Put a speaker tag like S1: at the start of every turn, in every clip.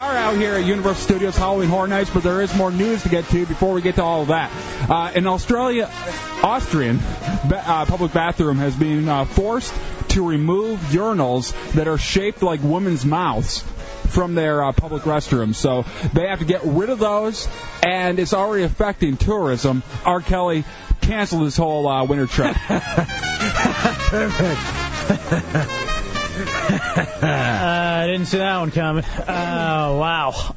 S1: are out here at Universal Studios Halloween Horror Nights, but there is more news to get to before we get to all of that. Uh, an Australia, Austrian ba- uh, public bathroom has been uh, forced to remove urinals that are shaped like women's mouths from their uh, public restrooms. So they have to get rid of those, and it's already affecting tourism. R. Kelly canceled his whole uh, winter trip.
S2: Uh, I didn't see that one coming. Oh wow!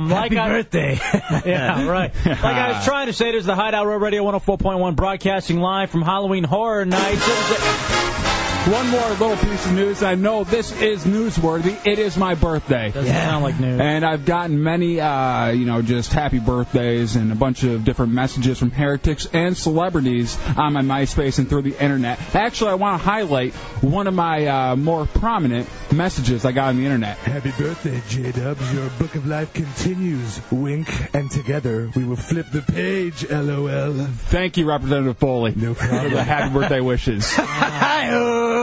S2: Um, like
S3: Happy
S2: I,
S3: birthday.
S2: yeah, right. Like I was trying to say, this is the Hideout Road Radio 104.1 broadcasting live from Halloween Horror Nights. It was a-
S1: One more little piece of news. I know this is newsworthy. It is my birthday.
S2: Doesn't sound like news.
S1: And I've gotten many, uh, you know, just happy birthdays and a bunch of different messages from heretics and celebrities on my MySpace and through the internet. Actually, I want to highlight one of my uh, more prominent messages I got on the internet.
S3: Happy birthday, J Dubs. Your book of life continues. Wink, and together we will flip the page, lol.
S1: Thank you, Representative Foley,
S3: No
S1: for
S3: problem.
S1: the happy birthday wishes.
S3: Hi-oh!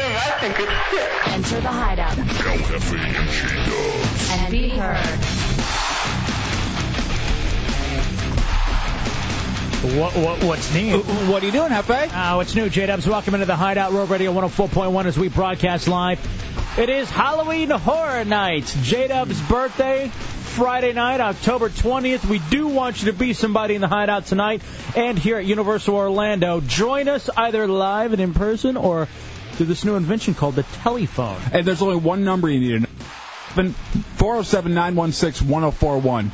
S4: Enter the hideout and be heard.
S2: What, what, what's new?
S1: What are you doing, Hefe?
S2: Uh, what's new, J Dubs? Welcome into the Hideout Road Radio 104.1 as we broadcast live. It is Halloween Horror Nights, J Dub's birthday. Friday night, October 20th. We do want you to be somebody in the hideout tonight and here at Universal Orlando. Join us either live and in person or through this new invention called the telephone.
S1: And there's only one number you need to know. 407 916 1041.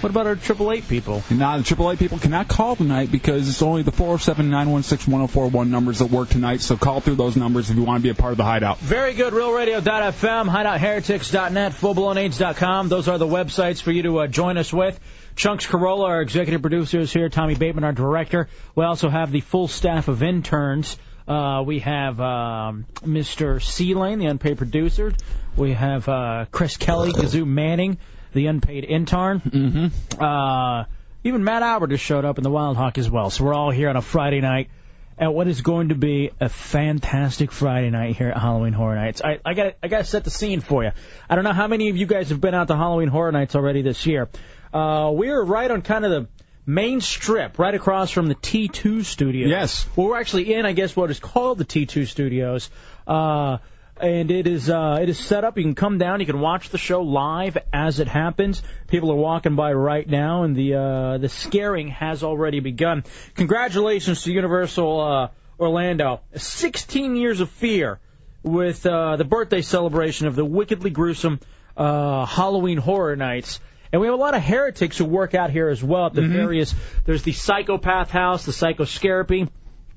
S2: What about our Triple Eight people?
S1: Now, the AAA people cannot call tonight because it's only the 407-916-1041 numbers that work tonight. So call through those numbers if you want to be a part of the hideout.
S2: Very good. RealRadio.fm, HideoutHeretics.net, FullBlownAids.com. Those are the websites for you to uh, join us with. Chunks Corolla, our executive producer, is here. Tommy Bateman, our director. We also have the full staff of interns. Uh, we have um, Mr. C Lane, the unpaid producer. We have uh, Chris Kelly, Kazoo Manning, the unpaid intern. Mm-hmm. Uh, even Matt Albert just showed up in the Wild Hawk as well. So we're all here on a Friday night at what is going to be a fantastic Friday night here at Halloween Horror Nights. I, I got I got to set the scene for you. I don't know how many of you guys have been out to Halloween Horror Nights already this year. Uh, we're right on kind of the main strip, right across from the T2 studio.
S1: Yes.
S2: Well, we're actually in, I guess, what is called the T2 Studios. Uh, and it is uh, it is set up. You can come down. You can watch the show live as it happens. People are walking by right now, and the uh, the scaring has already begun. Congratulations to Universal uh, Orlando. 16 years of fear with uh, the birthday celebration of the wickedly gruesome uh, Halloween Horror Nights. And we have a lot of heretics who work out here as well at the various. There's the Psychopath House, the Psychoscarapy.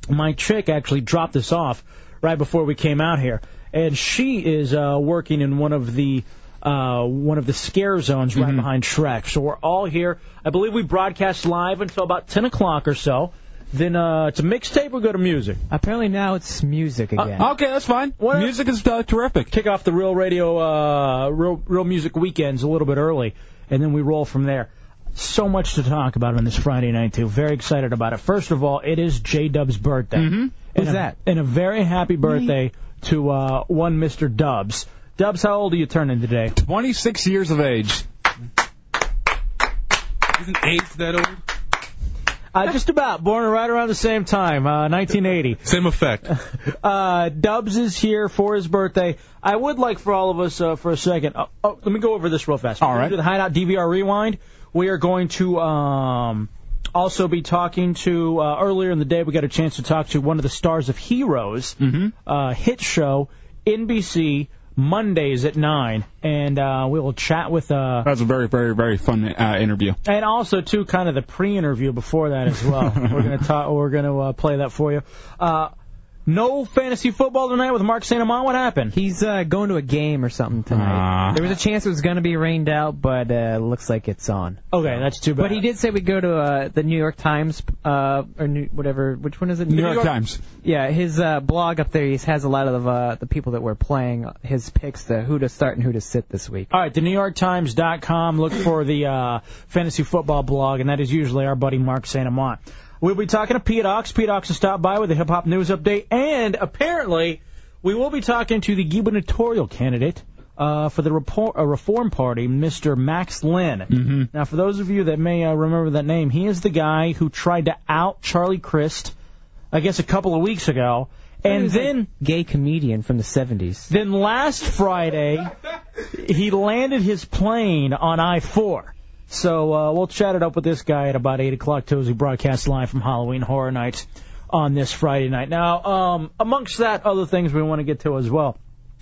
S2: My chick actually dropped this off right before we came out here, and she is uh, working in one of the uh, one of the scare zones right behind Shrek. So we're all here. I believe we broadcast live until about 10 o'clock or so. Then uh, it's a mixtape. We go to music.
S5: Apparently now it's music
S2: Uh,
S5: again.
S1: Uh, Okay, that's fine. Music is uh, terrific.
S2: kick off the real radio, uh, real, real music weekends a little bit early, and then we roll from there. So much to talk about on this Friday night too. Very excited about it. First of all, it is J Dub's birthday. Mm-hmm.
S5: Who's
S2: and a,
S5: that?
S2: And a very happy birthday to uh, one Mr. Dubs. Dubs, how old are you turning today?
S1: 26 years of age.
S6: Isn't AIDS that old?
S2: Uh, just about. Born right around the same time, uh, 1980.
S6: Same effect.
S2: Uh, Dubs is here for his birthday. I would like for all of us uh, for a second. Oh, oh, let me go over this real fast.
S1: All
S2: We're gonna
S1: right.
S2: Do the Hideout DVR rewind. We are going to um, also be talking to uh, earlier in the day. We got a chance to talk to one of the stars of Heroes uh, hit show, NBC Mondays at nine, and uh, we will chat with. Uh,
S1: That's a very, very, very fun uh, interview.
S2: and also too kind of the pre-interview before that as well. we're gonna talk. We're gonna uh, play that for you. Uh, No fantasy football tonight with Mark Santamon. What happened?
S5: He's uh, going to a game or something tonight.
S2: Ah.
S5: There was a chance it was going to be rained out, but uh, looks like it's on.
S2: Okay, that's too bad.
S5: But he did say we go to uh, the New York Times uh, or New, whatever. Which one is it?
S1: New York Times.
S5: Yeah, his uh, blog up there. He has a lot of uh, the people that were playing his picks, the who to start and who to sit this week.
S2: All right, the NewYorkTimes.com. Look for the uh, fantasy football blog, and that is usually our buddy Mark Santamont. We'll be talking to Pete Ox. Pete Ox will stop by with a hip hop news update, and apparently, we will be talking to the gubernatorial candidate uh, for the report, uh, Reform Party, Mr. Max Lynn. Now, for those of you that may uh, remember that name, he is the guy who tried to out Charlie Crist, I guess, a couple of weeks ago, and
S5: He's a
S2: then.
S5: gay comedian from the 70s.
S2: Then last Friday, he landed his plane on I 4. So uh, we'll chat it up with this guy at about 8 o'clock too, as we broadcast live from Halloween Horror Nights on this Friday night. Now, um, amongst that, other things we want to get to as well.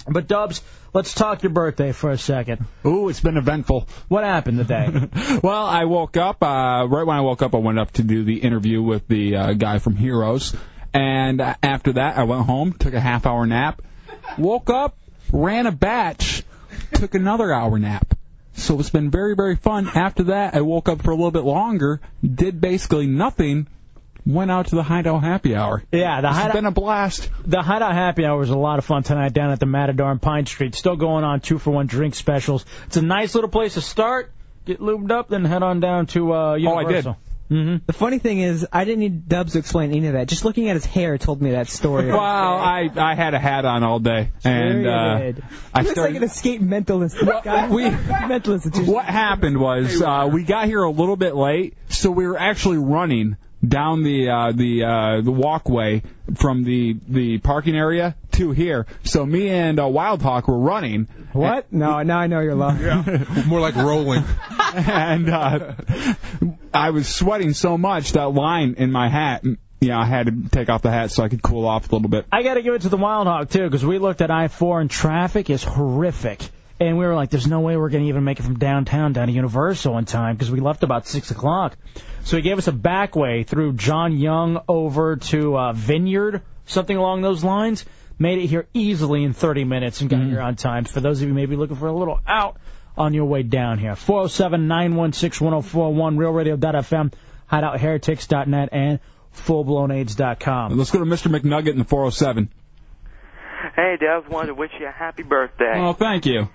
S2: But, Dubs, let's talk your birthday for a second.
S1: Ooh, it's been eventful.
S2: What happened today?
S1: Well, I woke up. Uh, right when I woke up, I went up to do the interview with the uh, guy from Heroes, and uh, after that, I went home, took a half hour nap, woke up, ran a batch, took another hour nap. So it's been very, very fun. After that, I woke up for a little bit longer, did basically nothing, went out to the Hideout Happy Hour.
S2: yeah, the
S1: It's
S2: hideout,
S1: been a blast.
S2: the hideout happy hour was a lot of fun tonight down at the Matador on Pine Street. Still going on two for one drink specials. It's a nice little place to start. Get lubed up, then head on down to uh,
S1: Oh, I did.
S2: Universal. Mm-hmm.
S5: The funny thing is, I didn't need Dubs to explain any of that. Just looking at his hair told me that story.
S1: Well, I, I had a hat on all day, and uh,
S5: Period.
S1: I
S5: he looks
S1: started.
S5: like an escaped mental institution.
S1: we-
S5: mental institution.
S1: What happened was uh, we got here a little bit late, so we were actually running down the uh, the uh, the walkway from the the parking area to here. So me and uh, Wild Hawk were running,
S5: What? No, now I know you're lying.
S6: More like rolling.
S1: and uh, I was sweating so much that line in my hat. You know, I had to take off the hat so I could cool off a little bit.
S2: I got to give it to the Wild Hog too, because we looked at I-4 and traffic is horrific, and we were like, "There's no way we're going to even make it from downtown down to Universal in time," because we left about six o'clock. So he gave us a back way through John Young over to uh, Vineyard, something along those lines. Made it here easily in 30 minutes and got here on time. For those of you maybe looking for a little out on your way down here, 407-916-1041, RealRadio.fm, HideoutHeretics.net, and FullBlownAids.com.
S1: Let's go to Mr. McNugget in the 407.
S7: Hey, Dev, wanted to wish you a happy birthday.
S1: Oh, thank you.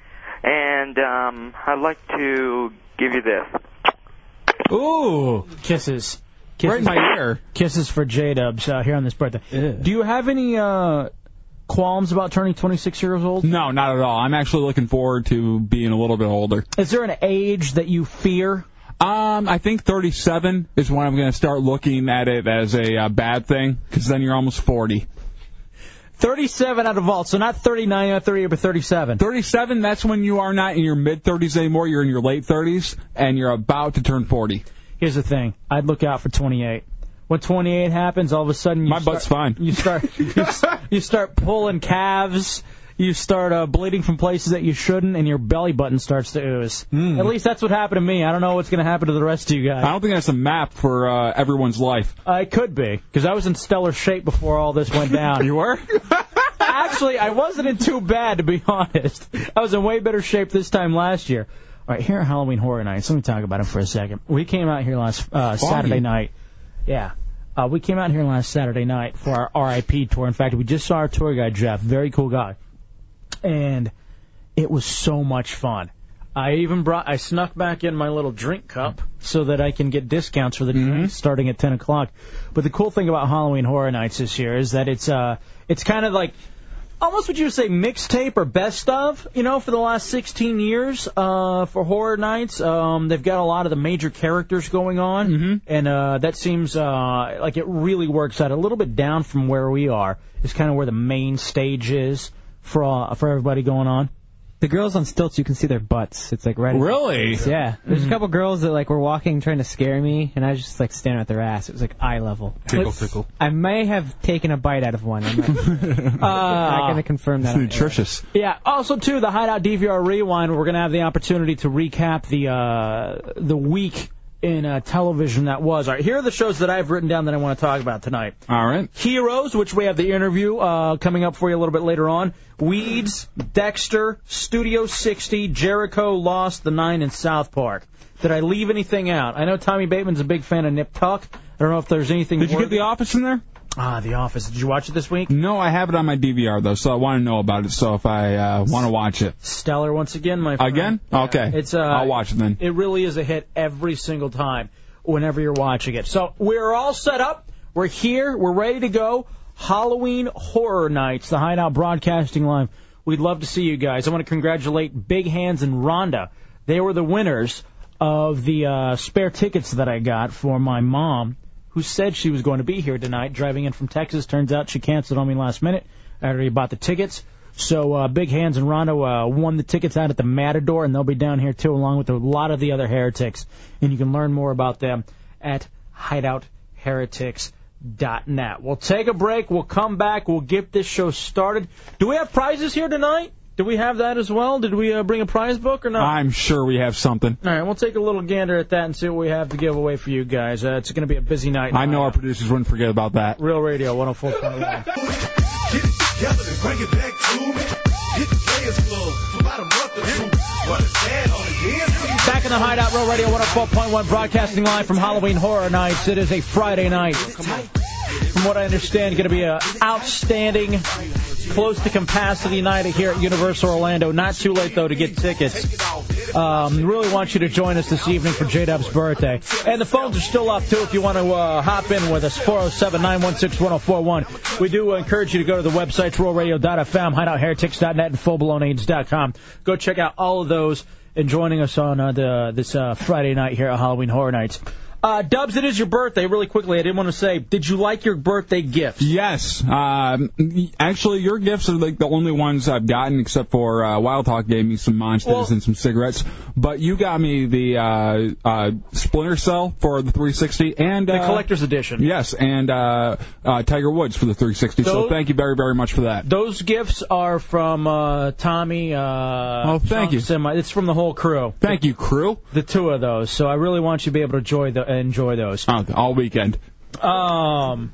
S7: And um, I'd like to give you this.
S1: Ooh,
S2: Kisses. Kisses.
S1: right in my ear.
S2: Kisses for J Dubs uh, here on this birthday. Do you have any uh, qualms about turning 26 years old?
S1: No, not at all. I'm actually looking forward to being a little bit older.
S2: Is there an age that you fear?
S1: Um, I think 37 is when I'm going to start looking at it as a uh, bad thing, because then you're almost 40.
S2: 37 out of all, so not 39, not 38, but 37.
S1: 37, that's when you are not in your mid 30s anymore. You're in your late 30s, and you're about to turn 40.
S2: Here's the thing: I'd look out for 28. When 28 happens, all of a sudden you
S1: My
S2: start,
S1: butt's fine.
S2: You start you, s- you start pulling calves. You start uh, bleeding from places that you shouldn't, and your belly button starts to ooze.
S1: Hmm.
S2: At least that's what happened to me. I don't know what's going to happen to the rest of you guys.
S1: I don't think that's a map for uh, everyone's life.
S2: Uh, it could be, because I was in stellar shape before all this went down.
S1: You were?
S2: Actually, I wasn't in too bad, to be honest. I was in way better shape this time last year. All right, here at Halloween Horror Nights, let me talk about it for a second. We came out here last uh, Saturday night. Yeah. Uh, we came out here last Saturday night for our RIP tour. In fact, we just saw our tour guide, Jeff. Very cool guy. And it was so much fun. I even brought, I snuck back in my little drink cup so that I can get discounts for the drinks starting at 10 o'clock. But the cool thing about Halloween Horror Nights this year is that it's, uh, it's kind of like, almost would you say mixtape or best of, you know, for the last 16 years, uh, for Horror Nights. Um, they've got a lot of the major characters going on.
S5: Mm-hmm.
S2: And, uh, that seems, uh, like it really works out a little bit down from where we are. It's kind of where the main stage is for, uh, for everybody going on.
S5: The girls on stilts, you can see their butts. It's like right.
S1: really?
S5: Yeah. There's
S1: Mm-hmm.
S5: a couple girls that like were walking trying to scare me, and I was just like staring at their ass. It was like eye level.
S6: Tickle, tickle.
S5: I may have taken a bite out of one. I'm not, I'm not gonna confirm that. on air.
S1: Nutritious.
S2: Yeah. Also, too, the Hideout DVR Rewind. We're going to have the opportunity to recap the uh, the week in uh, television that was. All right, here are the shows that I've written down that I want to talk about tonight.
S1: All right.
S2: Heroes, which we have the interview uh, coming up for you a little bit later on. Weeds, Dexter, Studio 60, Jericho, Lost, The Nine, and South Park. Did I leave anything out? I know Tommy Bateman's a big fan of Nip Tuck. I don't know if there's anything.
S1: Did you get The Office in there?
S2: Ah, The Office. Did you watch it this week?
S1: No, I have it on my DVR though, so I want to know about it. So if I uh, want to watch it
S2: Stellar once again, my friend.
S1: again, okay,
S2: It's uh,
S1: I'll watch it then.
S2: It really is a hit every single time whenever you're watching it. So we're all set up. We're here. We're ready to go. Halloween Horror Nights, the Hideout Broadcasting Live. We'd love to see you guys. I want to congratulate Big Hands and Rhonda. They were the winners of the uh, spare tickets that I got for my mom, who said she was going to be here tonight, driving in from Texas. Turns out she canceled on me last minute. I already bought the tickets. So uh, Big Hands and Rondo uh, won the tickets out at the Matador, and they'll be down here too, along with a lot of the other heretics. And you can learn more about them at hideoutheretics.net. We'll take a break. We'll come back. We'll get this show started. Do we have prizes here tonight? Do we have that as well? Did we uh, bring a prize book or not?
S1: I'm sure we have something.
S2: All right, we'll take a little gander at that and see what we have to give away for you guys. Uh, it's going to be a busy night.
S1: I know our producers wouldn't forget about that.
S2: Real Radio 104.1.
S8: Get it together and bring it back to me. Hit the players club for about a month or two. But it's sad on the dance team.
S2: Back in the Hideout, Real Radio 104.1, broadcasting live from Halloween Horror Nights. It is a Friday night. From what I understand, going to be an outstanding, close to capacity night here at Universal Orlando. Not too late, though, to get tickets. Um, really want you to join us this evening for J Dub's birthday. And the phones are still up, too, if you want to uh, hop in with us. 407 916 1041. We do encourage you to go to the websites, rollradio.fm, hideoutheretics.net, and fullblownaids.com. Go check out all of those and joining us on uh, the, this uh, Friday night here at Halloween Horror Nights. Uh, Dubs, it is your birthday. Really quickly, I didn't want to say, did you like your birthday gift?
S1: Yes. Um, actually, your gifts are like the only ones I've gotten, except for uh, Wild Hawk gave me some monsters
S2: Well-
S1: and some cigarettes. But you got me the uh, uh, Splinter Cell for the 360 and
S2: The
S1: uh,
S2: collector's edition.
S1: Yes, and uh, uh, Tiger Woods for the 360. so
S2: Those-
S1: thank you very, very much for that.
S2: Those gifts are from uh, Tommy. Uh, oh,
S1: thank you.
S2: It's from the whole crew.
S1: Thank you, crew.
S2: The two of those. So I really want you to be able to enjoy, the, enjoy those.
S1: Uh, all weekend.
S2: Um,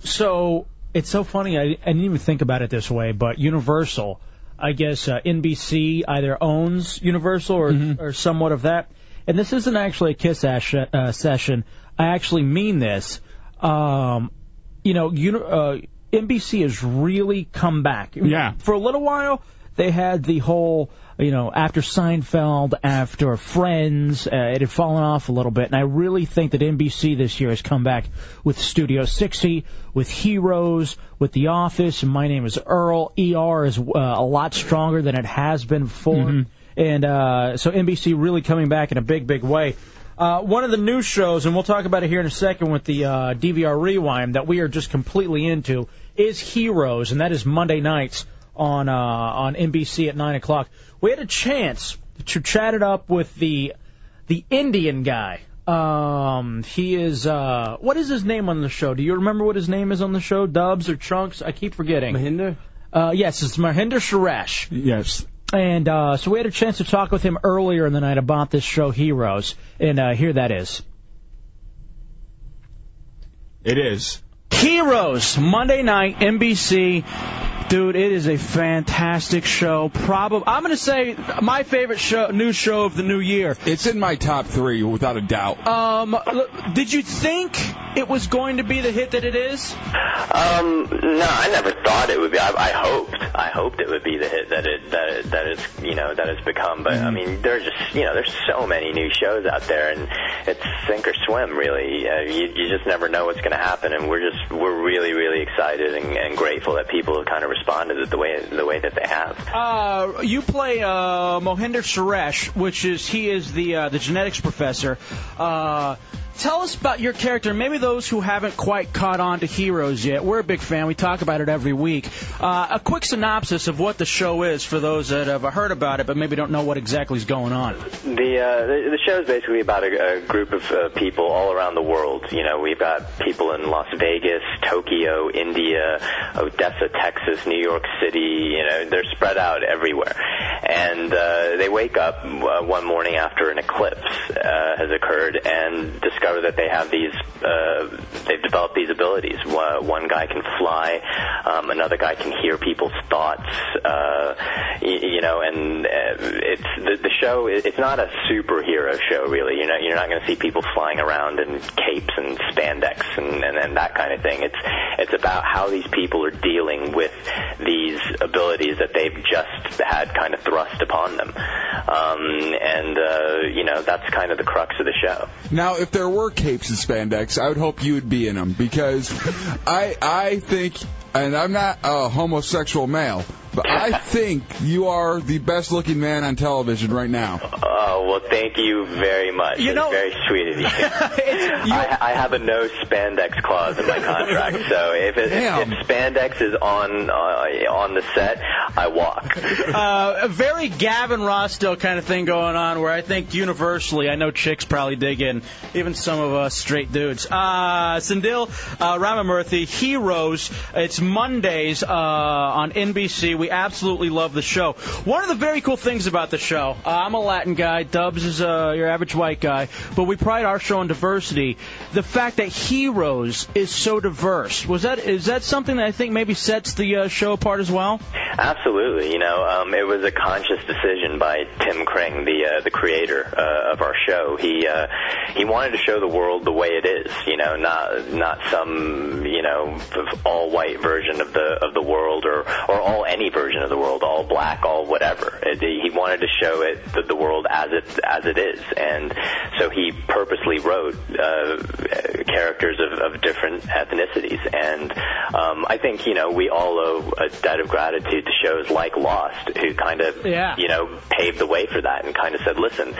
S2: so it's so funny. I, I didn't even think about it this way, but Universal, I guess uh, NBC either owns Universal or, or somewhat of that. And this isn't actually a kiss ash, uh, session. I actually mean this. Um, you know, uni- uh, NBC has really come back.
S1: Yeah.
S2: For a little while, they had the whole, you know, after Seinfeld, after Friends, uh, it had fallen off a little bit, and I really think that NBC this year has come back with Studio 60, with Heroes, with The Office, and My Name Is Earl. ER is uh, a lot stronger than it has been before, and uh, so NBC really coming back in a big, big way. Uh, one of the new shows, and we'll talk about it here in a second with the uh, DVR rewind that we are just completely into, is Heroes, and that is Monday nights on uh, on NBC at nine o'clock. We had a chance to chat it up with the the Indian guy. Um, he is uh, what is his name on the show? Do you remember what his name is on the show? Dubs or Chunks? I keep forgetting.
S9: Hinder?
S2: Uh, yes, it's Mahinder Suresh.
S1: Yes.
S2: And uh, so we had a chance to talk with him earlier in the night about this show, Heroes. And uh, here that is.
S1: It is.
S2: Heroes, Monday night, NBC. Dude, it is a fantastic show. Probably, I'm gonna say my favorite show, new show of the new year.
S6: It's in my top three without a doubt.
S2: Um, l- did you think it was going to be the hit that it is?
S9: Um, no, I never thought it would be. I, I hoped, I hoped it would be the hit that it that it, that it's you know that it's become. But I mean, there's just you know there's so many new shows out there, and it's sink or swim really. Uh, you, you just never know what's going to happen, and we're just we're really really excited and, and grateful that people have kind of responded the way the way that they have.
S2: Uh, you play uh, Mohinder Suresh, which is he is the uh, the genetics professor. Uh, Tell us about your character. Maybe those who haven't quite caught on to Heroes yet. We're a big fan. We talk about it every week. Uh, a quick synopsis of what the show is for those that have heard about it but maybe don't know what exactly is going on.
S9: The, uh, the the show is basically about a, a group of uh, people all around the world. You know, we've got people in Las Vegas, Tokyo, India, Odessa, Texas, New York City. You know, they're spread out everywhere, and uh, they wake up uh, one morning after an eclipse uh, has occurred and discover that they have these. Uh, they've developed these abilities. One one guy can fly, um, another guy can hear people's thoughts. Uh, y- you know, and uh, it's the, the show. it- It's not a superhero show, really. You're not you're not going to see people flying around in capes and spandex and, and and that kind of thing. It's it's about how these people are dealing with these abilities that they've just had kind of thrust upon them, um, and uh, you know that's kind of the crux of the show.
S6: Now, if there were capes and spandex, I would hope you would be in them because I I think, and I'm not a homosexual male, but I think you are the best looking man on television right now.
S9: Oh well, thank you very much. You know, very sweet of you. I, I have a no spandex clause in my contract, so if, it, if, if spandex is on uh, on the set, I walk.
S2: uh, a very Gavin Rossdale kind of thing going on, where I think universally, I know chicks probably dig in, even some of us straight dudes. Uh, Sindil uh, Ramamurthy, Heroes. It's Mondays uh, on NBC. We absolutely love the show. One of the very cool things about the show, uh, I'm a Latin guy. Dubs is uh, your average white guy, but we pride our show on diversity. The fact that Heroes is so diverse was that is that something that I think maybe sets the uh, show apart as well.
S9: Absolutely, you know, um, it was a conscious decision by Tim Kring, the uh, the creator uh, of our show. He uh, he wanted to show the world the way it is, you know, not not some you know all white version of the of the world or or all any version of the world, all black, all whatever. It, he wanted to show it the, the world as it as it is, and so he purposely wrote uh, characters of, of different ethnicities. And um, I think you know we all owe a debt of gratitude to shows like Lost, who kind of
S2: Yeah.
S9: you know paved the way for that and kind of said, listen,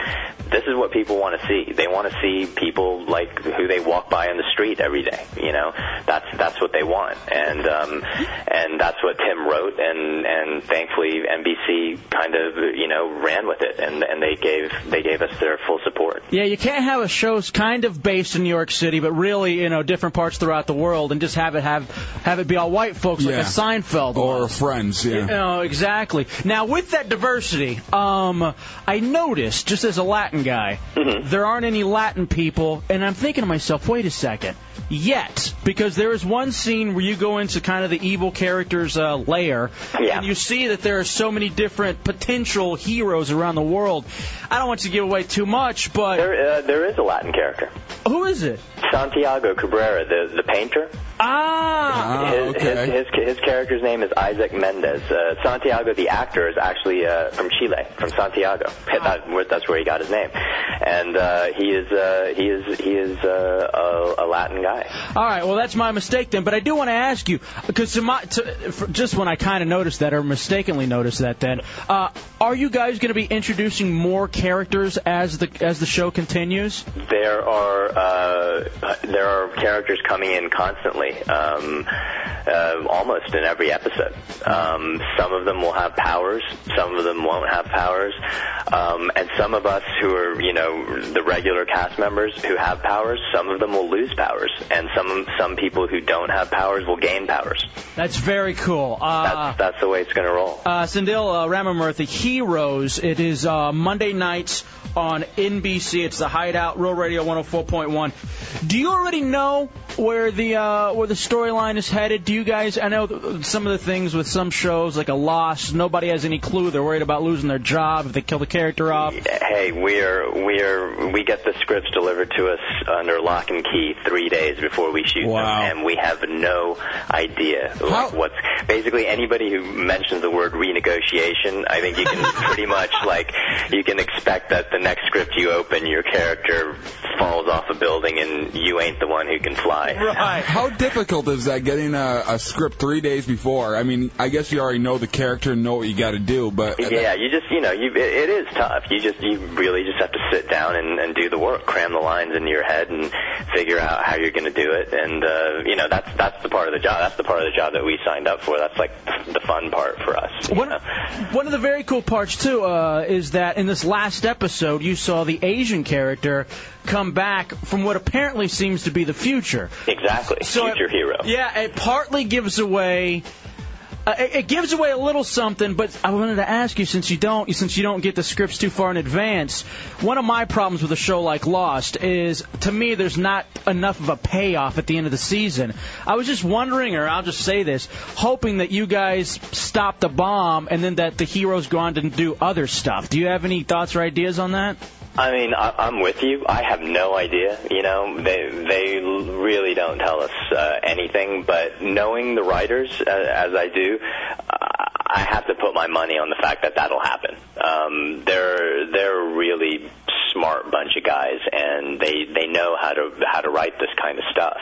S9: this is what people want to see. They want to see people like who they walk by on the street every day. You know, that's that's what they want, and um, and that's what Tim wrote, and and thankfully NBC kind of you know ran with it, and and they gave they gave us their full support.
S2: Yeah, you can't have a show's kind of based in New York City, but really, you know, different parts throughout the world, and just have it have have it be all white folks like
S6: Yeah.
S2: a Seinfeld
S6: or Friends. Yeah.
S2: You know, exactly. Now, with that diversity, um, I noticed just as a Latin guy,
S9: Mm-hmm.
S2: there aren't any Latin people, and I'm thinking to myself, wait a second. Yet, because there is one scene where you go into kind of the evil character's uh, lair, and you see that there are so many different potential heroes around the world. I don't want to give away too much, but
S9: there, uh, there is a Latin character.
S2: Who is it?
S9: Santiago Cabrera, the the painter.
S2: Ah,
S9: his, his, his his character's name is Isaac Mendez. Uh, Santiago, the actor, is actually uh, from Chile, from Santiago. That- where- that's where he got his name, and uh, he is uh, he is he is uh, a, a Latin guy.
S2: All right, well, that's my mistake then. But I do want to ask you, because to my, to, for, just when I kind of noticed that, or mistakenly noticed that, then uh, are you guys going to be introducing more characters as the as the show continues?
S9: There are uh, there are characters coming in constantly, um, uh, almost in every episode. Um, some of them will have powers, some of them won't have powers, um, and some of us who are you know the regular cast members who have powers, some of them will lose powers, and some some people who don't have powers will gain powers.
S2: That's very cool. Uh,
S9: That's the way it's going to roll.
S2: uh, Sindil uh, Ramamurthy, Heroes. It is uh, Monday nights on NBC. It's the Hideout, Real Radio 104.1. Do you already know where the uh, where the storyline is headed? Do you guys? I know th- some of the things with some shows like a Lost. Nobody has any clue. They're worried about losing their job if they kill the character off.
S9: Hey, we're we're we get the scripts delivered to us under lock and key three days before we shoot them, and we have no idea like, what's basically anybody who mentions the word renegotiation. I think you can pretty much like you can expect that the next script you open, your character falls off a building and you ain't the one who can fly.
S6: How difficult is that getting a, a, a script three days before. I mean, I guess you already know the character and know what you got to do, but
S9: Yeah, you just you know you it, it is tough. You just you really just have to sit down and, and do the work, cram the lines into your head, and figure out how you're going to do it. And uh, you know that's that's the part of the job. That's the part of the job that we signed up for. That's like the fun part for us.
S2: One, one of the very cool parts too uh, is that in this last episode, you saw the Asian character come back from what apparently seems to be the future.
S9: Exactly,
S2: So
S9: future
S2: it-
S9: hero.
S2: Yeah, it partly gives away. Uh, it it gives away a little something, but I wanted to ask you since you don't since you don't get the scripts too far in advance. One of my problems with a show like Lost is, to me, there's not enough of a payoff at the end of the season. I was just wondering, or I'll just say this, hoping that you guys stop the bomb and then that the heroes go on to do other stuff. Do you have any thoughts or ideas on that?
S9: I mean, I, I'm with you. I have no idea. You know, they they really don't tell us uh, anything. But knowing the writers uh, as I do, I I have to put my money on the fact that that'll happen. Um, they're they're a really smart bunch of guys, and they they know how to how to write this kind of stuff.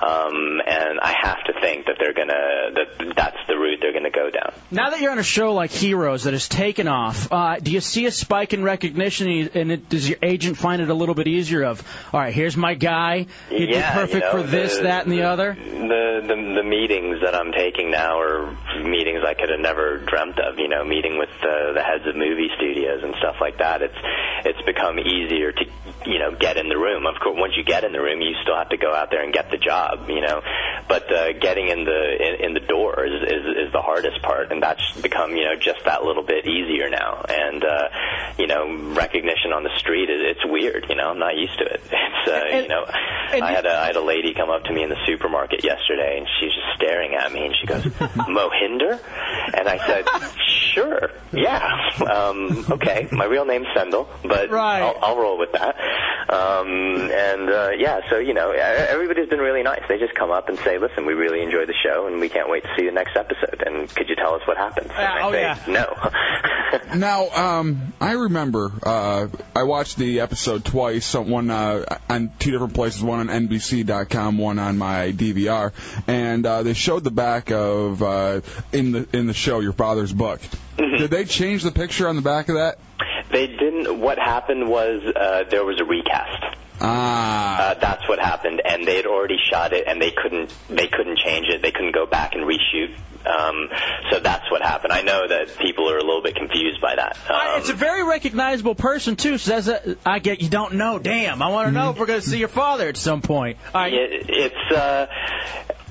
S9: Um, and I have to think that they're gonna that that's the route they're gonna go down.
S2: Now that you're on a show like Heroes that has taken off, uh, do you see a spike in recognition? And it, does your agent find it a little bit easier? Of all right, here's my guy. He'd
S9: Yeah,
S2: be
S9: you
S2: perfect
S9: know,
S2: for this,
S9: the-
S2: that, and the other.
S9: the, the the meetings that I'm taking now are meetings I could have never dreamt of. You know, meeting with the, the heads of movie studios and stuff like that. It's it's become easier to you know get in the room. Of course, once you get in the room, you still have to go out there and get the job. You know, but uh, getting in the in, in the door is, is is the hardest part, and that's become you know just that little bit easier now. And uh, you know, recognition on the street is it's weird. You know, I'm not used to it. It's uh, you know, I had a I had a lady come up to me in the supermarket yesterday, and she's just staring at me, and she goes, Mohinder, and I said, Sure, yeah, um, okay. My real name's Sendel, but I'll, I'll roll with that. Um, and uh, yeah, so you know, e- everybody's been really nice. They just come up and say, Listen, we really enjoyed the show, and we can't wait to see the next episode. And could you tell us what happens? And I
S6: oh,
S9: say,
S6: yeah.
S9: No.
S6: Now, um, I remember uh, I watched the episode twice, so one uh, on two different places, one on NBC.com, one on my DVR, and uh, they showed the back of uh, in the in the show your father's book. Did they change the picture on the back of that?
S9: They didn't. What happened was uh, there was a recast.
S6: Ah.
S9: Uh, that's what happened, and they had already shot it, and they couldn't. They couldn't change it. They couldn't go back and reshoot. Um, so that's what happened. I know that people are a little bit confused by that. Um,
S2: It's a very recognizable person too. So that's a, I get you don't know. Damn, I want to know if we're going to see your father at some point.
S9: it, it's. Uh,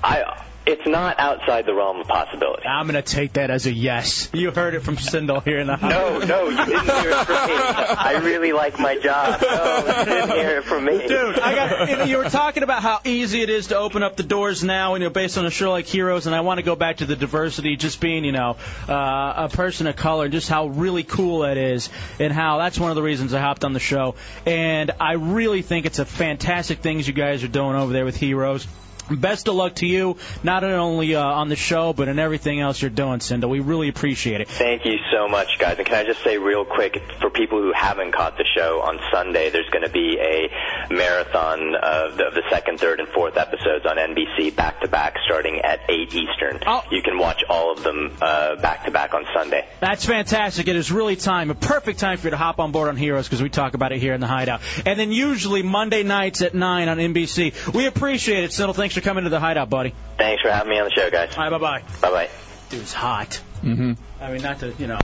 S9: I. It's not outside the realm of possibility.
S2: I'm going to take that as a yes. You heard it from Sindel here in the house.
S9: No, no, you didn't hear it from me. I really like my job. No, you didn't hear it from me.
S2: Dude, I got, you, know, you were talking about how easy it is to open up the doors now, and you know, based on a show like Heroes, and I want to go back to the diversity, just being, you know, uh, a person of color, and just how really cool that is, and how that's one of the reasons I hopped on the show. And I really think it's a fantastic things you guys are doing over there with Heroes. Best of luck to you, not only uh, on the show, but in everything else you're doing, Cinda. We really appreciate it.
S9: Thank you so much, guys. And can I just say real quick, for people who haven't caught the show, on Sunday there's going to be a marathon of the, of the second, third, and fourth episodes on NBC back to back, starting at eight Eastern.
S2: Oh.
S9: You can watch all of them uh, back to back on Sunday.
S2: That's fantastic. It is really time, a perfect time for you to hop on board on Heroes because we talk about it here in the Hideout. And then usually Monday nights at 9 on NBC. We appreciate it, Sindel. Thanks for coming to the Hideout, buddy.
S9: Thanks for having me on the show, guys.
S2: All right, bye bye.
S9: Bye bye.
S2: Dude's hot.
S6: Mm-hmm.
S2: I mean, not to, you know.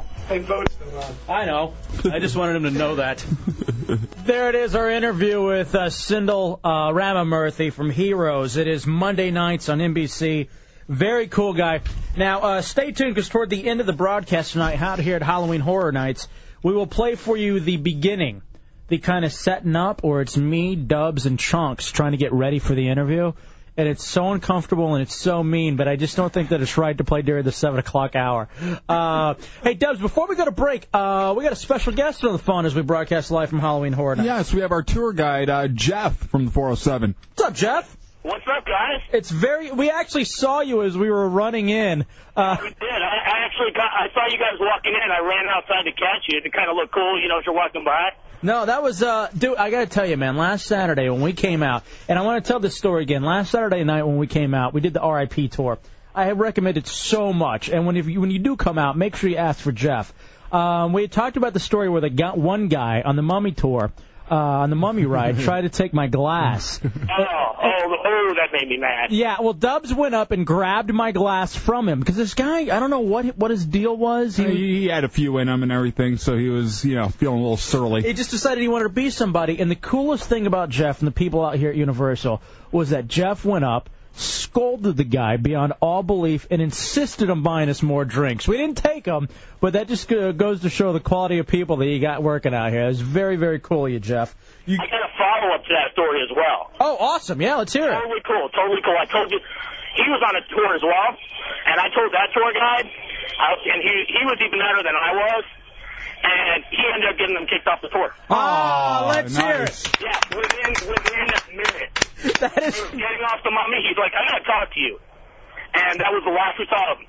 S2: I know. I just wanted him to know that. There it is, our interview with uh, Sindel uh, Ramamurthy from Heroes. It is Monday nights on NBC. Very cool guy. Now, uh, stay tuned because toward the end of the broadcast tonight, out here at Halloween Horror Nights, we will play for you the beginning, the kind of setting up, or it's me, Dubs, and Chunks trying to get ready for the interview. And it's so uncomfortable and it's so mean, but I just don't think that it's right to play during the seven o'clock hour. Uh, hey, Dubs, before we go to break, uh, we got a special guest on the phone as we broadcast live from Halloween Horror Nights.
S1: Yes, we have our tour guide, uh, Jeff from the 407.
S2: What's up, Jeff?
S10: What's up, guys?
S2: It's very. We actually saw you as we were running in. Uh,
S10: Did I, I actually got? I saw you guys walking in. I ran outside to catch you to kind of look cool, you know, as you're walking by.
S2: no, that was. Uh, dude, I gotta tell you, man. Last Saturday when we came out, and I want to tell this story again. Last Saturday night when we came out, we did the RIP tour, I have recommended so much. And when if you, when you do come out, make sure you ask for Jeff. Um, we had talked about the story where the got one guy on the Mummy tour, uh, on the Mummy ride, tried to take my glass.
S10: Oh, oh, oh, that made me mad.
S2: Yeah, well, Dubs went up and grabbed my glass from him because this guy, I don't know what what his deal was. He,
S1: He, he had a few in him and everything, so he was, you know, feeling a little surly.
S2: he just decided he wanted to be somebody. And the coolest thing about Jeff and the people out here at Universal was that Jeff went up, scolded the guy beyond all belief, and insisted on buying us more drinks. We didn't take them, but that just uh, goes to show the quality of people that you got working out here. It's very, very cool of you, Jeff. You,
S10: I got a follow up to that story as well.
S2: oh, awesome. Yeah, let's hear it.
S10: Totally cool, totally cool. I told you he was on a tour as well, and I told that tour guide, I, and he he was even better than I was, and he ended up getting them kicked off the tour.
S2: Oh,
S1: let's hear it.
S10: Yeah, within within a minute.
S2: That is
S10: he was getting off the mummy. He's like, I gotta talk to you, and that was the last we saw of him.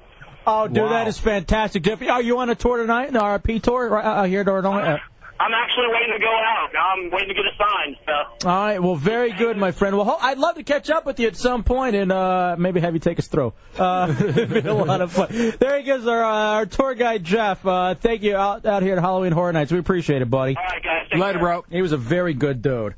S2: Oh, dude,
S10: Wow.
S2: that is fantastic, Jeff. Are you on a tour tonight? The RP tour right out here at Illinois?
S10: I'm actually waiting to go out. I'm waiting to get a sign. So
S2: Uh, All right. Well, very good, my friend. Well, ho- I'd love to catch up with you at some point and uh, maybe have you take us through. Uh, it'd be a lot of fun. There he goes, our, uh, our tour guide, Jeff. Uh, thank you out, out here at Halloween Horror Nights. We appreciate it, buddy. All
S10: right, guys.
S2: Later, bro. He was a very good dude.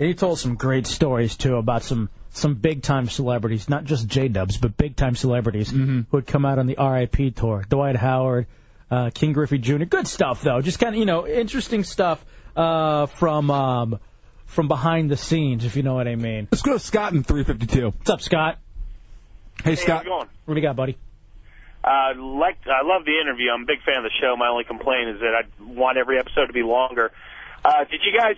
S2: And he told some great stories, too, about some, some big time celebrities, not just J Dubs, but big time celebrities
S1: Mm-hmm.
S2: who had come out on the RIP tour. Dwight Howard, uh, King Griffey Jr. Good stuff, though. Just kind of, you know, interesting stuff uh, from. Um, from behind the scenes, if you know what I mean.
S1: Let's go to Scott in 352.
S2: What's up, Scott?
S1: Hey,
S11: Hey, Scott. how's it going?
S2: What do you got, buddy?
S11: Uh, like I love the interview. I'm a big fan of the show. My only complaint is that I want every episode to be longer. Uh, did you guys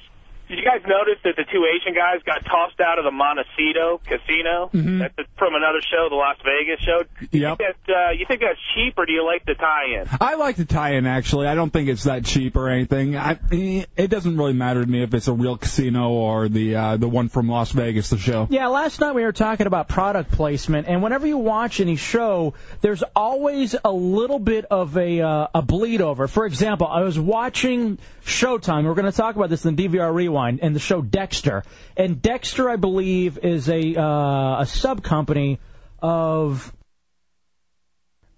S11: did you guys notice that the two Asian guys got tossed out of the Montecito Casino?
S2: Mm-hmm.
S1: Mhm.
S11: That's from another show, the Las Vegas show.
S1: Yep.
S11: That, uh, you think that's cheap, or do you like the tie-in?
S1: I like the tie-in actually. I don't think it's that cheap or anything. I, it doesn't really matter to me if it's a real casino or the uh, the one from Las Vegas, the show.
S2: Yeah, last night we were talking about product placement, and whenever you watch any show, there's always a little bit of a uh, a bleed over. For example, I was watching Showtime. We're going to talk about this in the DVR Rewind and the show Dexter. And Dexter, I believe, is a uh, a sub company of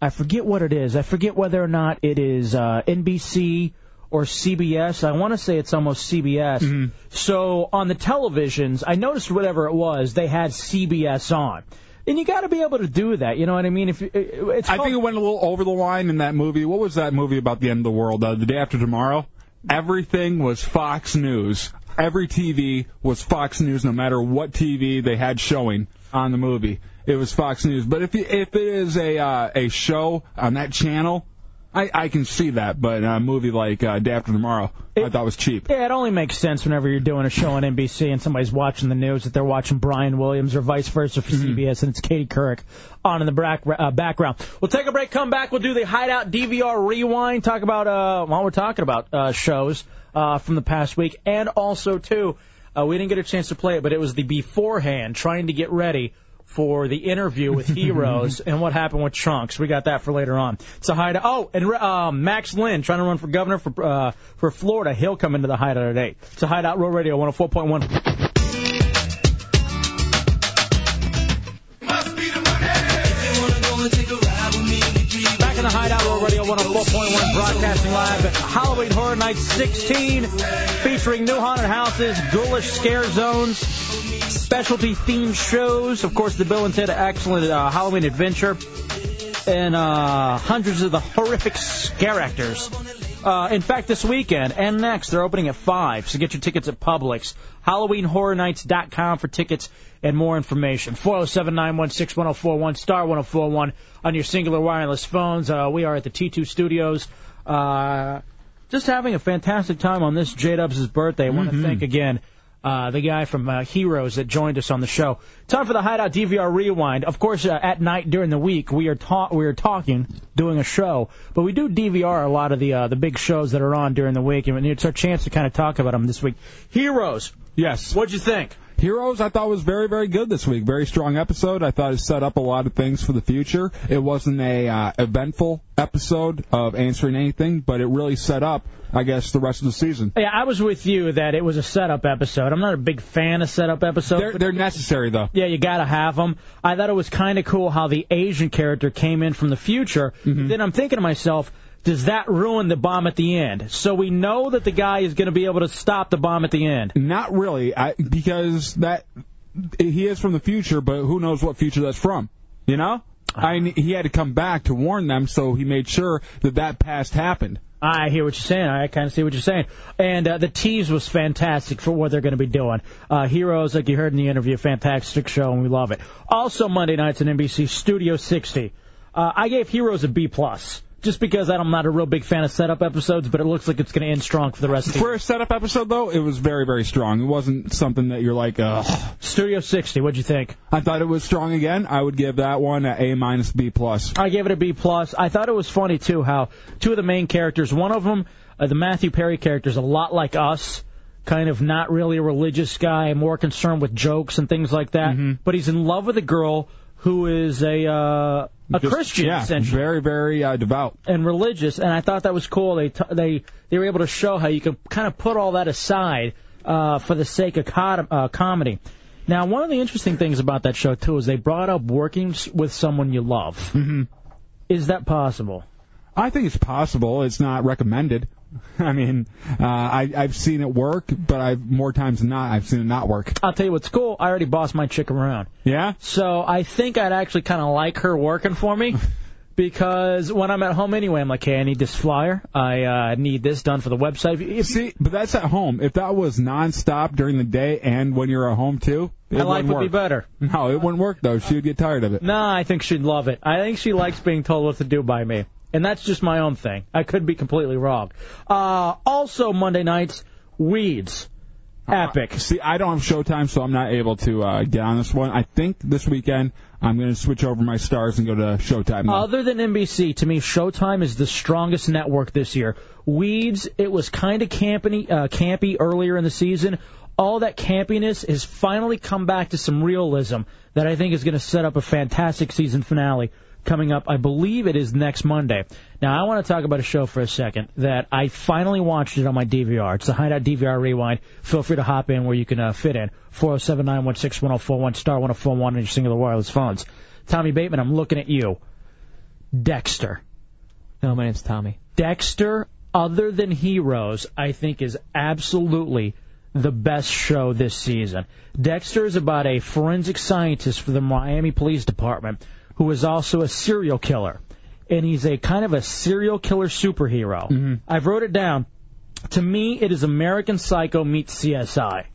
S2: I forget what it is. I forget whether or not it is uh, NBC or CBS. I want to say it's almost CBS. So on the televisions, I noticed whatever it was, they had CBS on. And you got to be able to do that. You know what I mean? If you- it's
S1: I think it went a little over the line in that movie. What was that movie about the end of the world? Uh, the day after tomorrow. Everything was Fox News. Every TV was Fox News, no matter what TV they had showing on the movie. It was Fox News. But if you, if it is a uh, a show on that channel, I, I can see that. But a movie like uh, Day After Tomorrow, I thought was cheap.
S2: Yeah, it only makes sense whenever you're doing a show on NBC and somebody's watching the news that they're watching Brian Williams or vice versa for CBS and it's Katie Couric on in the back, uh, background. We'll take a break, come back, we'll do the Hideout DVR rewind, talk about uh, while we're talking about uh, shows uh, from the past week, and also too, uh, we didn't get a chance to play it, but it was the beforehand trying to get ready. For the interview with heroes and what happened with Trunks, we got that for later on. So hideout. Oh, and um, Max Lynn trying to run for governor for uh, for Florida. He'll come into the hideout today. So hideout, Roll Radio 104.1. Back in the Hideout World Radio 104.1, broadcasting live at Halloween Horror Night 16, featuring new haunted houses, ghoulish scare zones, specialty themed shows, of course, the Bill and Ted Excellent uh, Halloween Adventure, and uh, hundreds of the horrific scare actors. Uh, in fact, this weekend and next, they're opening at 5, so get your tickets at Publix. HalloweenHorrorNights.com for tickets and more information. 407 916 1041, star 1041 on your singular wireless phones. Uh, we are at the T2 Studios. Uh, just having a fantastic time on this J Dubs' birthday. I want to thank again uh, the guy from uh, Heroes that joined us on the show. Time for the Hideout DVR Rewind. Of course, uh, at night during the week, we are ta- we are talking, doing a show, but we do DVR a lot of the uh, the big shows that are on during the week, and it's our chance to kind of talk about them this week. Heroes.
S1: Yes.
S2: What'd you think?
S1: Heroes, I thought was very, very good this week. Very strong episode. I thought it set up a lot of things for the future. It wasn't a uh, eventful episode of answering anything, but it really set up, I guess, the rest of the season.
S2: Yeah, I was with you that it was a setup episode. I'm not a big fan of setup episodes.
S1: They're, they're necessary though.
S2: Yeah, you gotta have them. I thought it was kind of cool how the Asian character came in from the future. But then I'm thinking to myself, does that ruin the bomb at the end? So we know that the guy is going to be able to stop the bomb at the end.
S1: Not really, I, because that he is from the future, but who knows what future that's from? You know, I mean, he had to come back to warn them, so he made sure that that past happened.
S2: I hear what you're saying. I kind of see what you're saying. And uh, the tease was fantastic for what they're going to be doing. Uh, Heroes, like you heard in the interview, fantastic show, and we love it. Also, Monday nights on NBC Studio 60. Uh, I gave Heroes a B plus, just because I'm not a real big fan of setup episodes, but it looks like it's going to end strong for the rest of the
S1: For a setup episode though, it was very, very strong. It wasn't something that you're like, ugh.
S2: Studio 60, what'd you think?
S1: I thought it was strong again. I would give that one a A minus B plus.
S2: I gave it a B plus. I thought it was funny too how two of the main characters, one of them, uh, the Matthew Perry character, is a lot like us, kind of not really a religious guy, more concerned with jokes and things like that.
S1: Mm-hmm.
S2: But he's in love with a girl who is a uh, a
S1: Just-
S2: Christian,
S1: yeah,
S2: essentially.
S1: very, very uh, devout
S2: and religious. And I thought that was cool. They t- they they were able to show how you can kind of put all that aside uh, for the sake of com- uh, comedy. Now, one of the interesting things about that show too is they brought up working s- with someone you love. Mm-hmm. Is that possible?
S1: I think it's possible. It's not recommended. I mean, uh, I, I've seen it work, but I've more times than not, I've seen it not work.
S2: I'll tell you what's cool. I already bossed my chick around.
S1: Yeah.
S2: So I think I'd actually kind of like her working for me. Because when I'm at home anyway, I'm like, hey, I need this flyer. I uh, need this done for the website. If-
S1: See, but that's at home. If that was nonstop during the day and when you're at home too, it
S2: My life
S1: wouldn't
S2: would be
S1: work.
S2: better.
S1: No, it wouldn't work though. She'd get tired of it.
S2: No, I think she'd love it. I think she likes being told what to do by me. And that's just my own thing. I could be completely wrong. Uh, also, Monday nights, Weeds. Epic.
S1: See, I don't have Showtime, so I'm not able to uh, get on this one. I think this weekend I'm going to switch over my stars and go to Showtime. now.
S2: Other than NBC, to me, Showtime is the strongest network this year. Weeds, it was kind of campy, uh, campy earlier in the season. All that campiness has finally come back to some realism that I think is going to set up a fantastic season finale coming up. I believe it is next Monday. Now, I want to talk about a show for a second that I finally watched it on my DVR. It's the Hideout DVR Rewind. Feel free to hop in where you can uh, fit in. 407 916 1041 star 1041 on your singular wireless phones. Tommy Bateman, I'm looking at you. Dexter.
S5: No, my name's Tommy.
S2: Dexter, other than Heroes, I think is absolutely the best show this season. Dexter is about a forensic scientist for the Miami Police Department who is also a serial killer. And he's a kind of a serial killer superhero. I've wrote it down. To me, it is American Psycho meets CSI.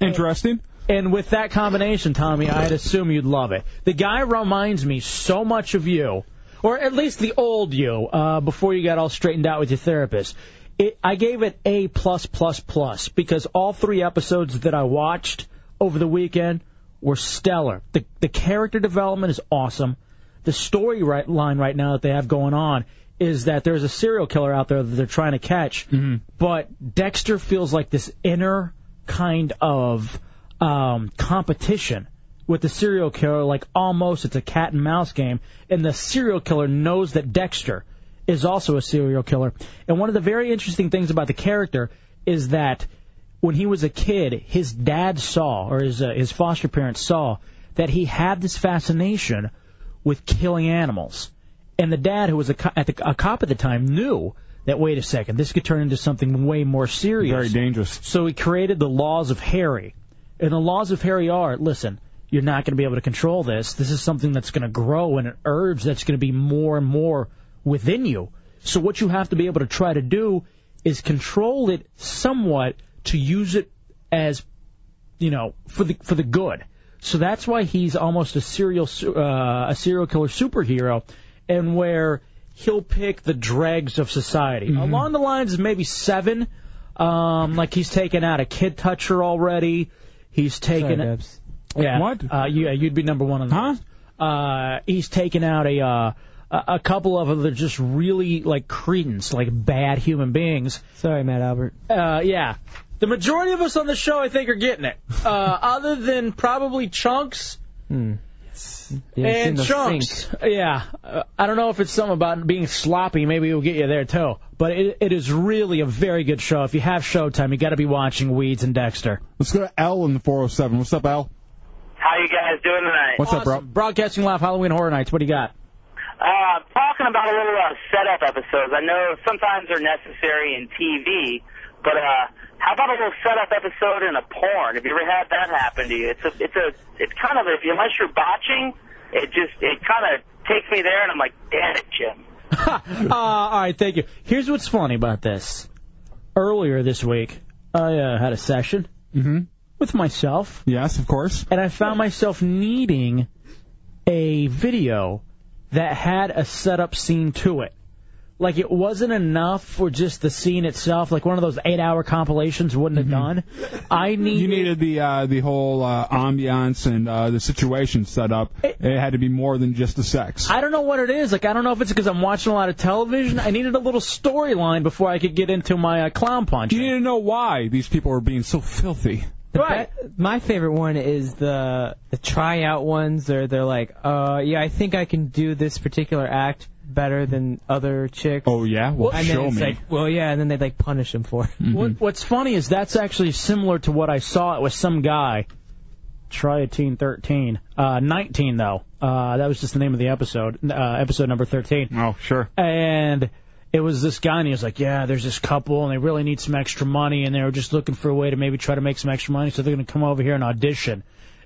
S1: Interesting.
S2: And with that combination, Tommy, I'd assume you'd love it. The guy reminds me so much of you, or at least the old you, uh, before you got all straightened out with your therapist. It, I gave it A plus plus plus because all three episodes that I watched over the weekend were stellar. The the character development is awesome. The story right, line right now that they have going on is that there's a serial killer out there that they're trying to catch, but Dexter feels like this inner kind of um, competition with the serial killer. Like almost it's a cat and mouse game, and the serial killer knows that Dexter is also a serial killer. And one of the very interesting things about the character is that when he was a kid, his dad saw, or his uh, his foster parents saw, that he had this fascination with killing animals. And the dad, who was a, co- at the, a cop at the time, knew that wait a second, this could turn into something way more serious,
S1: Very dangerous.
S2: So he created the laws of Harry, and the laws of Harry are listen. You're not going to be able to control this. This is something that's going to grow and an urge that's going to be more and more within you. So what you have to be able to try to do is control it somewhat to use it as you know, for the for the good. So that's why he's almost a serial su- uh, a serial killer superhero, and where he'll pick the dregs of society
S5: Mm-hmm.
S2: along the lines of maybe seven. Um, like he's taken out a kid toucher already. He's taken.
S5: Sorry, Debs.
S2: Yeah.
S5: What?
S2: Uh, yeah, you'd be number one on the huh? Uh, he's taken out a uh, a a couple of other just really like cretins, like bad human beings.
S5: Sorry, Matt Albert.
S2: Uh, yeah. The majority of us on the show, I think, are getting it. Uh, other than probably Chunks
S5: Hmm.
S2: and Chunks. Yeah. Uh, I don't know if it's something about being sloppy. Maybe it'll get you there, too. But it, it is really a very good show. If you have Showtime, you got to be watching Weeds and Dexter.
S1: Let's go to L in the 407. What's up, L?
S10: How you guys doing tonight?
S1: What's up, bro?
S2: Broadcasting Live Halloween Horror Nights. What do you got?
S10: Uh, talking about a little uh, setup episodes. I know sometimes they're necessary in TV, but uh, how about a little setup episode in a porn? Have you ever had that happen to you? It's a, it's a, it's kind of if unless you're botching, it just it kind of takes me there, and I'm like, damn it, Jim.
S2: uh, all right, thank you. Here's what's funny about this. Earlier this week, I uh, had a session with myself.
S1: Mm-hmm. Yes, of course.
S2: And I found myself needing a video that had a setup scene to it. Like it wasn't enough for just the scene itself. Like one of those eight-hour compilations wouldn't have
S1: Mm-hmm.
S2: done. I needed.
S1: You needed the uh, the whole uh, ambiance and uh, the situation set up. It, had to be more than just the sex.
S2: I don't know what it is. Like I don't know if it's because I'm watching a lot of television. I needed a little storyline before I could get into my uh, clown punch.
S1: You need to know why these people are being so filthy.
S5: Right. my favorite one is the the tryout ones. They're they're like, uh, yeah, I think I can do this particular act better than other chicks. Oh
S1: yeah, well
S5: and
S1: show
S5: then it's
S1: me.
S5: Like, well yeah, and then they like punish him for. it.
S1: Mm-hmm.
S2: What, what's funny is that's actually similar to what I saw. It was some guy, Triatine 13, uh, 19 though. Uh, that was just the name of the episode, uh, episode number 13.
S1: Oh, sure.
S2: And it was this guy, and he was like, yeah, there's this couple, and they really need some extra money, and they were just looking for a way to maybe try to make some extra money, so they're going to come over here and audition.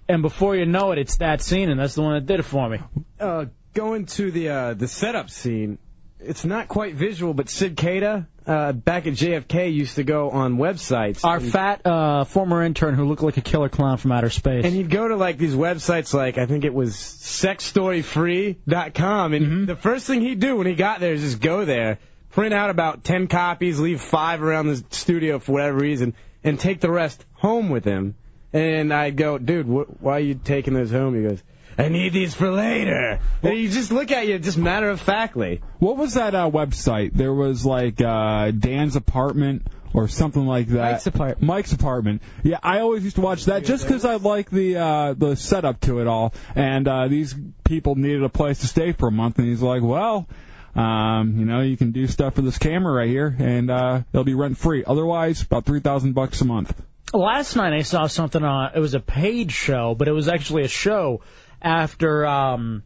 S2: And before you know it, it's that scene, and that's the one that did it for me.
S12: Uh, going to the uh, the setup scene, it's not quite visual, but Sid Cada uh, back at JFK used to go on websites.
S2: Our
S12: and-
S2: fat uh, former intern who looked like a killer clown from outer space.
S12: And you'd go to like these websites, like I think it was sexstoryfree.com, and the first thing he'd do when he got there is just go there, print out about ten copies, leave five around the studio for whatever reason, and take the rest home with him. And I'd go, dude, wh- why are you taking those home? He goes, I need these for later. And he just look at you, just matter of factly.
S1: What was that uh, website? There was like uh, Dan's apartment or something like that. Mike's apartment. Mike's apartment. Yeah, I always used to watch that just because I like the uh, the setup to it all. And uh, these people needed a place to stay for a month, and he's like, well. Um, you know, you can do stuff for this camera right here, and uh, it'll be rent free. Otherwise, about three thousand bucks a month.
S2: last night I saw something on it was a paid show, but it was actually a show after um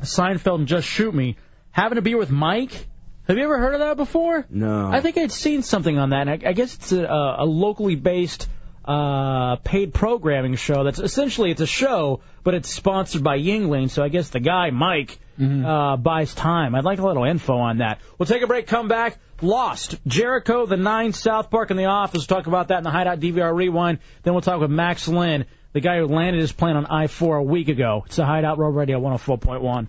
S2: Seinfeld and Just Shoot Me having a beer with Mike. Have you ever heard of that before?
S12: No.
S2: I think I'd seen something on that. And I, I guess it's a, a locally based uh paid programming show that's essentially it's a show but it's sponsored by Yingling so I guess the guy Mike uh buys time I'd like a little info on that we'll take a break come back Lost Jericho the 9 South Park in the office we'll talk about that in the Hideout DVR rewind then we'll talk with Max Lynn the guy who landed his plane on I-4 a week ago it's the Hideout Road Radio 104.1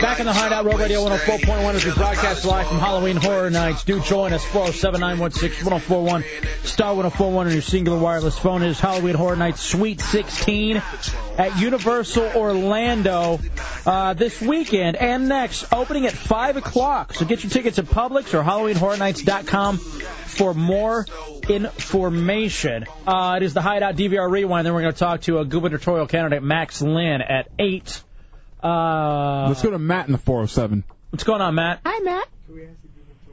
S2: Back in the Hideout, Road Radio 104.1 as we broadcast live from Halloween Horror Nights. Do join us, 407-916-1041, star 1041 on your singular wireless phone. It is Halloween Horror Nights Sweet 16 at Universal Orlando uh, this weekend and next, opening at 5 o'clock. So get your tickets at Publix or HalloweenHorrorNights.com for more information. Uh, it is the Hideout DVR Rewind. Then we're going to talk to a gubernatorial candidate, Max Lynn, at 8. Uh,
S1: Let's go to Matt in the 407.
S2: What's going on, Matt?
S13: Hi, Matt.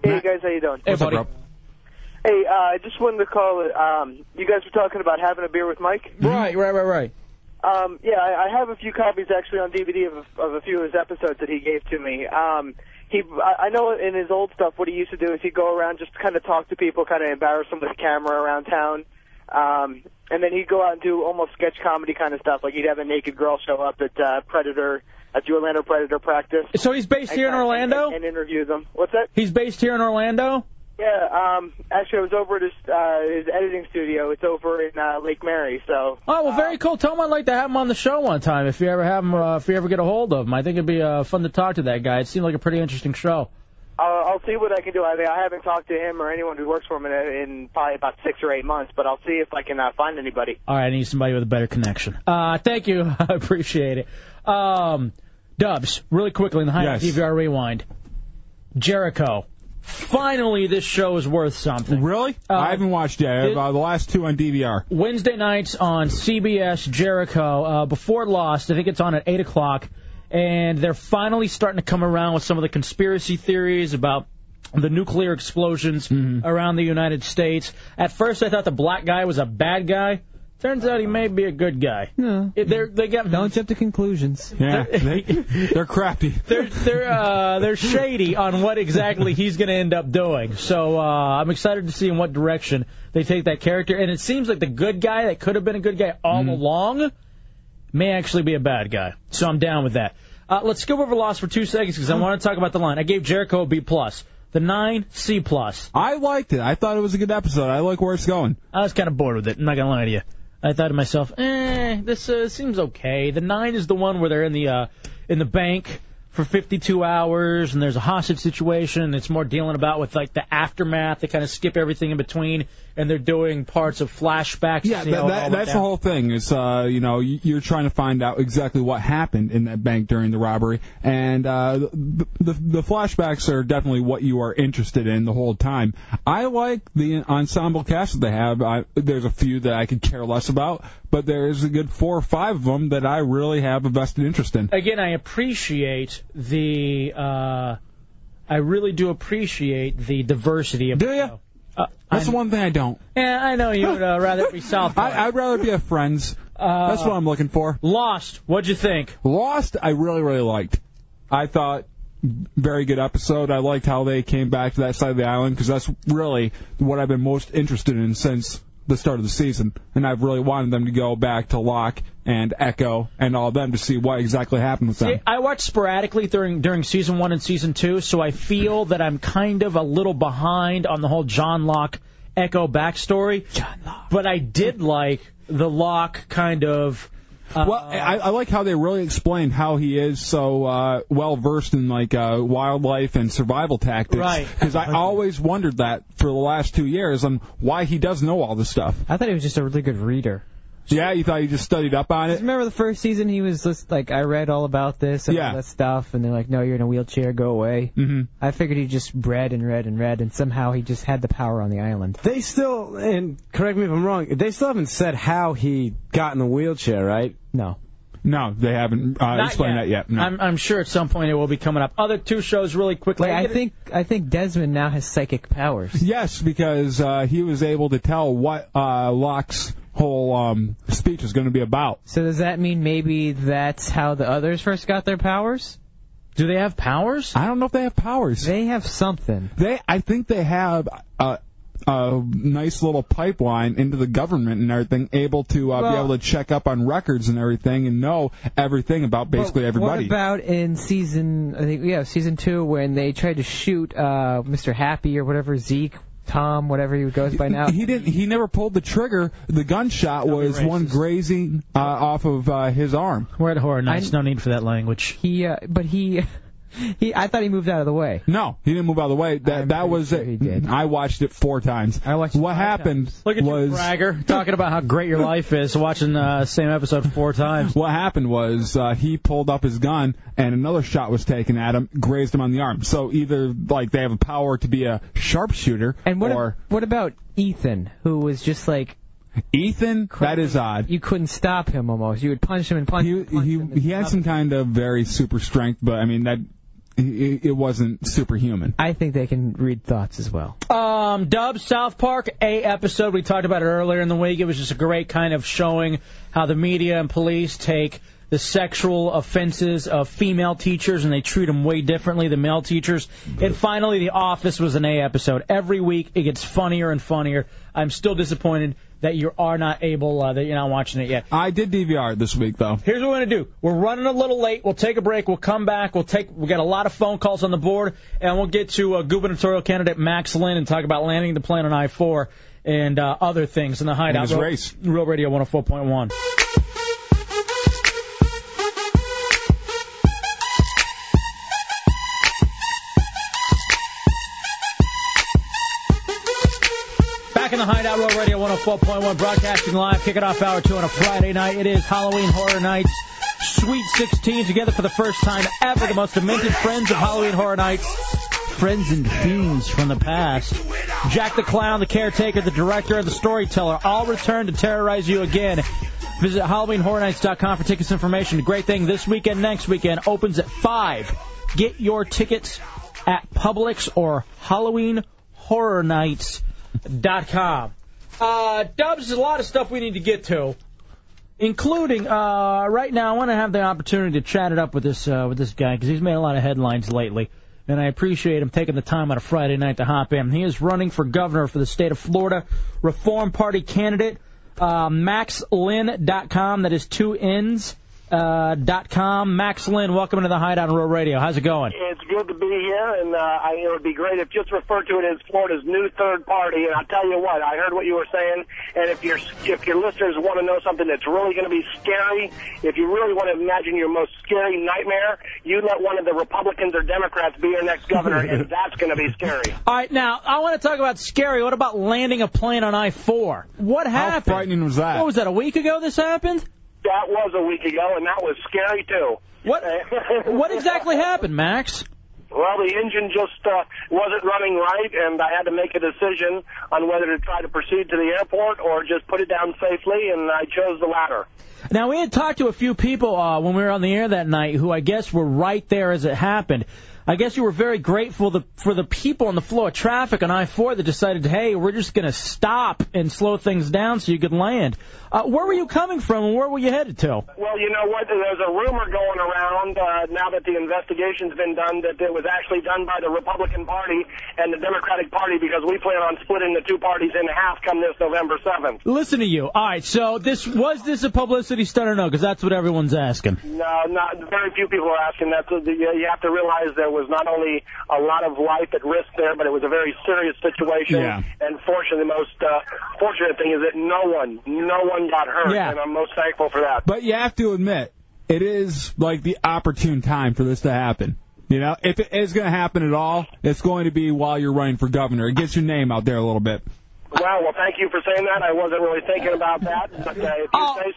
S13: Hey, you guys, how you doing?
S2: Hey, buddy.
S13: Hey, uh, I just wanted to call. Um, you guys were talking about having a beer with Mike.
S12: Right, right, right, right.
S13: Um, yeah, I, I have a few copies actually on DVD of, of a few of his episodes that he gave to me. Um, he, I I know in his old stuff, what he used to do is he'd go around just kind of talk to people, kind of embarrass them with a camera around town, um, and then he'd go out and do almost sketch comedy kind of stuff. Like he'd have a naked girl show up at uh, Predator, at the Orlando Predator practice.
S2: So he's based
S13: And-
S2: here in Orlando?
S13: and, and interview them. What's that?
S2: He's based here in Orlando?
S13: Yeah, um, actually, I was over at his, uh, his editing studio. It's over in uh, Lake Mary, so
S2: Oh, well, very cool. Tell him I'd like to have him on the show one time if you ever have him, uh, if you ever get a hold of him. I think it'd be uh, fun to talk to that guy. It seemed like a pretty interesting show.
S13: I'll, I'll see what I can do. I mean, I haven't talked to him or anyone who works for him in, in probably about six or eight months, but I'll see if I can uh, find anybody.
S2: All right, I need somebody with a better connection. Uh, thank you. I appreciate it. Um, Dubs, really quickly in the high
S1: Yes.
S2: DVR rewind. Jericho. Finally, this show is worth something. Uh,
S1: Really? I haven't watched yet. I have, uh, the last two on DVR.
S2: Wednesday nights on CBS Jericho uh, before Lost. I think it's on at eight o'clock, and they're finally starting to come around with some of the conspiracy theories about the nuclear explosions
S5: Mm-hmm.
S2: around the United States. At first, I thought the black guy was a bad guy. Turns out he may be a good guy. No, they're, they got don't
S5: jump to conclusions.
S1: Yeah, they, they're crappy.
S2: they're they're uh, they're shady on what exactly he's going to end up doing. So uh, I'm excited to see in what direction they take that character. And it seems like the good guy that could have been a good guy all
S5: Mm-hmm.
S2: along may actually be a bad guy. So I'm down with that. Uh, let's skip over loss for two seconds because I want to talk about the line. I gave Jericho a B plus, the nine C plus.
S1: I liked it. I thought it was a good episode. I like where it's going.
S2: I was kind of bored with it. I'm not gonna lie to you. I thought to myself, eh, this uh, seems okay. The nine is the one where they're in the uh, in the bank for 52 hours, and there's a hostage situation. And it's more dealing about with like the aftermath. They kind of skip everything in between, and they're doing parts of flashbacks.
S1: Yeah,
S2: to see
S1: that,
S2: how it all
S1: that,
S2: went
S1: that's the
S2: down.
S1: whole thing. Is uh, you know y- you're trying to find out exactly what happened in that bank during the robbery, and uh, the, the the flashbacks are definitely what you are interested in the whole time. I like the ensemble cast that they have. I, there's a few that I could care less about, but there's a good four or five of them that I really have a vested interest in.
S2: Again, I appreciate the. Uh, I really do appreciate the diversity of. Do you? Uh,
S1: That's the one thing I don't.
S2: yeah, I know you would uh, rather be South. Park.
S1: I, I'd rather be a Friends.
S2: Uh,
S1: That's what I'm looking for.
S2: Lost. What'd you think?
S1: Lost. I really, really liked. I thought very good episode. I liked how they came back to that side of the island because that's really what I've been most interested in since the start of the season, and I've really wanted them to go back to Locke and Echo and all of them to see what exactly happened with them.
S2: See, I watched sporadically during during season one and season two, so I feel that I'm kind of a little behind on the whole John Locke Echo backstory. John Locke. But I did like the Locke kind of. Uh,
S1: well, I, I like how they really explained how he is so uh, well versed in like uh, wildlife and survival tactics.
S2: Right.
S1: Because I always wondered that for the last two years on why he does know all this stuff.
S5: I thought he was just a really good reader.
S1: Yeah, you thought you just studied up on it.
S5: Remember the first season? He was just like, I read all about this uh, and all that stuff, and they're like, No, you're in a wheelchair, go away.
S1: Mm-hmm.
S5: I figured he just read and read and read, and somehow he just had the power on the island.
S12: They still, and correct me if I'm wrong, they still haven't said how he got in the wheelchair, right?
S5: No.
S1: No, they haven't uh,
S2: Not
S1: explained that yet. No.
S2: I'm, I'm sure at some point it will be coming up. Other two shows really quickly.
S5: Like, I think I think Desmond now has psychic powers.
S1: Yes, because uh, he was able to tell what uh, Locke's whole um, speech is going to be about.
S5: So does that mean maybe that's how the others first got their powers?
S2: Do they have powers?
S1: I don't know if they have powers.
S5: They have something.
S1: They, I think they have a, a nice little pipeline into the government and everything, able to uh, be
S5: Well-
S1: able to check up on records and everything and know everything about basically everybody.
S5: What about in season? I think yeah, season two when they tried to shoot uh, Mr. Happy or whatever Zeke, Tom, whatever he goes by now.
S1: He didn't. He never pulled the trigger. The gunshot was one grazing uh, off of uh, his arm.
S2: We're at horror nights. no need for that language.
S5: He, uh, but he, he. I thought he moved out of the way.
S1: No, he didn't move out of the way. That that was it. I watched it four times. I watched. What happened
S2: Look at
S1: was
S2: you, bragger, talking about how great your life is, watching the uh, same episode four times.
S1: what happened was uh, he pulled up his gun and another shot was taken at him, grazed him on the arm. So either like they have a power to be a sharpshooter,
S5: And what?
S1: or
S5: what about Ethan, who was just like
S1: Ethan? That is odd.
S5: You couldn't stop him almost. You would punch him and punch. him, punch him and
S1: he had
S5: stop
S1: some
S5: him.
S1: kind of very super strength, but I mean that it, it wasn't superhuman.
S5: I think they can read thoughts as well.
S2: Um, Dub South Park A episode we talked about it earlier in the week. It was just a great kind of showing how the media and police take the sexual offenses of female teachers and they treat them way differently than male teachers. And finally, The Office was an A episode. Every week it gets funnier and funnier. I'm still disappointed that you are not able uh, that you're not watching it yet.
S1: I did DVR this week though.
S2: Here's what we're gonna do. We're running a little late. We'll take a break. We'll come back. We'll take. We got a lot of phone calls on the board, and we'll get to uh, gubernatorial candidate Max Lynn and talk about landing the plane on I-4 and uh, other things in the hideout.
S1: And his
S2: Real-
S1: race.
S2: Real Radio 104.1. Back in the Hideout Row Radio 104.1, broadcasting live, kicking off hour two on a Friday night. It is Halloween Horror Nights, Sweet 16, together for the first time ever. The most demented friends of Halloween Horror Nights friends and fiends from the past. Jack the Clown, the caretaker, the director, and the storyteller all return to terrorize you again. Visit HalloweenHorrorNights.com for tickets information. Great thing this weekend, next weekend opens at five. Get your tickets at Publix or HalloweenHorrorNights.com. Uh, Dubs, there's a lot of stuff we need to get to including uh, right now. I want to have the opportunity to chat it up with this uh, with this guy because he's made a lot of headlines lately, and I appreciate him taking the time on a Friday night to hop in. He is running for governor for the state of Florida, Reform Party candidate, uh, MaxLin.com. That is two N's. Uh, dot com. Max Lynn, welcome to the Hideout on Real Radio. How's it going?
S14: It's good to be here, and uh, I, it would be great if just refer to it as Florida's new third party. And I tell you what, I heard what you were saying, and if your if your listeners want to know something that's really going to be scary, if you really want to imagine your most scary nightmare, you let one of the Republicans or Democrats be your next governor, and that's going to be scary.
S2: All right, now I want to talk about scary. What about landing a plane on I four? What happened? How frightening was that? What was that? A week ago this happened?
S14: That was a week ago, and that was scary too.
S2: What? what exactly happened, Max?
S14: Well, the engine just uh, wasn't running right, and I had to make a decision on whether to try to proceed to the airport or just put it down safely, and I chose the latter.
S2: Now we had talked to a few people uh, when we were on the air that night, who I guess were right there as it happened. I guess you were very grateful the, for the people on the flow of traffic on I-4 that decided, hey, we're just going to stop and slow things down so you could land. Uh, where were you coming from and where were you headed to?
S14: Well, you know what? There's a rumor going around uh, now that the investigation's been done that it was actually done by the Republican Party and the Democratic Party because we plan on splitting the two parties in half come this November 7th.
S2: Listen to you. All right, so this was this a publicity stunt or no? Because that's what everyone's asking.
S14: No, not very few people are asking that. So the, you have to realize there was not only a lot of life at risk there, but it was a very serious situation.
S2: Yeah.
S14: And fortunately, the most uh, fortunate thing is that no one, no one got hurt,
S1: Yeah.
S14: and I'm most thankful for that.
S1: But you have to admit, it is like the opportune time for this to happen. You know, if it is going to happen at all, it's going to be while you're running for governor. It gets your name out there a little bit.
S14: Wow, well, thank you for saying that. I wasn't really thinking about that, but uh, if you say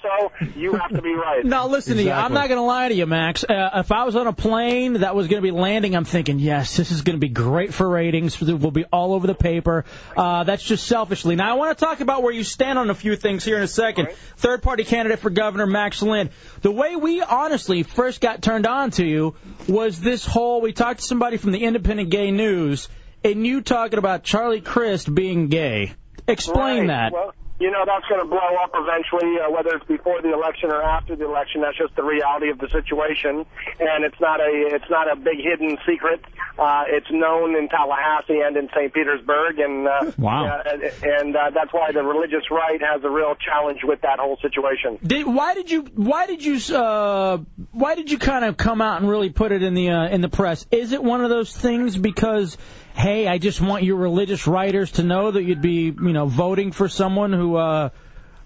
S14: so, you have to be right.
S2: Oh. Now listen to you. I'm not going to lie to you, Max. Uh, if I was on a plane that was going to be landing, I'm thinking, yes, this is going to be great for ratings. We'll be all over the paper. Uh, that's just selfishly. Now I want to talk about where you stand on a few things here in a second. Third party candidate for governor, Max Lynn. The way we honestly first got turned on to you was this whole. We talked to somebody from the Independent Gay News, and you talking about Charlie Crist being gay. Explain that.
S14: Well, you know, that's going to blow up eventually, uh, whether it's before the election or after the election. That's just the reality of the situation, and it's not a it's not a big hidden secret. Uh, it's known in Tallahassee and in St. Petersburg, and uh,
S2: Wow.
S14: uh, and, and uh, that's why the religious right has a real challenge with that whole situation.
S2: Did, why did you why did you uh, why did you kind of come out and really put it in the uh, in the press? Is it one of those things because hey, I just want your religious writers to know that you'd be you know voting for someone who uh,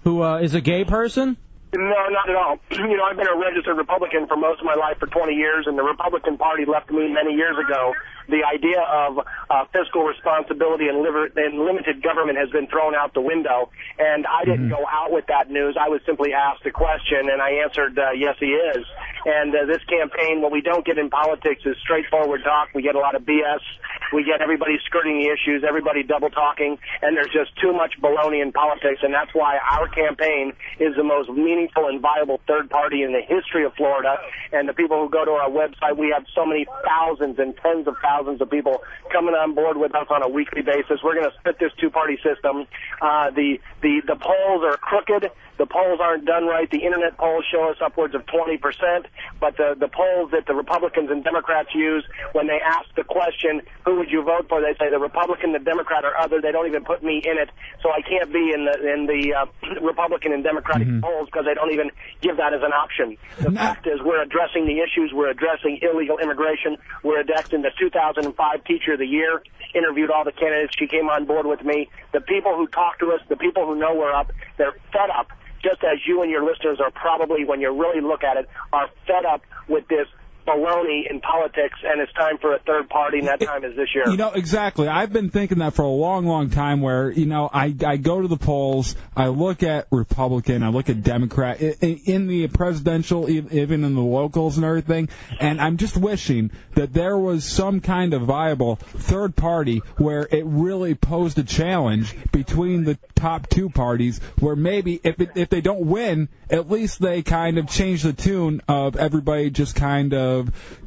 S2: who uh, is a gay person?
S14: No, not at all. You know, I've been a registered Republican for most of my life for 20 years, and the Republican Party left me many years ago. The idea of uh, fiscal responsibility and, liver- and limited government has been thrown out the window, and I didn't go out with that news. I was simply asked a question, and I answered, uh, yes, he is. And uh, this campaign, what we don't get in politics is straightforward talk. We get a lot of BS. We get everybody skirting the issues, everybody double talking, and there's just too much baloney in politics, and that's why our campaign is the most meaningful and viable third party in the history of Florida. And the people who go to our website, we have so many thousands and tens of thousands of people coming on board with us on a weekly basis. We're going to split this two-party system. Uh, the the the polls are crooked. The polls aren't done right. The internet polls show us upwards of 20%, but the, the polls that the Republicans and Democrats use when they ask the question, who would you vote for? They say the Republican, the Democrat, or other. They don't even put me in it, so I can't be in the, in the uh, Republican and Democratic polls because they don't even give that as an option. The fact is we're addressing the issues. We're addressing illegal immigration. We're addressing the 2005 Teacher of the Year. Interviewed all the candidates. She came on board with me. The people who talk to us, the people who know we're up, they're fed up just as you and your listeners are probably, when you really look at it, are fed up with this baloney in politics, and it's time for a third party, and that time is this year.
S1: You know, exactly. I've been thinking that for a long, long time where, you know, I, I go to the polls, I look at Republican, I look at Democrat, i- i- in the presidential, e- even in the locals and everything, and I'm just wishing that there was some kind of viable third party where it really posed a challenge between the top two parties where maybe if it, if they don't win, at least they kind of change the tune of everybody just kind of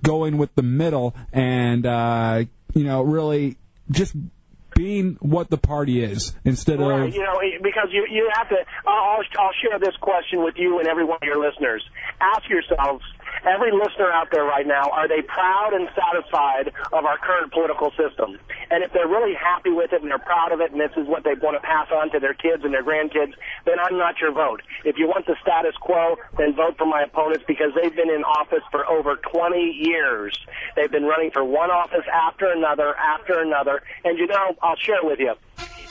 S1: going with the middle and uh, you know really just being what the party is instead
S14: Right,
S1: of
S14: you know, it- because you you have to. I'll I'll- I'll share this question with you and every one of your listeners. Ask yourselves, every listener out there right now, are they proud and satisfied of our current political system? And if they're really happy with it and they're proud of it, and this is what they want to pass on to their kids and their grandkids, then I'm not your vote. If you want the status quo, then vote for my opponents because they've been in office for over 20 years. They've been running for one office after another after another. And you know, I'll share with you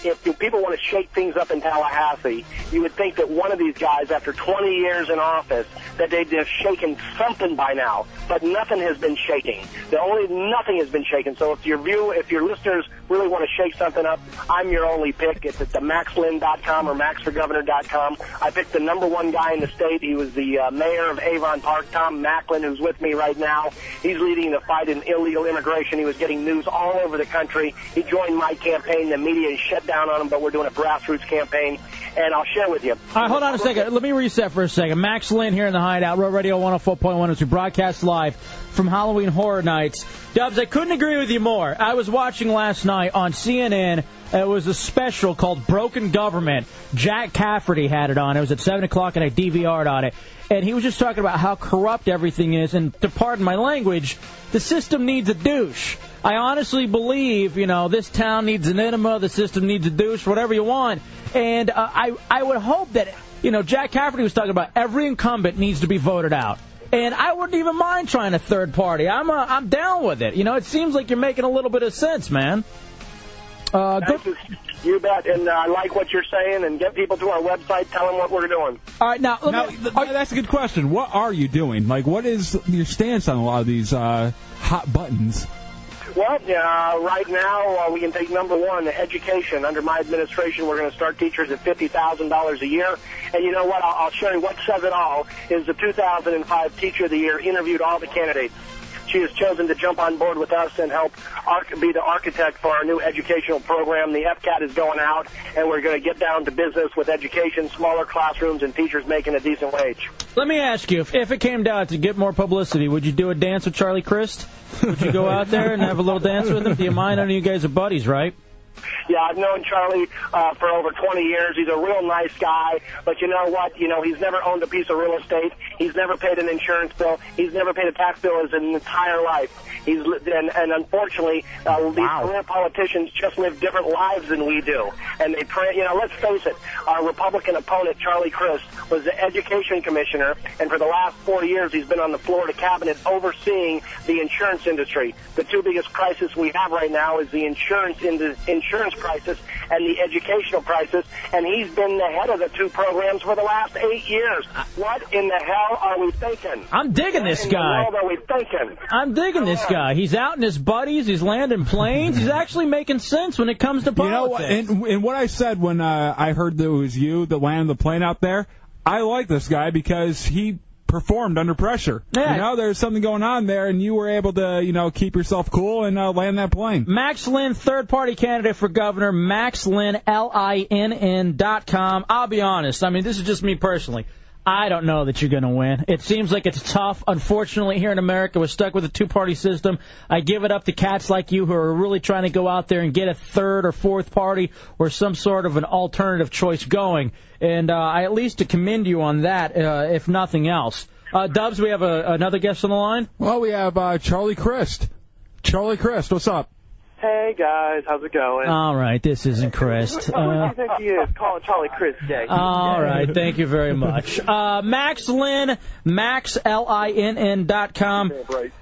S14: if the people want to shake things up in Tallahassee, you would think that one of these guys, after 20 years in office, that they'd have shaken something by now. But nothing has been shaking. The only nothing has been shaken. So if your view, if your listeners really want to shake something up, I'm your only pick. It's at the maxlin.com or maxforgovernor.com. I picked the number one guy in the state. He was the uh, mayor of Avon Park, Tom Macklin, who's with me right now. He's leading the fight in illegal immigration. He was getting news all over the country. He joined my campaign. The media is shut down on him, but we're doing a grassroots campaign. And I'll share with you.
S2: All right, hold on a second. Let me reset for a second. Max Lynn here in the Hideout, Road Radio 104.1, as we broadcast live from Halloween Horror Nights. Dubs, I couldn't agree with you more. I was watching last night on CNN. It was a special called Broken Government. Jack Cafferty had it on. It was at 7 o'clock, and I DVR'd on it. And he was just talking about how corrupt everything is. And to pardon my language, the system needs a douche. I honestly believe, you know, this town needs an enema, the system needs a douche, whatever you want. And uh, I, I would hope that, you know, Jack Cafferty was talking about every incumbent needs to be voted out. And I wouldn't even mind trying a third party. I'm, uh, I'm down with it. You know, it seems like you're making a little bit of sense, man. Uh, good,
S14: You bet. And uh, I like what you're saying. And get people to our website. Tell them what we're doing.
S2: all right, now, let
S1: Now,
S2: me,
S1: th- that's a good question. What are you doing? Like, what is your stance on a lot of these uh, hot buttons?
S14: Well, uh, right now uh, we can take number one, education. Under my administration, we're going to start teachers at fifty thousand dollars a year. And you know what? I'll, I'll show you what says it all. Is the 2005 Teacher of the Year interviewed all the candidates? She has chosen to jump on board with us and help arch- be the architect for our new educational program. The FCAT is going out, and we're going to get down to business with education, smaller classrooms, and teachers making a decent wage.
S2: let me ask you, if, if it came down to get more publicity, would you do a dance with Charlie Crist? Would you go out there and have a little dance with him? Do you mind? I know you guys are buddies, right?
S14: Yeah, I've known Charlie uh, for over 20 years. He's a real nice guy, but you know what? You know, he's never owned a piece of real estate. He's never paid an insurance bill. He's never paid a tax bill his entire life. He's li- and, and unfortunately, uh, these career politicians just live different lives than we do, and they pray. You know, let's face it. Our Republican opponent, Charlie Crist, was the education commissioner, and for the last four years, he's been on the Florida cabinet overseeing the insurance industry. The two biggest crises we have right now is the insurance in the insurance crisis and the educational crisis, and he's been the head of the two programs for the last eight years. What in the hell are we thinking?
S2: I'm digging this
S14: What in the
S2: guy.
S14: world are we thinking?
S2: I'm digging this guy. He's out in his buddies. He's landing planes. He's actually making sense when it comes to
S1: You know,
S2: politics.
S1: and, and what I said when uh, I heard that it was you that landed the plane out there, I like this guy because he performed under pressure.
S2: Yeah.
S1: You know, there's something going on there, and you were able to, you know, keep yourself cool and uh, land that plane.
S2: Max Lynn, third party candidate for governor, Max Lynn, L I N N dot com. I'll be honest. I mean, this is just me personally. I don't know that you're going to win. It seems like it's tough. Unfortunately, here in America, we're stuck with a two party system. I give it up to cats like you who are really trying to go out there and get a third or fourth party or some sort of an alternative choice going. And uh, I at least to commend you on that, uh, if nothing else. Uh, Dubs, we have a, another guest on the line.
S1: Well, we have uh, Charlie Crist. Charlie Crist, what's up?
S15: Hey guys, how's it going?
S2: All right, this isn't Crest.
S13: Oh,
S15: Who
S2: Uh,
S15: do you think he is calling Charlie Chris Day?
S2: All right, thank you very much. Uh, Max Lynn, Max L I N N dot com.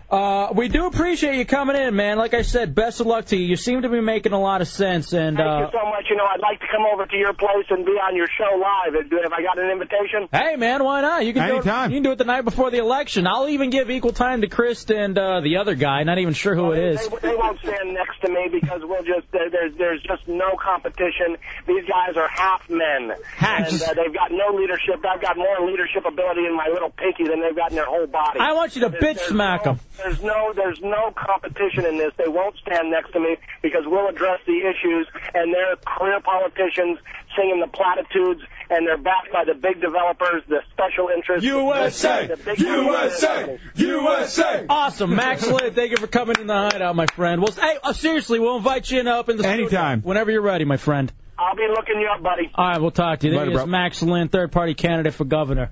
S2: Uh, we do appreciate you coming in, man. Like I said, best of luck to you. You seem to be making a lot of sense, and
S14: Thank
S2: uh,
S14: you so much. You know, I'd like to come over to your place and be on your show live. If, if I got an invitation,
S2: hey, man, why not? You can do it. You can do it the night before the election. I'll even give equal time to Chris and uh, the other guy. Not even sure who it is.
S14: they won't stand next to me because we'll just there- there's there's just no competition. These guys are half men, and uh, they've got no leadership. I've got more leadership ability in my little pinky than they've got in their whole body.
S2: I want you to
S14: There's-
S2: bitch
S14: there's
S2: smack
S14: no-
S2: him.
S14: There's no there's no competition in this. They won't stand next to me because we'll address the issues, and they're career politicians singing the platitudes, and they're backed by the big developers, the special interests.
S2: USA!
S14: the big-
S2: USA!
S6: USA!
S2: Awesome, Max Lid. Thank you for coming in the hideout, my friend. Well, hey, uh, seriously, we'll invite you in up in the anytime, whenever you're ready, my friend.
S14: I'll be looking you up, buddy.
S2: All right, we'll talk to you. There
S14: Later,
S2: he is,
S14: bro.
S2: Max Lynn, third-party candidate for governor.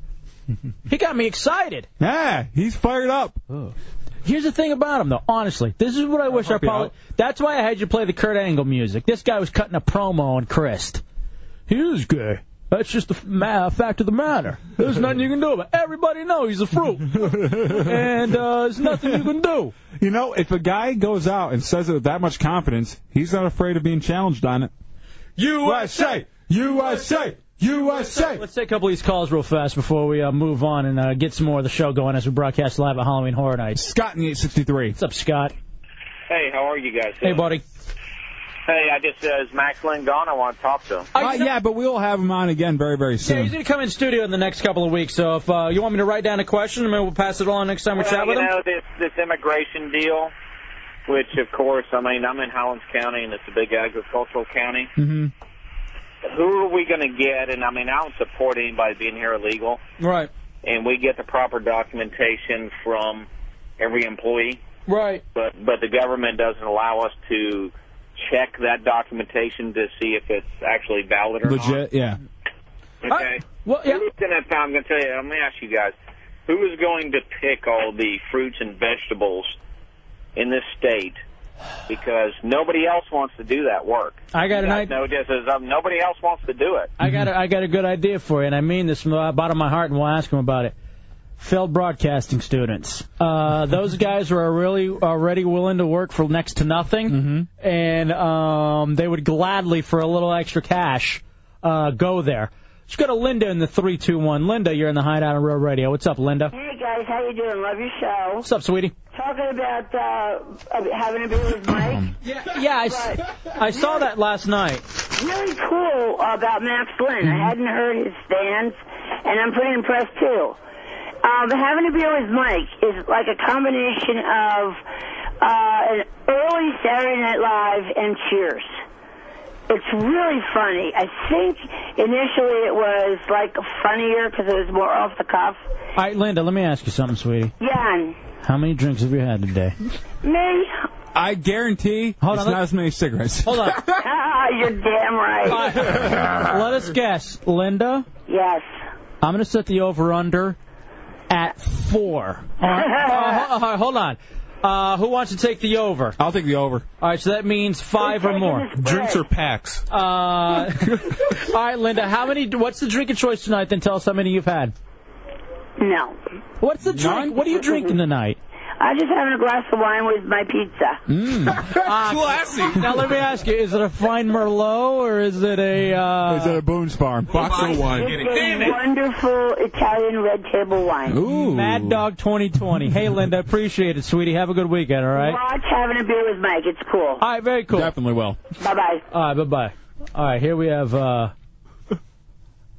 S2: he got me excited.
S1: Yeah, he's fired up.
S2: Here's the thing about him, though. Honestly, this is what I wish our
S1: you
S2: poli-
S1: out.
S2: That's why I had you play the Kurt Angle music. This guy was cutting a promo on Christ. He is gay. That's just the f- ma- fact of the matter. There's nothing you can do about it. Everybody knows he's a fruit. and uh, there's nothing you can do.
S1: You know, if a guy goes out and says it with that much confidence, he's not afraid of being challenged on it. USA! USA! USA!
S2: Let's take a couple of these calls real fast before we uh, move on and uh, get some more of the show going as we broadcast live at Halloween Horror Nights.
S1: Scott in 863.
S2: What's up, Scott?
S11: Hey, how are you guys?
S2: Hey,
S11: doing?
S2: buddy.
S11: Hey, I just uh, is Max Lynn gone? I want to talk to him.
S1: Uh, yeah, but we'll have him on again very, very
S2: Yeah,
S1: soon.
S2: he's going to come in studio in the next couple of weeks. So if uh, you want me to write down a question, maybe we'll pass it along next time we
S11: Well,
S2: chat with
S11: you
S2: him.
S11: know this this immigration deal, which of course, I mean, I'm in Highlands County and it's a big agricultural county.
S2: Mm-hmm.
S11: Who are we going to get? And I mean, I don't support anybody being here illegal.
S2: Right.
S11: And we get the proper documentation from every employee,
S2: Right.
S11: but but the government doesn't allow us to check that documentation to see if it's actually valid or not.
S1: Legit, yeah.
S11: Okay.
S2: well, yeah.
S11: Within that time, I'm going to tell you, I'm going to ask you guys, who is going to pick all the fruits and vegetables in this state? Because nobody else wants to do that work.
S2: I got
S11: You
S2: an
S11: guys
S2: idea.
S11: know this is, um, nobody else wants to do it.
S2: I got a, I got a good idea for you, and I mean this from the bottom of my heart, and we'll ask him about it. Failed broadcasting students. Uh, those guys are really already willing to work for next to nothing, and um, they would gladly, for a little extra cash, uh, go there. Let's go to Linda in the three two one. Linda, you're in the hideout on Real Radio. What's up, Linda?
S16: Hey guys, how you doing? Love your show.
S2: What's up, sweetie?
S16: Talking about uh, having a beer with Mike.
S2: yeah, Um, yeah. I, s- I saw that last night.
S16: Really cool about Max Lynn.
S2: Mm-hmm.
S16: I hadn't heard his stands, and I'm pretty impressed too. Um, having a beer with Mike is like a combination of uh, an early Saturday Night Live and Cheers. It's really funny. I think initially it was like funnier because it was more off the cuff.
S2: All right, Linda, let me ask you something, sweetie.
S16: Yeah,
S2: How many drinks have you had today?
S16: me.
S1: I guarantee
S2: Hold
S1: it's
S2: on,
S1: not
S2: let-
S1: as many cigarettes.
S2: Hold on.
S16: Ah, you're damn right.
S1: Uh,
S2: Let us guess, Linda.
S16: Yes.
S2: I'm going to set the over under at four. All right. Uh, ho- all right, hold on. Uh, who wants to take the over?
S1: I'll take the over.
S2: All right, so that means five or more.
S1: Drinks or packs?
S2: Uh, all right, Linda. How many? What's the drink of choice tonight? Then tell us how many you've had.
S16: No.
S2: What's the drink? What are you drinking tonight?
S16: I'm just having a glass of wine with my pizza.
S2: Uh, Now let me ask you: Is it a fine Merlot or is it a? Uh,
S1: Is it a Boone's Farm? Box of wine.
S16: It's a wonderful Italian red table wine.
S2: Mad Dog 2020. Hey, Linda, appreciate it, sweetie. Have a good weekend. All right.
S16: Watch having a beer with Mike. It's cool.
S2: All right, very cool.
S1: Definitely will.
S16: Bye bye.
S2: All right, bye bye. All right, here we have. uh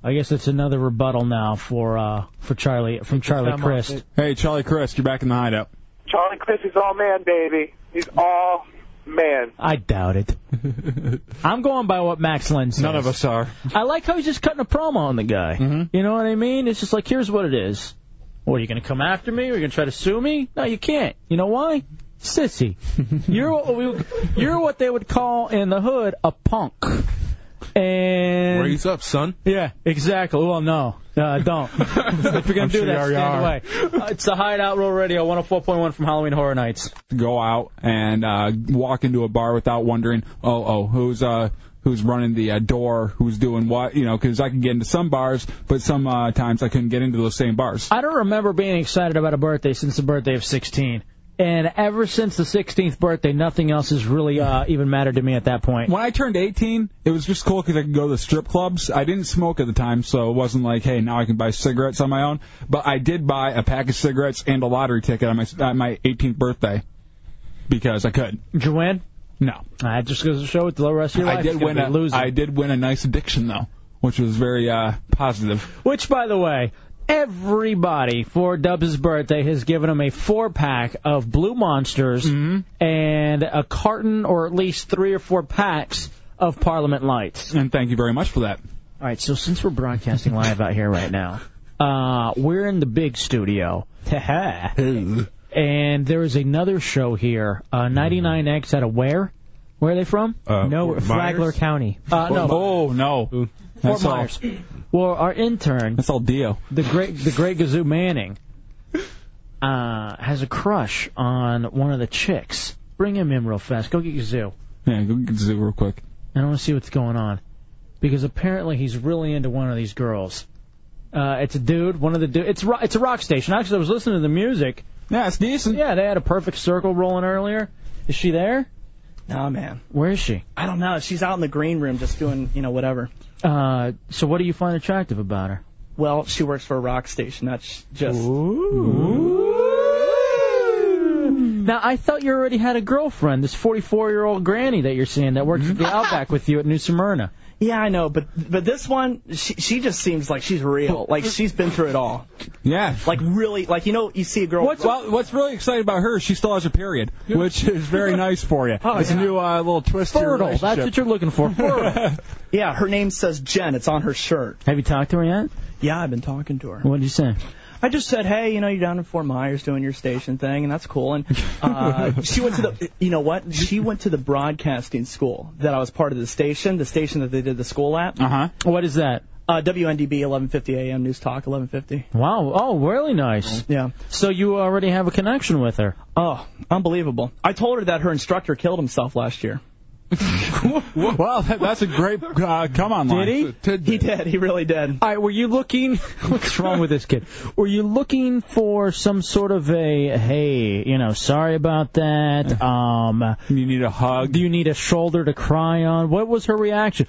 S2: I guess it's another rebuttal now for uh for Charlie from Charlie
S1: Come on,
S2: Crist.
S1: Hey, Charlie Crist, you're back in the hideout.
S15: Charlie Chris is all man, baby. He's all man.
S2: I doubt it. I'm going by what Max Lynn says.
S1: None of us are.
S2: I like how he's just cutting a promo on the guy.
S17: Mm-hmm.
S2: You know what I mean? It's just like, here's what it is. What, are you going to come after me? Are you going to try to sue me? No, you can't. You know why? Sissy. you're, what we, you're what they would call in the hood a punk. And
S17: Raise up, son.
S2: Yeah, exactly. Well, no, uh, don't. if you're gonna
S17: I'm
S2: do
S17: sure
S2: that,
S17: you already
S2: stand
S17: are.
S2: away. Uh, it's the Hideout Roll Radio 104.1 from Halloween Horror Nights.
S1: Go out and uh, walk into a bar without wondering, oh, oh, who's uh, who's running the uh, door, who's doing what, you know, 'cause I can get into some bars, but some uh, times I couldn't get into those same bars.
S2: I don't remember being excited about a birthday since the birthday of 16. And ever since the 16th birthday, nothing else has really uh, even mattered to me at that point.
S1: When I turned 18, it was just cool because I could go to the strip clubs. I didn't smoke at the time, so it wasn't like, hey, now I can buy cigarettes on my own. But I did buy a pack of cigarettes and a lottery ticket on my on my 18th birthday because I could.
S2: Did you win?
S1: No.
S2: I just goes to show it the rest of your life.
S1: I did
S2: is gonna
S1: win
S2: be
S1: a,
S2: losing.
S1: I did win a nice addiction though, which was very uh, positive.
S2: Which, by the way, everybody for Dubs' birthday has given him a four pack of Blue Monsters
S1: Mm-hmm.
S2: and a carton or at least three or four packs of Parliament Lights.
S1: And thank you very much for that.
S2: All right, so since we're broadcasting live out here right now, uh, we're in the big studio. and there is another show here. Uh, 99X out of where? Where are they from?
S5: Uh,
S2: no,
S5: Fort Myers? Flagler County.
S2: Uh, no.
S1: Oh no.
S2: Fort
S1: That's all.
S2: Myers. Well, our intern.
S1: That's all Dio.
S2: The great, the great Gazoo Manning, uh, has a crush on one of the chicks. Bring him in real fast. Go get Gazoo.
S1: Yeah, go get Zoo real quick.
S2: And I want to see what's going on, because apparently he's really into one of these girls. Uh, it's a dude. One of the dude. It's ro- it's a rock station. Actually, I was listening to the music.
S1: Yeah, it's decent.
S2: Yeah, they had a perfect circle rolling earlier. Is she there?
S17: Nah, man.
S2: Where is she?
S17: I don't know. She's out in the green room just doing, you know, whatever.
S2: Uh, so what do you find attractive about her?
S17: Well, she works for a rock station. That's just.
S2: Now I thought you already had a girlfriend, this 44-year-old granny that you're seeing that
S1: Mm-hmm.
S2: works at the Outback with you at New Smyrna.
S17: Yeah, I know, but but this one, she she just seems like she's real. Like she's been through it all.
S1: Yeah.
S17: Like really, like you know, you see a girl.
S1: What's well, what's really exciting about her? is She still has her period, which is very nice for you.
S17: Oh,
S1: it's
S17: yeah.
S1: a new uh, little twist. to your
S17: Fertile, that's
S1: relationship.
S17: what
S2: you're looking for.
S17: yeah, her name says Jen. It's on her shirt.
S2: Have you talked to her yet?
S17: Yeah, I've been talking to her.
S2: What did you say?
S17: I just said, hey, you know, you're down in Fort Myers doing your station thing, and that's cool. And uh, she went to the, you know what? She went to the broadcasting school that I was part of the station, the station that they did the school at. Uh
S1: huh.
S2: Uh-huh. What is that?
S17: Uh, WNDB 1150 AM News Talk 1150.
S2: Wow. Oh, really nice.
S17: Yeah.
S2: So you already have a connection with her.
S17: Oh, unbelievable! I told her that her instructor killed himself last year.
S1: well, that, that's a great uh, come on line.
S17: Did he? He did. He really did.
S2: All right, were you looking? What's wrong with this kid? Were you looking for some sort of a hey, you know, sorry about that? Um,
S1: you need a hug.
S2: Do you need a shoulder to cry on? What was her reaction?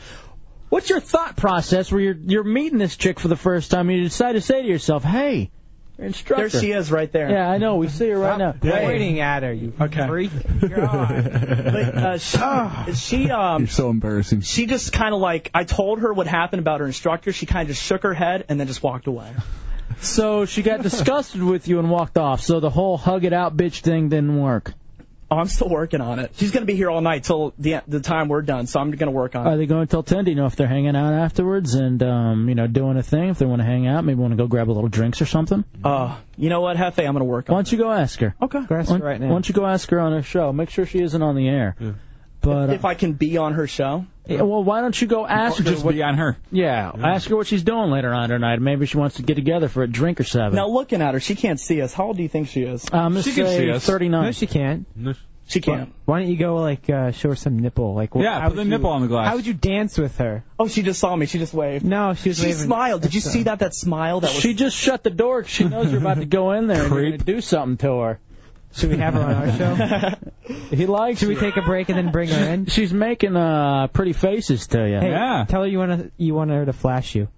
S2: What's your thought process where you're you're meeting this chick for the first time and you decide to say to yourself, hey, your instructor.
S17: There she is, right there.
S2: Yeah, I know. We see her right now.
S5: pointing at her, you freak.
S17: But, uh, she, she um,
S1: You're so embarrassing.
S17: she just kind of like I told her what happened about her instructor. She kind of just shook her head and then just walked away.
S2: So she got disgusted with you and walked off. So the whole hug it out bitch thing didn't work.
S17: Oh, I'm still working on it. She's gonna be here all night till the the time we're done. So I'm gonna work on it.
S2: Are Uh, they going till ten? Do you know if they're hanging out afterwards and um, you know doing a thing? If they want to hang out, maybe want to go grab a little drinks or something.
S17: Uh, you know what, Hefe? I'm gonna work on.
S2: Why don't you go ask her?
S17: Okay.
S2: Go ask her right now. Why don't you go ask her on her show? Make sure she isn't on the air. But uh,
S17: If I can be on her show.
S2: yeah, well, why don't you go ask
S17: Or
S2: her?
S17: just
S2: what,
S17: be
S1: on her.
S2: Yeah, ask her what she's doing later on tonight. Maybe she wants to get together for a drink or seven.
S17: Now looking at her, she can't see us. How old do you think she is?
S5: Uh,
S2: I'm gonna say 39.
S5: No, she can't.
S17: She can't.
S5: Why don't you go like uh, show her some nipple? Like wh-
S17: Yeah,
S5: how
S17: put the
S5: would
S17: nipple
S5: you-
S17: on the glass.
S5: How would you dance with her?
S17: Oh, she just saw me. She just waved.
S5: No, she was
S17: She
S5: waving.
S17: smiled. Did you see that? That smile. That was.
S2: She just shut the door 'cause she knows you're about to go in there and you're going to do something to her.
S5: Should we have her on our
S2: show? he likes. Should
S5: we take a break and then bring her in?
S2: She's making uh pretty faces to you.
S5: Hey, Tell her you want to you want her to flash you.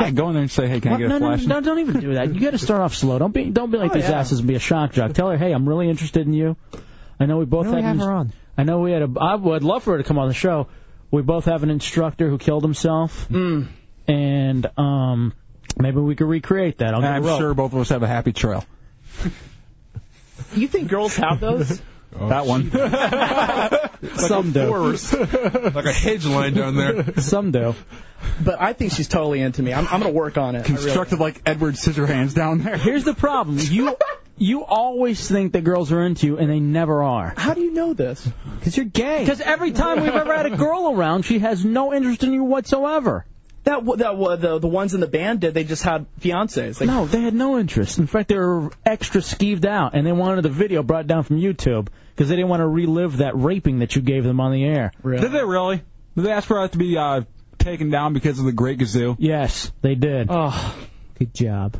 S1: Yeah, go in there and say, hey, can I
S2: What?
S1: get
S2: no,
S1: a
S2: no,
S1: flash?
S2: no, don't even do that. You got to start off slow. Don't be, don't be like
S1: Oh,
S2: these
S1: yeah.
S2: asses and be a shock jock. Tell her, hey, I'm really interested in you. I know we both
S5: Why don't we
S2: had
S5: have
S2: an-
S5: her on?
S2: I know we had a. I would love for her to come on the show. We both have an instructor who killed himself,
S1: Mm.
S2: and um, maybe we could recreate that. I'll get
S1: I'm
S2: a rope.
S1: sure both of us have a happy trail.
S17: You think girls have those?
S1: that one.
S2: Some do.
S17: like
S18: a hedge line down there.
S2: Some do.
S17: But I think she's totally into me. I'm, I'm gonna work on it. I really-
S1: Constructed like Edward Scissorhands down there.
S2: Here's the problem. You you always think that girls are into you, and they never are.
S17: How do you know this?
S2: Because you're gay. Because every time we've ever had a girl around, she has no interest in you whatsoever.
S17: That wa- that wa- the the ones in the band did. They just had fiancés. Like,
S2: No, they had no interest. In fact, they were extra skeeved out, and they wanted the video brought down from YouTube because they didn't want to relive that raping that you gave them on the air.
S1: Did they really? Did they ask for that to be uh, taken down because of the Great Gazoo?
S2: Yes, they did.
S17: Oh,
S2: good job.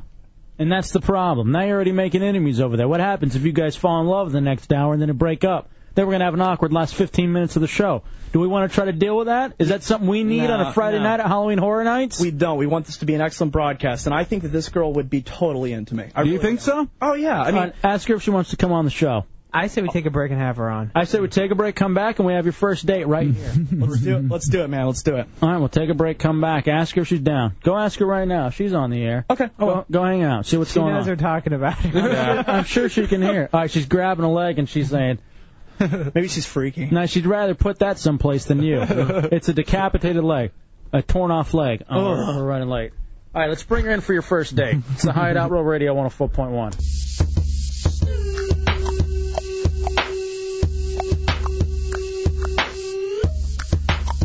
S2: And that's the problem. Now you're already making enemies over there. What happens if you guys fall in love the next hour and then it break up? Then we're gonna have an awkward last 15 minutes of the show. Do we want to try to deal with that? Is that something we need on a Friday night at Halloween Horror Nights?
S17: We don't. We want this to be an excellent broadcast, and I think that this girl would be totally into me. I
S2: Do you
S17: really
S2: think
S17: am.
S2: so?
S17: Oh yeah. I mean,
S2: Uh, ask her if she wants to come on the show.
S5: I say we take a break and have her on.
S2: I say we take a break, come back, and we have your first date right here.
S17: let's do it. Let's do it, man. Let's do it.
S2: All right, we'll take a break, come back, ask her if she's down. Go ask her right now. She's on the air.
S17: Okay. oh
S2: Go, go hang out. See what's
S5: She
S2: going
S5: knows
S2: on.
S5: we're talking about it.
S2: Yeah. I'm sure she can hear. All right, she's grabbing a leg and she's saying.
S17: Maybe she's freaky.
S2: No, she'd rather put that someplace than you. it's a decapitated leg, a torn off leg. Oh,
S17: Ugh.
S2: we're running late. All right, let's bring her in for your first date. It's the Hideout Row Radio 104.1.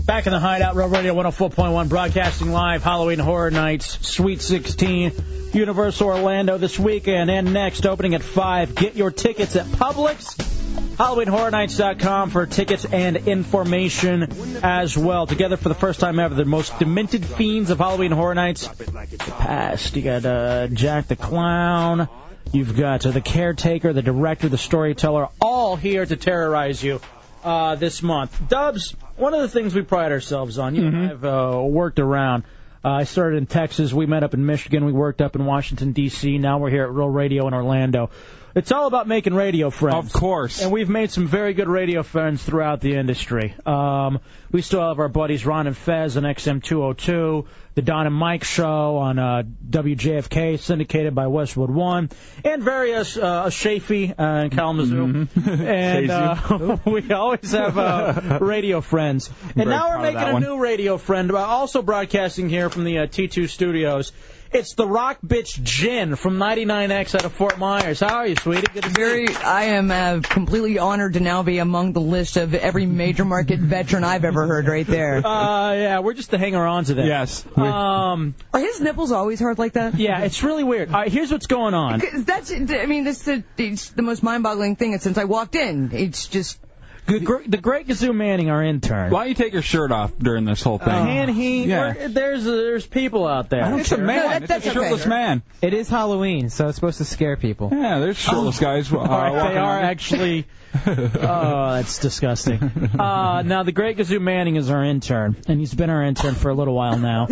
S2: Back in the hideout, Road Radio 104.1, broadcasting live Halloween Horror Nights, Sweet 16, Universal Orlando this weekend and next, opening at 5. Get your tickets at Publix, HalloweenHorrorNights.com for tickets and information as well. Together for the first time ever, the most demented fiends of Halloween Horror Nights past. You got uh, Jack the Clown. You've got uh, the caretaker, the director, the storyteller, all here to terrorize you uh, this month. Dubs, one of the things we pride ourselves on, you and I have uh, worked around. Uh, I started in Texas. We met up in Michigan. We worked up in Washington, D.C. Now we're here at Real Radio in Orlando. It's all about making radio friends. Of course. And we've made some very good radio friends throughout the industry. Um, we still have our buddies Ron and Fez on XM202, the Don and Mike show on uh, WJFK, syndicated by Westwood One, and various uh, Shafee uh, in Kalamazoo.
S17: Mm-hmm.
S2: and uh, we always have uh, radio friends. And
S17: Very
S2: now
S17: proud
S2: we're
S17: of
S2: making
S17: that
S2: a
S17: one.
S2: new radio friend, uh, also broadcasting here from the uh, T2 studios. It's the Rock Bitch Jen from 99X out of Fort Myers. How are you, sweetie? Good to
S18: Very, I am uh, completely honored to now be among the list of every major market veteran I've ever heard right there.
S2: Uh, yeah, we're just the hanger-ons of that. Yes. Um,
S18: Are his nipples always hard like that?
S2: yeah, it's really weird. All right, here's what's going on.
S18: 'Cause That's, I mean, that's the, it's the most mind-boggling thing since I walked in. It's just,
S2: The, gr- the great Gazoo Manning, our intern.
S1: Why don't you take your shirt off during this whole thing?
S2: Can he?
S1: Yeah.
S2: we're- There's there's people out there.
S1: It's a man. It's a shirtless man.
S5: It is Halloween, so it's supposed to scare people.
S1: Yeah, there's shirtless guys. Uh,
S2: All right,
S1: walking
S2: they are
S1: around.
S2: actually. Oh, that's disgusting. Uh, now the great Gazoo Manning is our intern, and he's been our intern for a little while now.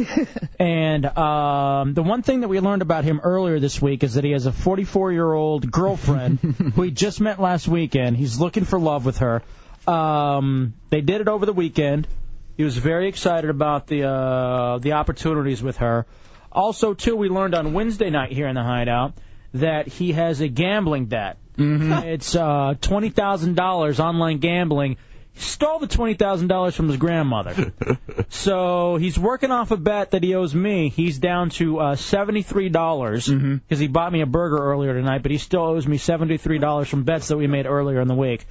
S2: And um, the one thing that we learned about him earlier this week is that he has a 44-year-old girlfriend who he just met last weekend. He's looking for love with her. Um, they did it over the weekend. He was very excited about the uh, the opportunities with her. Also, too, we learned on Wednesday night here in the Hideout that he has a gambling debt. It's uh, twenty thousand dollars online gambling. He stole the twenty thousand dollars from his grandmother, so he's working off a bet that he owes me. He's down to uh, seventy three dollars because he bought me a burger earlier tonight, but he still owes me seventy three dollars from bets that we made earlier in the week.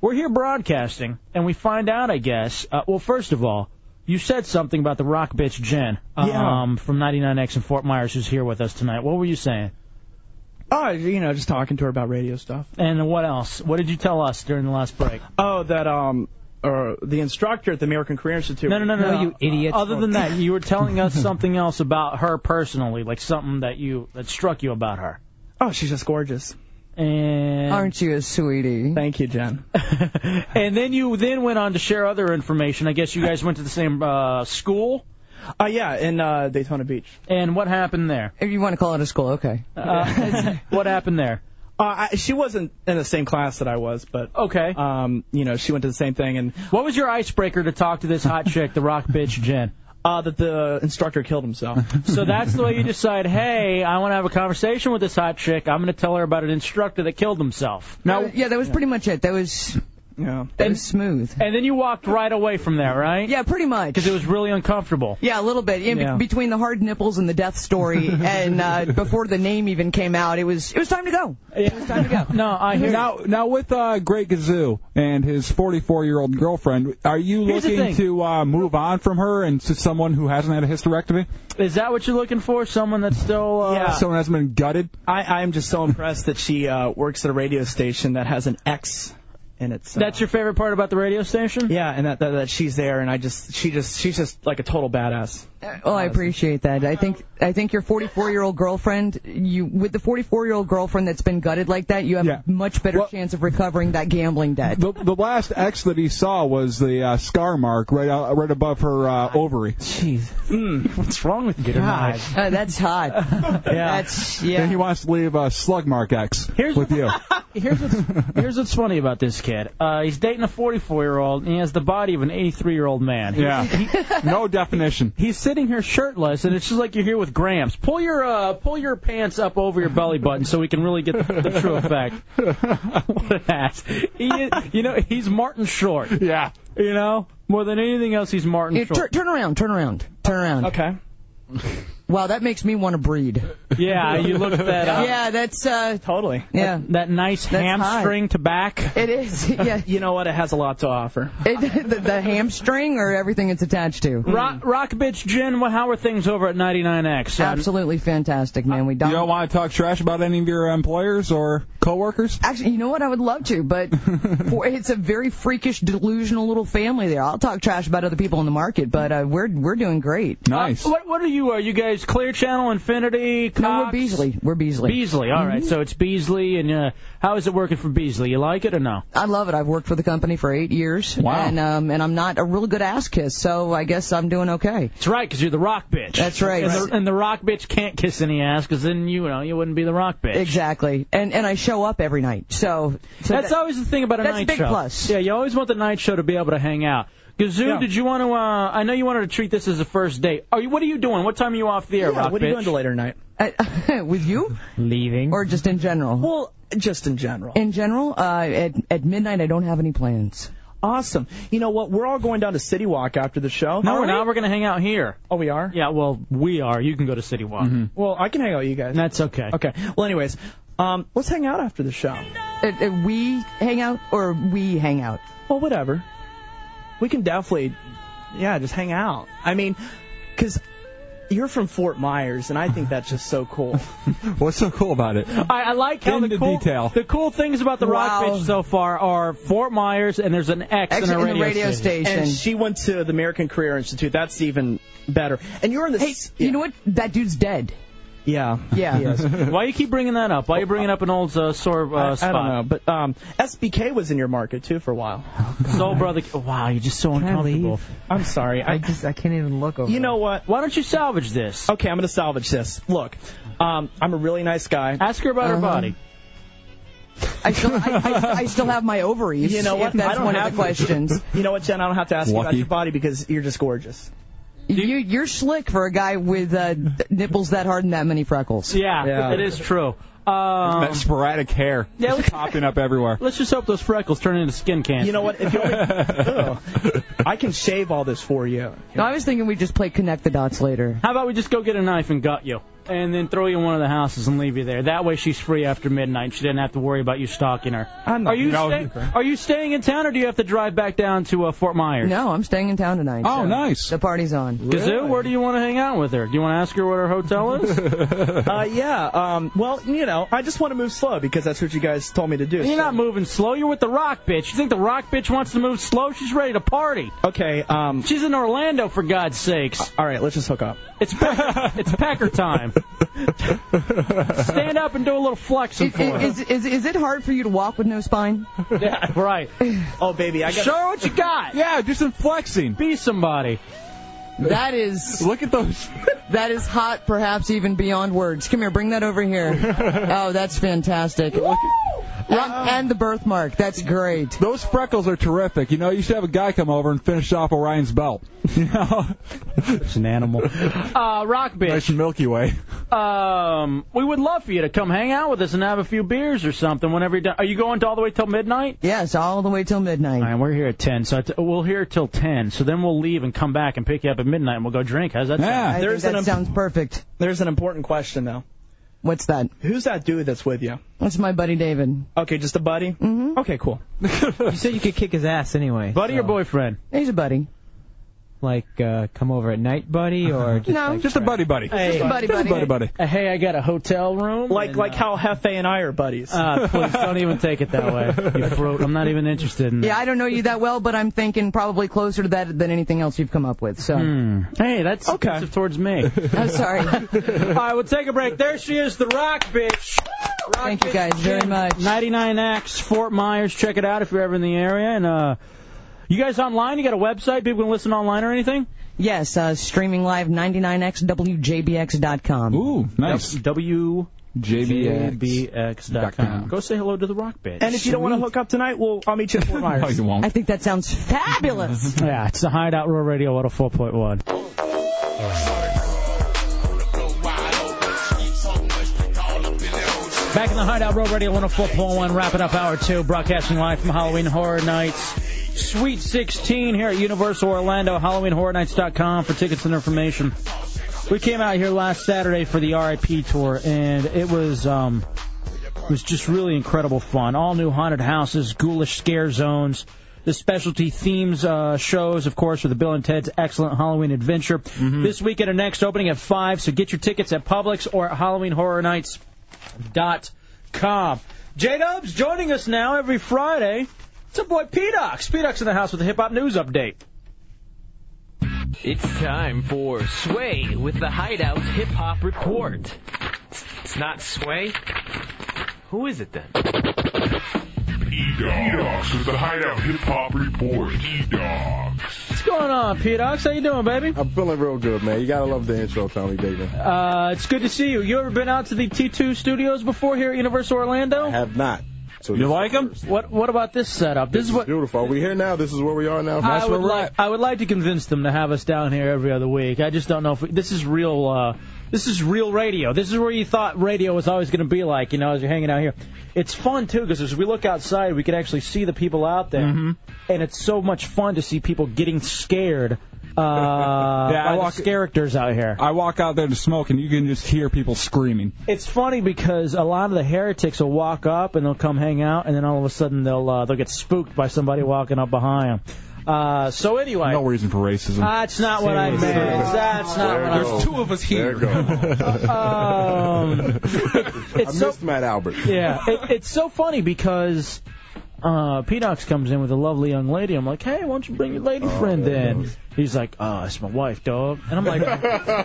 S2: We're here broadcasting, and we find out, I guess. Uh, well, first of all, you said something about the rock bitch Jen
S17: Yeah.
S2: um, from 99X in Fort Myers, who's here with us tonight. What were you saying?
S17: Oh, you know, just talking to her about radio stuff.
S2: And what else? What did you tell us during the last break?
S17: Oh, that um, or the instructor at the American Career Institute.
S2: No, no, no, no, no.
S17: idiot.
S2: Other than that, you were telling us something else about her personally, like something that you that struck you about her.
S17: Oh, she's just gorgeous.
S2: And
S18: aren't you a sweetie?
S17: Thank you, Jen.
S2: and then you then went on to share other information. I guess you guys went to the same uh, school.
S17: Uh, yeah, in uh, Daytona Beach.
S2: And what happened there?
S18: if you want to call it a school, okay.
S2: Uh, what happened there?
S17: Uh, I, she wasn't in the same class that I was, but
S2: okay.
S17: Um, you know, she went to the same thing, and
S2: what was your icebreaker to talk to this hot chick, the rock bitch Jen?
S17: Uh, that the instructor killed himself.
S2: So that's the way you decide. Hey, I want to have a conversation with this hot chick. I'm going to tell her about an instructor that killed himself.
S18: No. Uh, yeah, that was pretty much it. That was,
S17: yeah,
S18: that was smooth.
S2: And then you walked right away from there, right?
S18: Yeah, pretty much.
S2: Because it was really uncomfortable.
S18: Yeah, a little bit. In be-
S2: Yeah.
S18: between the hard nipples and the death story, and uh, before the name even came out, it was it was time to go.
S2: It was time to go. No, I hear.
S1: Now, now with uh, Great Gazoo and his 44-year-old girlfriend, are you
S2: Here's the
S1: looking
S2: thing.
S1: to uh, move on from her and to someone who hasn't had a hysterectomy?
S2: Is that what you're looking for? Someone that's still. Uh,
S1: Someone that's been gutted.
S17: I, I'm just so impressed that she uh, works at a radio station that has an ex and it's uh,
S2: That's your favorite part about the radio station?
S17: yeah, and that, that that she's there, and I just she just she's just like a total badass.
S18: Well, Oh, I appreciate that. I think I think your 44 year old girlfriend, you with the 44 year old girlfriend that's been gutted like that, you have a much better chance of recovering that gambling debt.
S1: The, the last X that he saw was the uh, scar mark right out, right above her uh, ovary.
S18: Jeez.
S2: Hmm.
S1: what's wrong with you
S18: God, uh, that's hot. That's yeah.
S1: And he wants to leave uh, slug mark X with you.
S2: Here's what's, here's what's funny about this kid. Uh, he's dating a 44 year old, and he has the body of an 83 year old man.
S1: Yeah.
S2: no definition. He's sitting here shirtless, and it's just like you're here with Gramps. Pull your uh, pull your pants up over your belly button so we can really get the, the true effect. what an ass. He is, you know, he's Martin Short.
S1: Yeah.
S2: You know, more than anything else, he's Martin
S18: Here, tur-
S2: Short.
S18: turn around, turn around, turn around.
S17: Okay.
S18: Wow, that makes me want to breed.
S2: yeah, you looked that up.
S18: Yeah, that's uh,
S17: totally.
S18: Yeah,
S2: that, that nice
S18: That's
S2: hamstring to back.
S18: It is. Yeah.
S17: you know what? It has a lot to offer.
S18: It, the, the hamstring or everything it's attached to.
S2: Rock, rock bitch Jen, well, how are things over at 99X? Um,
S18: Absolutely fantastic, man. We
S1: You don't want to talk trash about any of your employers or coworkers?
S18: Actually, you know what? I would love to, but for, it's a very freakish, delusional little family there. I'll talk trash about other people in the market, but uh, we're we're doing great.
S1: Nice.
S2: Uh, What, what are you? Are you guys Clear Channel, Infinity, Cox?
S18: No, we're Beasley. We're Beasley. Mm-hmm.
S2: Beasley, all right. So it's Beasley, and uh, how is it working for Beasley? You like it or no?
S18: I love it. I've worked for the company for eight years,
S2: Wow.
S18: and um, and I'm not a real good ass kiss, so I guess I'm doing okay.
S2: That's right, 'cause you're the rock bitch.
S18: That's right.
S2: And the, and the rock bitch can't kiss any ass, 'cause then you know you wouldn't be the rock bitch.
S18: Exactly, and and I show up every night, so, so
S2: that's
S18: that-
S2: always the thing about a
S18: that's
S2: night
S18: a big
S2: show.
S18: plus.
S2: Yeah, you always want the night show to be able to hang out. Gazoo,
S18: Yeah.
S2: did you want to? Uh, I know you wanted to treat this as a first date. Are you? What are you doing? What time are you off the air,
S17: Yeah,
S2: rock
S17: what
S2: bitch?
S17: are you doing till later tonight?
S18: with you?
S2: Leaving.
S18: Or just in general?
S17: Well, just in general.
S18: In general, uh, at at midnight I don't have any plans.
S17: Awesome. You know what? We're all going down to City Walk after the show.
S2: No, we're not. We're going to hang out here.
S17: Oh, we are?
S2: Yeah, well, we are. You can go to City Walk.
S18: Mm-hmm.
S17: Well, I can hang out with you guys.
S2: That's okay.
S17: Okay. Well, anyways, um, let's hang out after the show.
S18: Uh, uh, we hang out or we hang out.
S17: Well, whatever. We can definitely, yeah, just hang out. I mean, 'cause you're from Fort Myers, and I think that's just so cool.
S1: What's so cool about it?
S2: I, I like how the
S1: Into
S2: cool,
S1: detail.
S2: the cool things about the Rock
S17: Wow.
S2: Bitch so far are Fort Myers and there's an X, in, our radio
S18: station.
S17: And she went to the American Career Institute. That's even better. And you're in the. Hey, you
S18: know what? That dude's dead.
S17: Yeah.
S18: Yeah.
S17: He is.
S2: Why you keep bringing that up? Why you bringing up an old uh, sore
S17: I,
S2: uh,
S17: I
S2: spot?
S17: don't know, but um, SBK was in your market too for a while.
S2: Soul brother, wow, you're just so uncomfortable.
S17: I'm sorry. I,
S18: just I can't even look over.
S17: You know what?
S2: Why don't you salvage this?
S17: Okay, I'm gonna salvage this. Look, um, I'm a really nice guy. Um,
S2: Ask her about her body.
S18: I still I, I, I still have my ovaries.
S17: You know
S18: if
S17: what? I
S18: That's
S17: don't
S18: one
S17: have
S18: of the questions.
S17: You know what, Jen? I don't have to ask you about
S18: Lucky.
S17: your body because you're just gorgeous.
S18: You, you're slick for a guy with uh, nipples that hard and that many freckles.
S2: Yeah,
S1: Yeah.
S2: it is true. Um,
S1: that sporadic hair
S2: Yeah,
S1: just popping up everywhere.
S2: Let's just hope those freckles turn into skin cancer.
S17: You know what? If you only, Ugh. I can shave all this for you.
S18: No, I was thinking we just play connect the dots later.
S2: How about we just go get a knife and gut you, and then throw you in one of the houses and leave you there. That way she's free after midnight. She doesn't have to worry about you stalking her.
S18: I'm not-
S2: are you
S18: No.
S2: staying? Are you staying in town, or do you have to drive back down to uh, Fort Myers?
S18: No, I'm staying in town tonight.
S2: Oh,
S18: so
S2: nice.
S18: The party's on.
S2: Gazoo, where do you want to hang out with her? Do you want to ask her what her hotel is?
S17: Uh, yeah. Um, well, you know, I just want to move slow because that's what you guys told me to do.
S2: You're not moving slow. You're with the rock bitch. You think the rock bitch wants to move slow? She's ready to party.
S17: Okay. Um,
S2: She's in Orlando for God's sakes.
S17: All right, let's just hook up.
S2: It's Packer, it's Packer time. Stand up and do a little flexing
S18: Is,
S2: for her.
S18: is, is, is it hard for you to walk with no spine?
S2: Yeah, right.
S17: Oh, baby, I got.
S2: Show her what you got.
S1: Yeah, do some flexing.
S2: Be somebody.
S18: That is.
S1: Look at those.
S18: That is hot, perhaps even beyond words. Come here, bring that over here. Oh, that's fantastic. And, and the birthmark. That's great.
S1: Those freckles are terrific. You know, you should have a guy come over and finish off Orion's belt. You know, it's
S2: an animal. Uh, rock bitch.
S1: Nice Milky Way.
S2: Um, we would love for you to come hang out with us and have a few beers or something whenever you're done. Are you going to all the way till midnight?
S18: Yes, all the way till midnight.
S2: And we're here at ten, so I t- we'll here till ten. So then we'll leave and come back and pick you up at midnight, and we'll go drink. How's that sound?
S18: I think that sounds perfect.
S17: There's an important question though.
S18: What's that?
S17: Who's that dude that's with you?
S18: That's my buddy David.
S17: Okay, just a buddy. Mm-hmm. Okay, cool.
S5: You said you could kick his ass anyway.
S2: Buddy or boyfriend?
S18: He's a buddy.
S5: Like uh, come over at night, buddy, or just
S1: Uh-huh. No.
S5: like
S1: Just a buddy buddy. Just a buddy Just a buddy buddy. buddy.
S5: Uh, hey, I got a hotel room.
S17: Like
S5: and,
S17: like
S5: uh,
S17: how Hefe and I are buddies.
S2: Uh, please don't even take it that way. You fruit. I'm not even interested in that.
S18: Yeah, I don't know you that well, but I'm thinking probably closer to that than anything else you've come up with. So.
S2: Hmm. Hey, that's okay. towards me.
S18: I'm sorry.
S2: All right, we'll take a break. There she is, the Rock Bitch.
S18: Thank you guys very much.
S2: 99 Acts, Fort Myers. Check it out if you're ever in the area. And uh, you guys online? You got a website? People can listen online or anything?
S18: Yes, uh, streaming live 99xwjbx.com.
S1: Ooh,
S2: nice. W
S1: JBX.
S2: JBX.com. Go say hello to the Rock Bitch.
S17: And if you don't want to hook up tonight, well, I'll meet you at Fort Myers.
S18: I think that sounds fabulous.
S2: yeah, it's the Hideout Row Radio 104.1. Back in the Hideout Row Radio 104.1, wrapping up hour two, broadcasting live from Halloween Horror Nights. Sweet 16 here at Universal Orlando, HalloweenHorrorNights.com for tickets and information. We came out here last Saturday for the RIP tour, and it was um, it was just really incredible fun. All new haunted houses, ghoulish scare zones. The specialty themes uh, shows, of course, are the Bill and Ted's Excellent Halloween Adventure. This weekend and next opening at 5, so get your tickets at Publix or at HalloweenHorrorNights.com. J-Dubs joining us now every Friday. It's our boy P-Dox. P-Dox in the house with a hip-hop news update.
S19: It's time for Sway with the Hideout's Hip Hop Report. It's not Sway? Who is it then?
S20: E-Dogs with the Hideout Hip Hop Report. E-Dogs.
S2: What's going on, P-Dox? How you doing, baby?
S21: I'm feeling real good, man. You gotta love the intro, Tommy David.
S2: Uh, it's good to see you. You ever been out to the T2 studios before here at Universal Orlando? I
S21: have not. So
S2: you like them? What What about this setup? This, is what
S21: beautiful. Are we here now? This is where we are now.
S2: I would like I would like to convince them to have us down here every other week. I just don't know if we, this is real. Uh, this is real radio. This is where you thought radio was always going to be like. You know, as you're hanging out here, it's fun too because as we look outside, we can actually see the people out there,
S1: Mm-hmm.
S2: and it's so much fun to see people getting scared. Uh, by
S1: I
S2: the
S1: walk-
S2: characters out here.
S1: I walk out there to smoke, and you can just hear people screaming.
S2: It's funny because a lot of the heretics will walk up and they'll come hang out, and then all of a sudden they'll uh, they'll get spooked by somebody walking up behind them. Uh, so anyway,
S1: No reason for racism.
S2: that's Ah, not what I meant. That's not what I meant.
S1: There's two of us here.
S2: Um,
S21: I missed Matt Albert.
S2: yeah, it, it's so funny because uh, Pedox comes in with a lovely young lady. I'm like, hey, why don't you bring your
S21: Oh,
S2: lady friend in? He's like, oh, it's my wife, dog. And I'm like,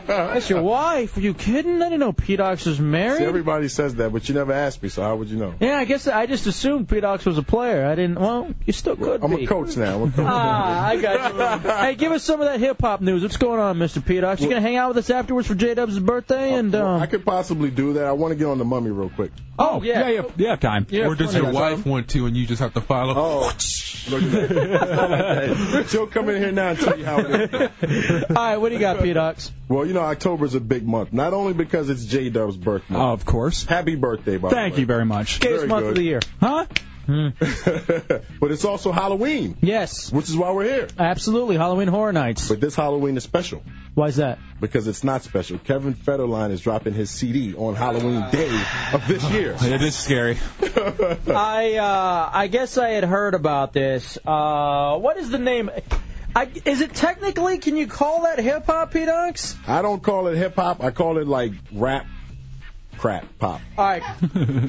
S2: that's your wife? Are you kidding? I didn't know Pedox was married.
S21: See, everybody says that, but you never asked me, so how would you know?
S2: Yeah, I guess I just assumed Pedox was a player. I didn't. Well, you still could
S21: I'm
S2: be.
S21: a coach now. I'm a coach.
S2: Ah, I got you. hey, give us some of that hip hop news. What's going on, Mr. Pedox? You gonna hang out with us afterwards for J Dub's birthday? And uh,
S21: I could possibly do that. I want to get on the mummy real quick.
S2: oh yeah,
S1: yeah, yeah, time.
S22: or does your wife want to, and you just have to follow?
S21: Oh, look at that. She'll come in here now and tell you how it is.
S2: All right, what do you got, P-Docs?
S21: Well, you know, October's a big month, not only because it's J-Dub's birthday.
S1: of course.
S21: Happy birthday, by
S1: Thank
S21: the way.
S1: you very much.
S21: Very Greatest month of good. the year.
S2: Huh? Hmm.
S21: but it's also Halloween.
S2: Yes.
S21: Which is why we're here.
S2: Absolutely, Halloween Horror Nights.
S21: But this Halloween is special.
S2: Why is that?
S21: Because it's not special. Kevin Federline is dropping his CD on Halloween Day of this year.
S1: It is scary.
S2: I uh, I guess I had heard about this. Uh, what is the name? I, is it technically? Can you call that hip hop, P-Docs?
S21: I don't call it hip hop. I call it like rap, crap, pop.
S2: All right,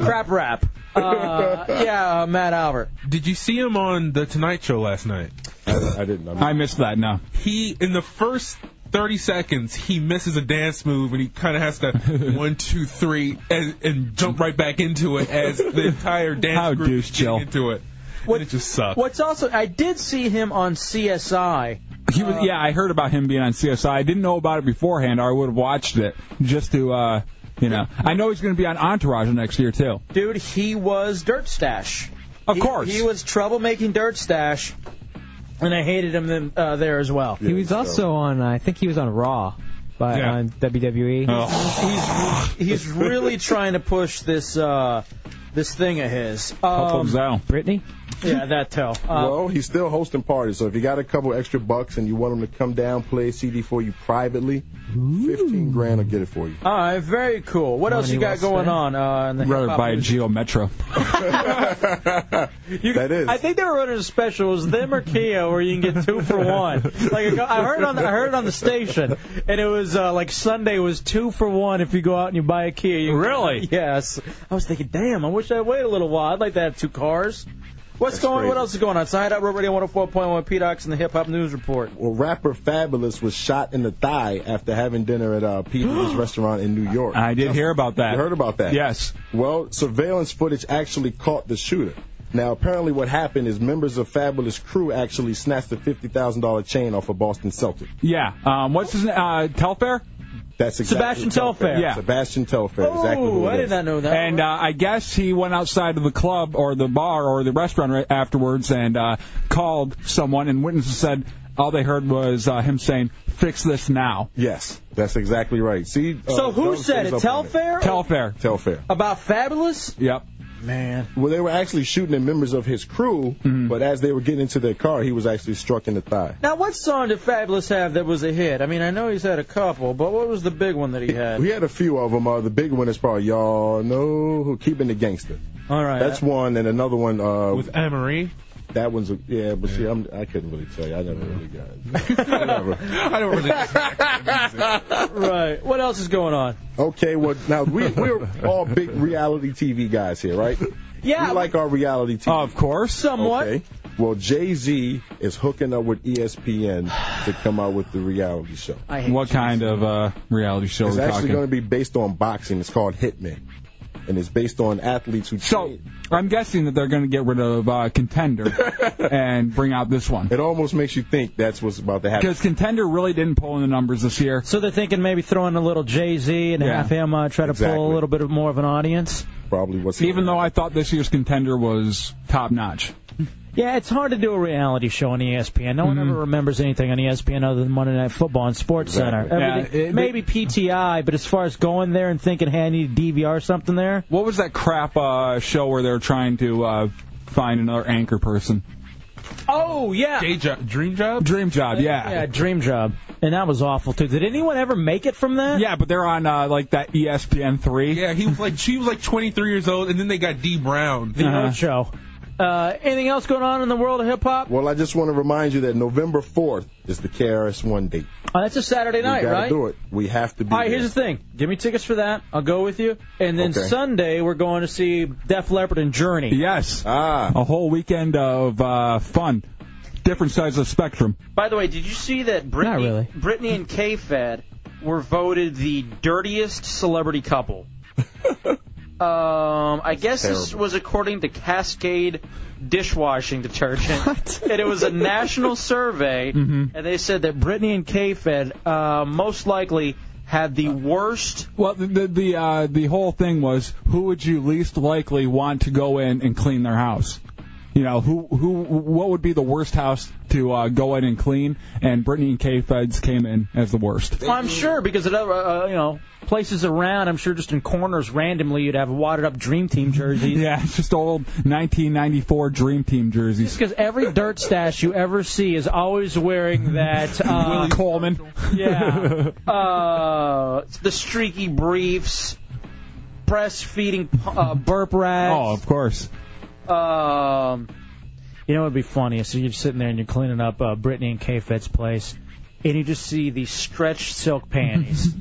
S2: crap rap. Uh, yeah, uh, Matt Albert.
S22: Did you see him on the Tonight Show last night?
S21: I, didn't.
S1: I missed that. No.
S22: He in the first. 30 seconds, he misses a dance move and he kind of has to one, two, three, and, and jump right back into it as the entire dance
S1: How
S22: group
S1: douche,
S22: is getting into it. and it just sucks.
S2: What's also? I did see him on CSI.
S1: He was, yeah, I heard about him being on CSI. I didn't know about it beforehand, or I would have watched it just to, uh, you know. I know he's going to be on Entourage next year too.
S2: Dude, he was Dirt Stash.
S1: Of
S2: He-
S1: course.
S2: he was troublemaking Dirt Stash, and I hated him then, uh, there as well.
S5: He was also on. uh, I think he was on Raw, by
S2: Yeah.
S5: on E. WWE.
S2: He's really trying to push this uh, this thing of his. Um,
S5: How come's
S2: out?
S5: Brittany?
S2: Yeah, that tell.
S1: Um,
S2: Uh,
S21: well, he's still hosting parties, so if you got a couple extra bucks and you want him to come down, play a CD for you privately, 15 grand will get it for you.
S2: All right, very cool. What else
S21: Money
S2: you
S21: well
S2: got going on?
S21: spent.
S2: Uh, in the
S1: Rather
S2: hip-hop
S1: buy a
S2: music?
S1: Geo Metro.
S2: You- I think they were running a special. It was them or Kia, where you can get two for one. Like a, I heard on the, I heard on the station, and it was uh, like Sunday was two for one if you go out and you buy a Kia. You, really? Yes. I was thinking, damn, I wish I'd wait a little while. I'd like to have two cars. What's going? What else is going on? It's the Hideout Road Radio 104.1 P Docs and the Hip Hop News Report.
S21: Well, rapper Fabulous was shot in the thigh after having dinner at a Peter's restaurant in New York.
S1: I did hear about that.
S21: You heard about that?
S1: Yes.
S21: Well, surveillance footage actually caught the shooter. Now, apparently, what happened is members of Fabulous crew actually snatched a fifty thousand dollar chain off a Boston Celtic.
S1: Yeah. Um, what's his name? Uh, Telfair?
S21: That's exactly
S1: Sebastian Telfair. Yeah.
S21: Sebastian Telfair. exactly. Who it is.
S2: not know that.
S1: And uh, I guess he went outside of the club or the bar or the restaurant right afterwards and uh, called someone, and witnesses said all they heard was uh, him saying, "Fix this now."
S21: Yes, that's exactly right. See. uh,
S1: So who
S21: Doug
S1: said
S21: stays
S1: it?
S21: up on
S1: Telfair? Telfair.
S21: Telfair.
S2: About Fabulous?
S1: Yep.
S2: Man.
S21: Well, they were actually shooting at members of his crew,
S2: Mm-hmm.
S21: but as they were getting into their car, he was actually struck in the thigh.
S2: Now, what song did Fabulous have that was a hit? I mean, I know he's had a couple, but what was the big one that he had?
S21: We had a few of them. Uh, the big one is probably y'all know who keeping the gangster.
S2: All right.
S21: That's one, and another one uh,
S22: With Emery.
S21: That one's a, yeah, but see, I'm, I couldn't really tell you. I never really got it. Whatever.
S22: I don't really.
S2: right. What else is going on?
S21: Okay, well now we we're all big reality TV guys here, right?
S2: Yeah.
S21: We like our reality TV.
S1: Of course,
S21: somewhat. Okay. Well, Jay Z is hooking up with E ESPN to come out with the reality show.
S1: What kind of uh, reality show
S21: It's
S1: are we
S21: actually
S1: talking?
S21: going to be based on boxing. It's called Hitman, and it's based on athletes who. So
S1: I'm guessing that they're going to get rid of uh, Contender and bring out this one.
S21: It almost makes you think that's what's about to happen.
S1: Because Contender really didn't pull in the numbers this year.
S2: So they're thinking maybe throw in a little Jay Z and
S1: Yeah.
S2: have him uh, try to pull a little bit of more of an audience.
S21: Probably what's
S1: Even though I thought this year's Contender was top notch.
S2: Yeah, it's hard to do a reality show on E ESPN. No one ever remembers anything on E ESPN other than Monday Night Football and Sports
S1: Exactly.
S2: Center.
S1: Yeah,
S2: Everything-
S1: it-
S2: maybe PTI, but as far as going there and thinking, hey, I need to DVR something there.
S1: What was that crap uh, show where they were trying to uh, find another anchor person?
S2: Oh yeah.
S22: Day job, dream job.
S1: Dream job. Yeah.
S2: Yeah, Dream Job, and that was awful too. Did anyone ever make it from that?
S1: Yeah, but they're on uh, like that
S2: E
S1: ESPN three.
S22: Yeah, he was like she was like 23 years old, and then they got D Brown.
S2: The
S1: Uh-huh.
S2: old show. Uh, anything else going on in the world of hip hop?
S21: Well, I just want to remind you that November 4th is the KRS-One date.
S2: Oh, that's a Saturday night,
S21: we gotta
S2: right?
S21: do it. We have to be.
S2: All right,
S21: there.
S2: here's the thing. Give me tickets for that. I'll go with you. And then
S21: Okay.
S2: Sunday we're going to see Def Leppard and Journey.
S1: Yes. Ah. A whole weekend of uh, fun. Different sides of the spectrum.
S3: By the way, did you see that Brittany,
S1: really.
S3: Brittany and K-Fed were voted the dirtiest celebrity couple? um, I guess this
S21: terrible.
S3: was according to Cascade dishwashing detergent, and it was a national survey,
S21: Mm-hmm.
S3: and they said that Brittany and K-Fed uh, most likely had the worst.
S1: Well, the the the, uh, the whole thing was who would you least likely want to go in and clean their house? You know, who who what would be the worst house to uh, go in and clean? And Brittany and K Feds came in as the worst.
S2: I'm sure because at other, uh, you know places around, I'm sure just in corners randomly you'd have wadded up Dream Team jerseys.
S1: Yeah, it's just old 1994 Dream Team jerseys.
S2: Because every dirt stash you ever see is always wearing that. Uh,
S1: Willie Coleman.
S2: Yeah.
S3: Uh, the streaky briefs, breastfeeding uh, burp rags.
S1: Oh, of course.
S3: Um,
S2: you know what would be funny? So you're sitting there and you're cleaning up uh, Brittany and K Fed's place, and you just see these stretched silk panties.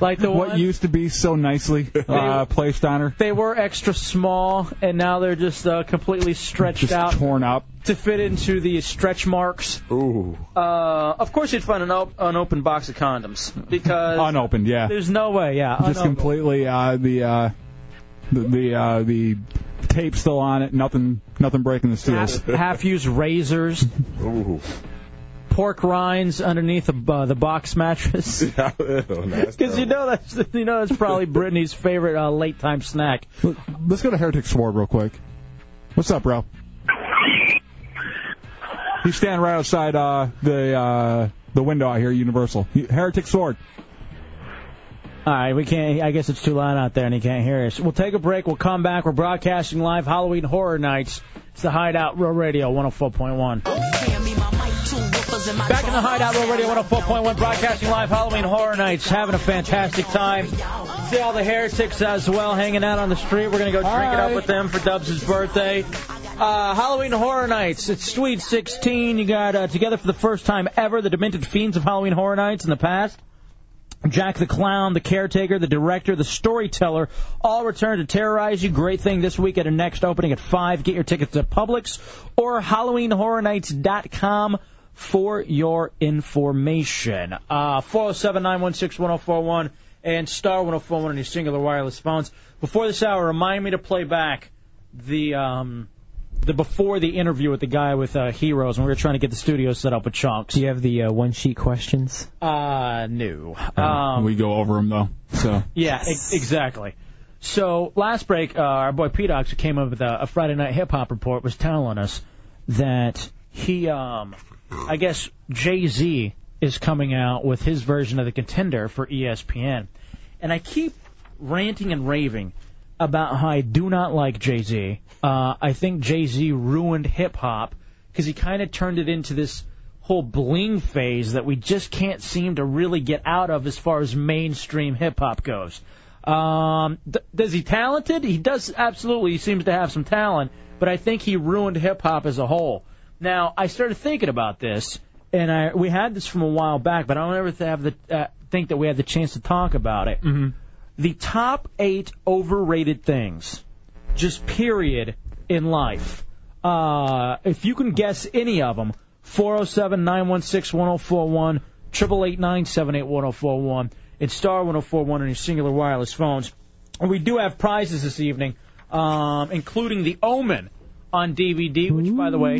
S2: like the
S1: what
S2: ones-
S1: used to be so nicely uh, placed on her.
S2: They were extra small, and now they're just uh, completely stretched
S1: Just
S2: out.
S1: torn up.
S2: To fit into the stretch marks.
S21: Ooh.
S3: Uh, of course, you'd find an, op- an open box of condoms because
S1: Unopened, yeah.
S2: There's no way, yeah.
S1: Just
S2: unopened.
S1: completely uh, the uh, the the, uh, the tape still on it. Nothing nothing breaking the seals.
S2: half, used razors. Pork rinds underneath the, uh, the box mattress. Because you know that's you know that's probably Brittany's favorite uh, late time snack.
S1: Let's go to Heretics Ward real quick. What's up, bro? He's standing right outside uh, the uh, the window out here, Universal. Heretic Sword.
S2: All right, we can't. I guess it's too loud out there, and he can't hear us. We'll take a break. We'll come back. We're broadcasting live Halloween Horror Nights It's the Hideout Real Radio 104.1. Back in the Hideout Real Radio 104.1, broadcasting live Halloween Horror Nights. Having a fantastic time. See all the heretics as well hanging out on the street. We're going to go drink it up with them for Dubs' birthday. Uh, Halloween Horror Nights. It's Sweet 16. You got uh, together for the first time ever the Demented Fiends of Halloween Horror Nights in the past. Jack the Clown, the caretaker, the director, the storyteller, all return to terrorize you. Great thing this week at a next opening at 5. Get your tickets at Publix or HalloweenHorrorNights.com for your information. Uh, 407-916-1041 and star 1041 on your singular wireless phones. Before this hour, remind me to play back the, um, the before the interview with the guy with uh, Heroes when we were trying to get the studio set up with Chunks.
S5: Do you have the uh, one sheet questions?
S2: Uh, no.
S1: Um, we go over them though. So
S2: Yeah, e- exactly. So last break, uh, our boy P Dox, who came up with a, a Friday Night Hip Hop report, was telling us that he, um, I guess Jay Z is coming out with his version of the contender for E ESPN, and I keep ranting and raving about how I do not like Jay Z. Uh, I think Jay Z ruined hip hop because he kind of turned it into this whole bling phase that we just can't seem to really get out of as far as mainstream hip hop goes. Um, th- is he talented? He does absolutely. He seems to have some talent, but I think he ruined hip hop as a whole. Now I started thinking about this, and I we had this from a while back, but I don't ever have the uh, think that we had the chance to talk about it. Mm-hmm. The top eight overrated things, just period, in life. Uh, if you can guess any of oh them, 407 916 1041, 888 978 1041, and star 1041 on your singular wireless phones. And we do have prizes this evening, um, including The Omen on DVD, which, by the way,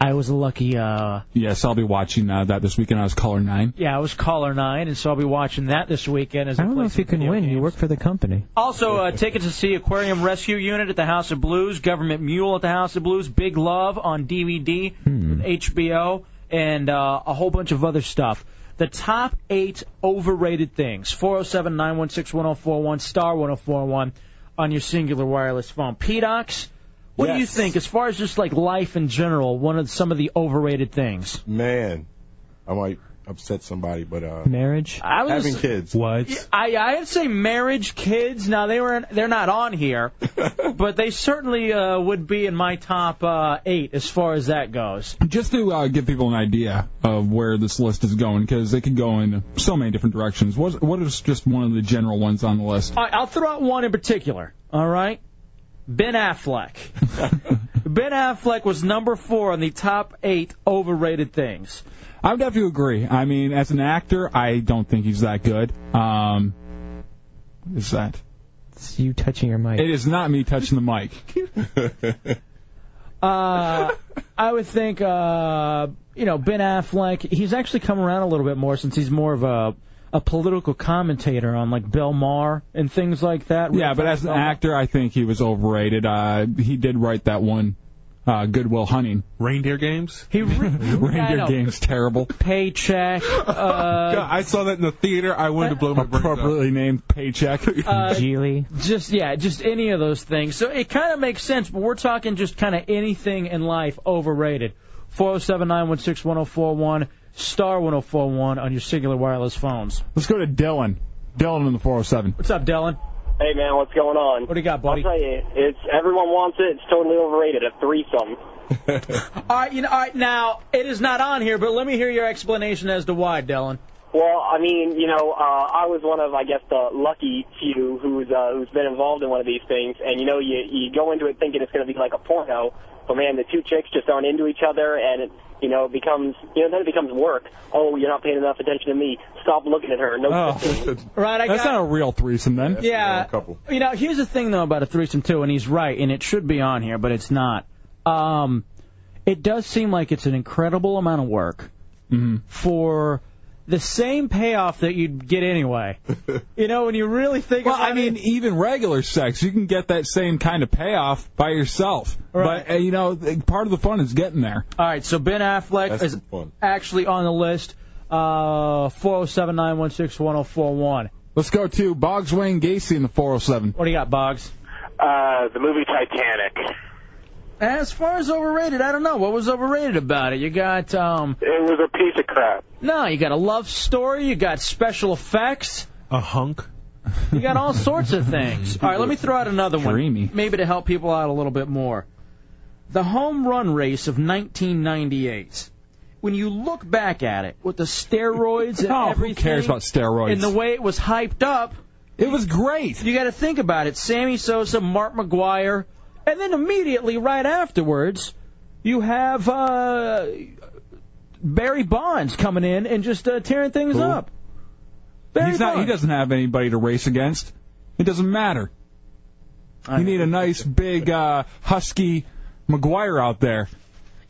S2: I was a lucky. Uh,
S1: yes, I'll be watching uh, that this weekend. I was caller nine.
S2: yeah, I was caller nine, and so I'll be watching that this weekend as
S5: I
S2: I
S5: don't know
S2: play
S5: if you can win. You work for the company.
S2: Also, uh, tickets to see Aquarium Rescue Unit at the House of Blues, Government Mule at the House of Blues, Big Love on DVD
S20: Hmm.
S2: with HBO, and uh, a whole bunch of other stuff. The top eight overrated things: 407 916 1041, star 1041 on your singular wireless phone. PDOX, what do you think as far as just like life in general? One of some of the overrated things.
S21: Man, I might upset somebody, but uh,
S5: marriage,
S2: I was
S21: having kids.
S1: What?
S2: I I'd say marriage, kids. Now they were they're not on here, but they certainly uh, would be in my top uh, eight as far as that goes.
S1: Just to uh, give people an idea of where this list is going, because it can go in so many different directions. What what is just one of the general ones on the list?
S2: All right, I'll throw out one in particular. All right, Ben Affleck. ben Affleck was number four on the top eight overrated things.
S1: I would have to agree. I mean, as an actor, I don't think he's that good. Um, what is that?
S5: It's you touching your mic.
S1: It is not me touching the mic.
S2: Uh, I would think, uh, you know, Ben Affleck. He's actually come around a little bit more since he's more of a a political commentator on like Bill Maher and things like that.
S1: Yeah, but as an actor, I think he was overrated. Uh, he did write that one, uh, Goodwill Hunting.
S22: Reindeer games?
S2: He I
S1: Reindeer
S2: know.
S1: games terrible.
S2: Paycheck. Uh,
S22: God, I saw that in the theater. I wanted to blow my brains out.
S1: Appropriately named Paycheck.
S2: Uh, Just yeah, just any of those things. So it kind of makes sense, but we're talking just kind of anything in life overrated. Four zero seven nine one six one zero four one star one zero four one on your singular wireless phones.
S1: Let's go to Dylan. Dylan in the 407.
S2: What's up, Dylan?
S23: Hey man, what's going on? What
S2: do you got, buddy?
S23: I'll tell you, it's everyone wants it. It's totally overrated. A threesome.
S2: All right, you know, all right. Now it is not on here, but let me hear your explanation as to why, Dylan.
S23: Well, I mean, you know, uh, I was one of, I guess, the lucky few who's uh, who's been involved in one of these things. And you know, you you go into it thinking it's going to be like a porno, but man, the two chicks just aren't into each other, and it, you know, it becomes, you know, then it becomes work. Oh, you're not paying enough attention to me. Stop looking at her. No.
S2: Right, I
S1: That's
S2: got-
S1: not a real threesome then.
S2: Yeah. You know, here's the thing though about a threesome too, and he's right, and it should be on here, but it's not. Um, it does seem like it's an incredible amount of work Mm-hmm. for the same payoff that you'd get anyway. you know, when you really think.
S1: Well, I mean, even regular sex, you can get that same kind of payoff by yourself. But uh, you know, th- part of the fun is getting there.
S2: All right, so Ben Affleck is actually on the list. Uh, four zero seven nine one six one zero four one.
S1: Let's go to Boggs Wayne Gacy in the 407.
S2: What do you got, Boggs?
S4: Uh, the movie Titanic.
S2: As far as overrated, I don't know what was overrated about it. You got um.
S15: It was a piece of crap.
S2: No, you got a love story. You got special effects.
S22: A hunk.
S2: You got all sorts of things. All right, let me throw out another
S1: Dreamy.
S2: one. Maybe to help people out a little bit more. The home run race of 1998. When you look back at it, with the steroids and
S1: Oh, who
S2: everything,
S1: cares about steroids?
S2: and the way it was hyped up,
S1: it was great.
S2: You got to think about it. Sammy Sosa, Mark McGuire, and then immediately right afterwards, you have uh, Barry Bonds coming in and just uh, tearing things up.
S1: He's not. He doesn't have anybody to race against. It doesn't matter. you need a nice big uh, husky McGuire out there.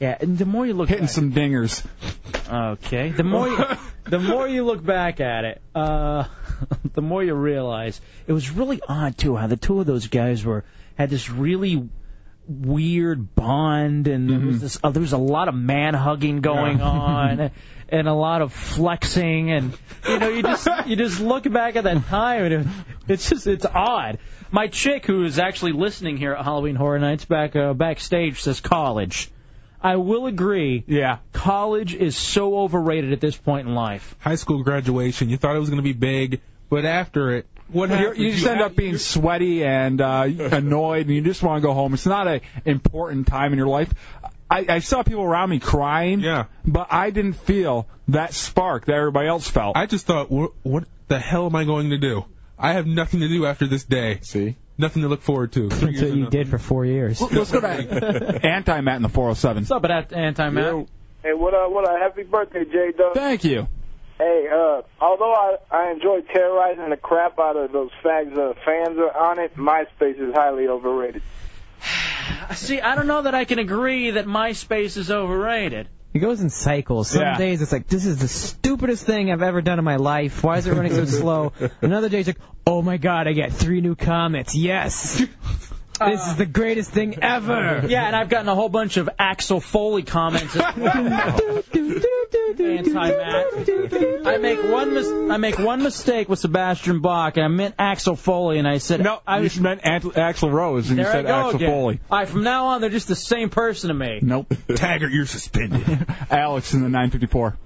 S2: Yeah, and the more you look
S1: hitting some dingers.
S2: Okay. The more you, the more you look back at it, uh, the more you realize it was really odd too how the two of those guys were had this really weird bond and there was this uh, there was a lot of man hugging going
S19: Yeah.
S2: on and a lot of flexing and you know you just you just look back at that time and it, it's just it's odd. My chick who is actually listening here at Halloween Horror Nights back uh, backstage says college. I will agree.
S1: Yeah.
S2: College is so overrated at this point in life.
S22: High school graduation. You thought it was going to be big, but after it, what
S1: You're-
S22: happened?
S1: you just end up being sweaty and uh, annoyed, and you just want to go home. It's not a important time in your life. I, I saw people around me crying, yeah. but I didn't feel that spark that everybody else felt.
S22: I just thought, what, what the hell am I going to do? I have nothing to do after this day.
S21: See,
S22: nothing to look forward to. Three
S5: That's what
S22: years
S5: you did for four years.
S1: Let's go back. Anti Matt in the 407. What's
S2: up, Anti Matt?
S15: Hey, what a what a happy birthday, J Dub.
S1: Thank you.
S15: Hey, uh, although I I enjoy terrorizing the crap out of those fags uh, fans are on it, MySpace is highly overrated.
S2: See, I don't know that I can agree that MySpace is overrated.
S5: It goes in cycles. Some
S2: Yeah.
S5: days it's like, this is the stupidest thing I've ever done in my life. Why is it running so slow? Another day it's like, oh my god, I got three new comments. Yes. this is the greatest thing ever.
S2: Yeah, and I've gotten a whole bunch of Axel Foley comments. Anti-Matt. I make one mis- I make one mistake with Sebastian Bach. I meant Axel Foley, and I said
S1: no.
S2: I
S1: you meant Ant- Axel Rose, and
S2: there
S1: you said
S2: I go
S1: Axel
S2: again.
S1: Foley.
S2: All right, from now on, they're just the same person to me.
S1: Nope. Tagger, you're suspended. Alex in the 954.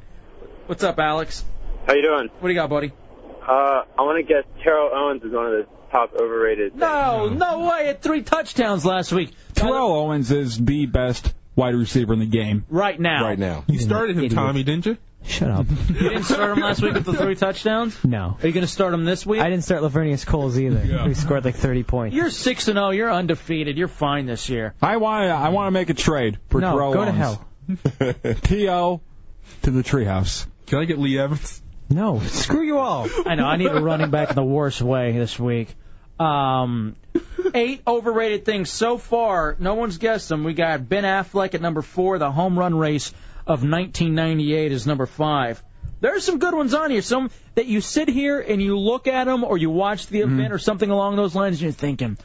S2: What's up, Alex?
S4: How you doing?
S2: What do you got, buddy?
S4: Uh, I want to guess Terrell Owens is one of the top overrated.
S2: No, no way! At three touchdowns last week.
S1: Terrell Owens is the best wide receiver in the game.
S2: Right now. Right
S1: now.
S22: You started him, Tommy, didn't you?
S5: Shut up.
S2: You didn't start him last week with the three touchdowns.
S5: No.
S2: Are you going to start him this week?
S5: I didn't start Lavernius Coles either. Who scored like 30 points.
S2: You're six and zero. You're undefeated. You're fine this year.
S1: I want to. I want to make a trade for
S2: No,
S1: Terrell
S2: go to
S1: Owens.
S2: hell.
S1: T.O. to the treehouse.
S22: Can I get Lee Evans?
S5: No, screw you all.
S2: I know. I need a running back in the worst way this week. Um, eight overrated things so far. No one's guessed them. We got Ben Affleck at number four. The home run race of 1998 is number five. There's some good ones on here. Some that you sit here and you look at them, or you watch the
S1: Mm-hmm.
S2: event, or something along those lines, and you're thinking,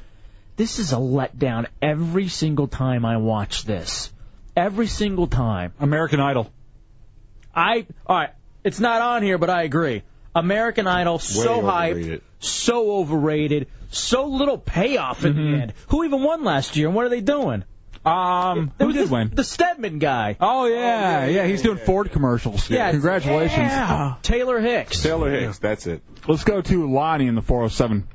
S2: "This is a letdown every single time I watch this. Every single time."
S1: American Idol.
S2: I all right. It's not on here, but I agree. American Idol so hyped, so overrated, so little payoff in the end. Who even won last year, and what are they doing?
S1: Mm-hmm. Um, who did win?
S2: The Stedman guy.
S1: Oh yeah, yeah. he's doing Ford commercials.
S2: Yeah.
S1: Congratulations.
S2: Yeah. Taylor Hicks.
S21: Taylor Hicks, that's it.
S1: Let's go to Lonnie in the 407.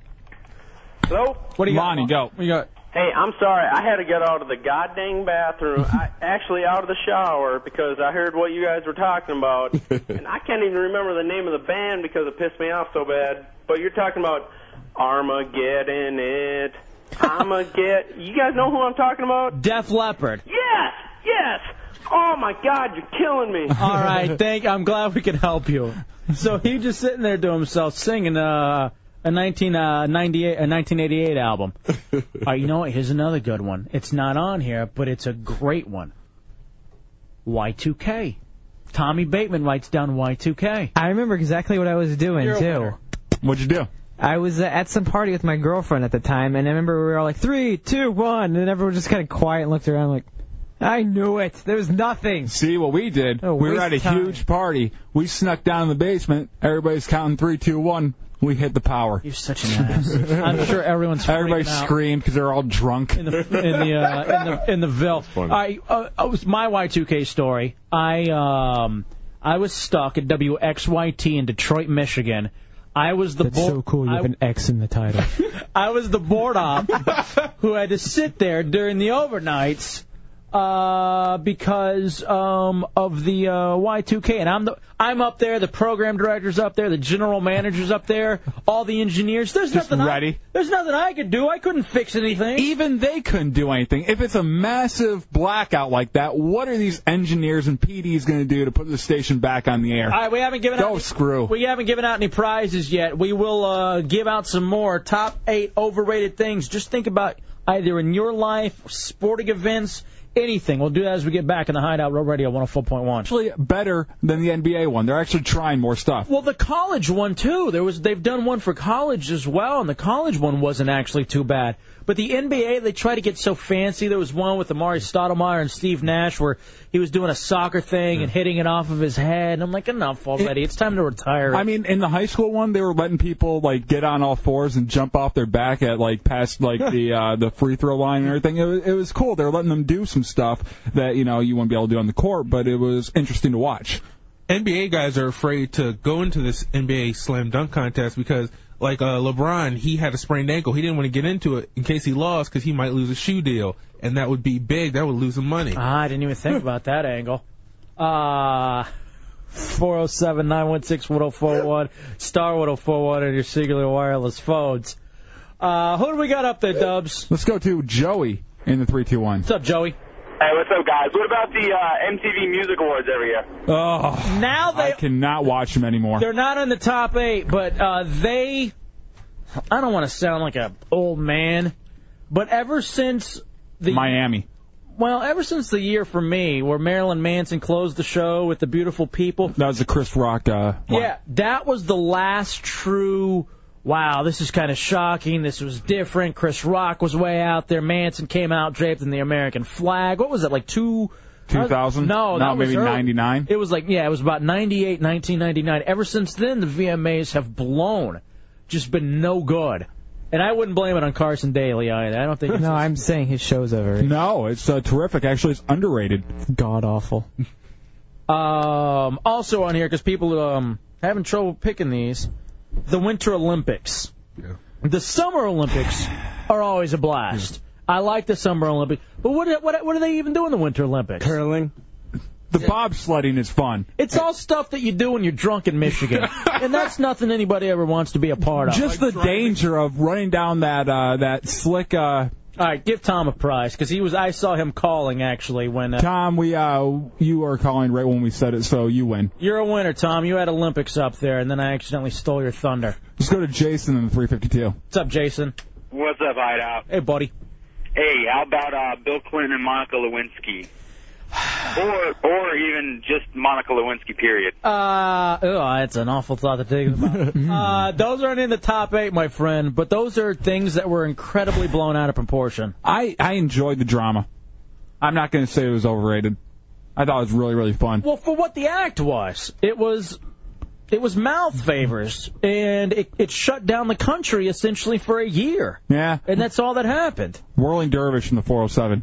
S4: Hello?
S1: What do you Lonnie, go. What do you got?
S4: Hey, I'm sorry. I had to get out of the goddamn bathroom. I actually out of the shower because I heard what you guys were talking about, and I can't even remember the name of the band because it pissed me off so bad. But you're talking about Armageddon, it. I'ma get. You guys know who I'm talking about?
S2: Def Leppard.
S4: Yes, yes. Oh my God, you're killing me.
S2: All right, thank. I'm glad we could help you. So he just sitting there to himself singing uh, a 1998 a 1988 album. All right, you know what? Here's another good one. It's not on here, but it's a great one. Y2K. Tommy Bateman writes down Y2K.
S5: I remember exactly what I was doing
S2: You're a
S5: too.
S2: winner.
S1: What'd you do?
S5: I was uh, at some party with my girlfriend at the time, and I remember we were all like three, two, one, and everyone just kind of quiet and looked around like, I knew it. There was nothing.
S1: See what we did? we were
S5: waste
S1: at a
S5: time.
S1: huge party. We snuck down in the basement. Everybody's counting three, two, one. We hit the power.
S2: You're such an ass. I'm sure everyone's freaking
S1: Everybody
S2: out.
S1: screamed because they're all drunk.
S2: in the in the uh, in the in the Ville. I uh, it was my Y2K story. I um I was stuck at WXYT in Detroit, Michigan. I was the
S7: That's
S2: bo-
S7: so cool. You have
S2: I-
S7: an X in the title.
S2: I was the board op who had to sit there during the overnights uh, because um, of the uh, Y2K, and I'm the I'm up there. The program director's up there. The general manager's up there. All the engineers. There's
S1: Just
S2: nothing.
S1: ready.
S2: I, there's nothing I could do. I couldn't fix anything.
S1: Even they couldn't do anything. If it's a massive blackout like that, what are these engineers and PDs going to do to put the station back on the air?
S2: All right, we haven't given out.
S1: Go screw.
S2: We haven't given out any prizes yet. We will uh, give out some more top eight overrated things. Just think about either in your life, sporting events, anything. We'll do that as we get back in the Hideout Road Radio 104.1.
S1: actually better than the NBA one. They're actually trying more stuff.
S2: Well, the college one too. There was they've done one for college as well, and the college one wasn't actually too bad. But the NBA, they try to get so fancy. There was one with Amari Stoudemire and Steve Nash where he was doing a soccer thing and hitting it off of his head. And I'm like, enough already. it's time to retire.
S1: I mean, in the high school one, they were letting people like get on all fours and jump off their back at like past like the uh, the free throw line and everything. It was, it was cool. They were letting them do some stuff that you know you wouldn't be able to do on the court, but it was interesting to watch.
S22: NBA guys are afraid to go into this NBA slam dunk contest because, like uh, LeBron, he had a sprained ankle. He didn't want to get into it in case he lost because he might lose a shoe deal, and that would be big. That would lose him money.
S2: Ah, I didn't even think about that angle. Uh, 407 916 1041, star 1041 on your singular wireless phones. Uh, who do we got up there, Dubs?
S1: Let's go to Joey in the three two one. What's
S2: up, Joey?
S8: Hey, what's up, guys? What about the uh, MTV Music Awards every year?
S1: Oh,
S2: now they
S1: I cannot watch them anymore.
S2: They're not in the top eight, but uh, they. I don't want to sound like a old man, but ever since the
S1: Miami.
S2: Well, ever since the year for me where Marilyn Manson closed the show with the beautiful people.
S1: That was the Chris Rock. Uh,
S2: Yeah, that was the last true. Wow, this is kind of shocking. This was different. Chris Rock was way out there. Manson came out draped in the American flag. What was it like two? uh,
S1: 2000?
S2: No,
S1: No,
S2: that was
S1: maybe
S2: early.
S1: 99?
S2: It was like yeah, it was about 98, 1999. Ever since then, the VMAs have blown, just been no good. And I wouldn't blame it on Carson Daly either. I don't think.
S1: No,
S7: I'm saying his show's over.
S1: No, it's uh, terrific. Actually, it's underrated.
S7: God awful.
S2: Um, also on here because people um having trouble picking these, the Winter Olympics. The Summer Olympics are always a blast. I like the Summer Olympics, but what what what do they even do in the Winter Olympics?
S12: Curling.
S1: The bobsledding is fun.
S2: It's all stuff that you do when you're drunk in Michigan, and that's nothing anybody ever wants to be a part of.
S1: Just the danger of running down that uh, that slick. Uh,
S2: All right, give Tom a prize because he was. I saw him calling actually when uh,
S1: Tom, we uh, you are calling right when we said it, so you win.
S2: you're a winner, Tom. You had Olympics up there, and then I accidentally stole your thunder.
S1: Let's go to Jason in the 352.
S2: What's up, Jason?
S8: What's up, Hideout?
S2: Hey, buddy.
S8: Hey, how about uh, Bill Clinton and Monica Lewinsky? or or even just Monica Lewinsky, period.
S2: Uh, oh, that's an awful thought to think about. uh, those aren't in the top eight, my friend, but those are things that were incredibly blown out of proportion.
S1: I I enjoyed the drama. I'm not going to say it was overrated. I thought it was really really fun.
S2: Well, for what the act was, it was it was mouth favors, and it, it shut down the country essentially for a year,
S1: Yeah,
S2: and that's all that happened.
S1: whirling dervish in the 407.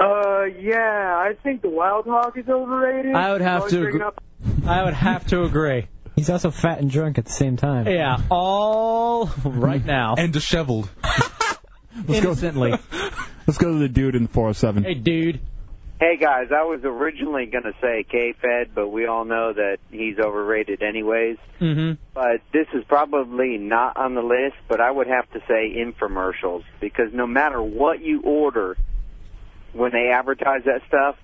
S15: Uh, yeah, I think the Wild Hog is overrated.
S2: I would have
S15: Always
S2: to
S15: bringing
S2: agree-
S15: up-
S2: I would have to agree.
S7: He's also fat and drunk at the same time.
S2: Yeah, all right now.
S22: And disheveled.
S2: Innocently.
S1: Let's go to the dude in the 407.
S2: Hey, dude.
S9: Hey guys, I was originally going to say K-Fed, but we all know that he's overrated anyways.
S2: Mm-hmm.
S9: But this is probably not on the list, but I would have to say infomercials because no matter what you order, when they advertise that stuff,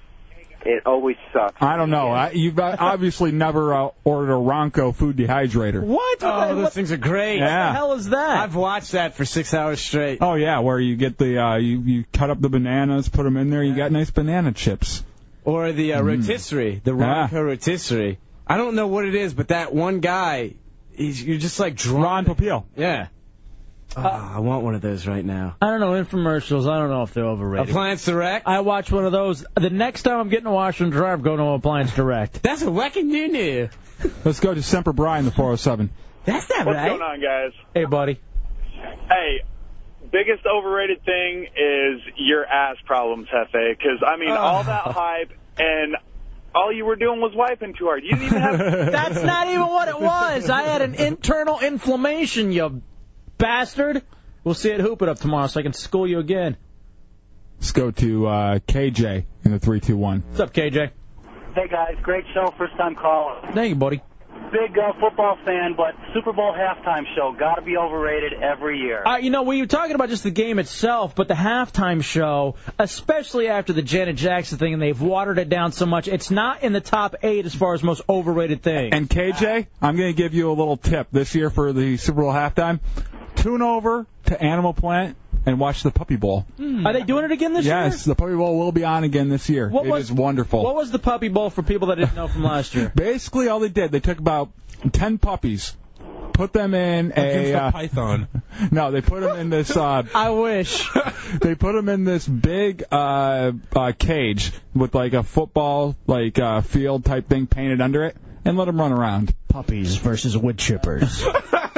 S9: it always sucks.
S1: I don't know. I, you've uh, obviously never uh, ordered a Ronco food dehydrator.
S2: What?
S12: Oh, those things are great.
S1: Yeah. What the
S2: hell is that?
S12: I've watched that for six hours straight.
S1: Oh yeah, where you get the uh, you you cut up the bananas, put them in there, you got nice banana chips.
S12: Or the uh,
S1: Mm.
S12: rotisserie, the
S1: Ah.
S12: Ronco rotisserie. I don't know what it is, but that one guy, he's, you're just like drawn. Ron
S1: Papil.
S12: Yeah. Ah, I want one of those right now.
S2: Uh, I don't know infomercials. I don't know if they're overrated.
S12: Appliance Direct.
S2: I watch one of those. The next time I'm getting a washer and dryer, I'm going to Appliance Direct.
S12: That's a whacking new new.
S1: Let's go to Semper Bry in the 407.
S17: That's not
S6: What's
S17: right.
S6: going on, guys?
S2: Hey, buddy.
S6: Hey, biggest overrated thing is your ass problems, Hefe. Because I mean, all
S2: Oh.
S6: that hype and all you were doing was wiping too hard. You didn't even have.
S2: That's not even what it was. I had an internal inflammation, you bastard. We'll see it hoop it up tomorrow so I can school you again.
S1: Let's go to uh, KJ in the three two one.
S2: What's up, KJ?
S10: Hey guys, great show, first time caller.
S2: Thank you, buddy.
S10: Big uh, football fan, but Super Bowl halftime show gotta be overrated every year.
S2: Uh, you know, we were talking about just the game itself, but the halftime show, especially after the Janet Jackson thing, and they've watered it down so much, it's not in the top eight as far as most overrated thing.
S1: And KJ, I'm going to give you a little tip this year for the Super Bowl halftime. Tune over to Animal Planet and watch the Puppy Bowl.
S2: Hmm. Are they doing it again this year?
S1: yes, the Puppy Bowl will be on again this year. It is wonderful.
S2: What was the puppy bowl for people that didn't know from last year?
S1: Basically, all they did, they took about ten puppies, put them in
S22: Against
S1: a
S22: a
S1: uh,
S22: python.
S1: No, they put them in this. Uh,
S2: I wish
S1: they put them in this big uh, uh, cage with like a football like uh, field type thing painted under it, and let them run around.
S2: Puppies versus wood chippers.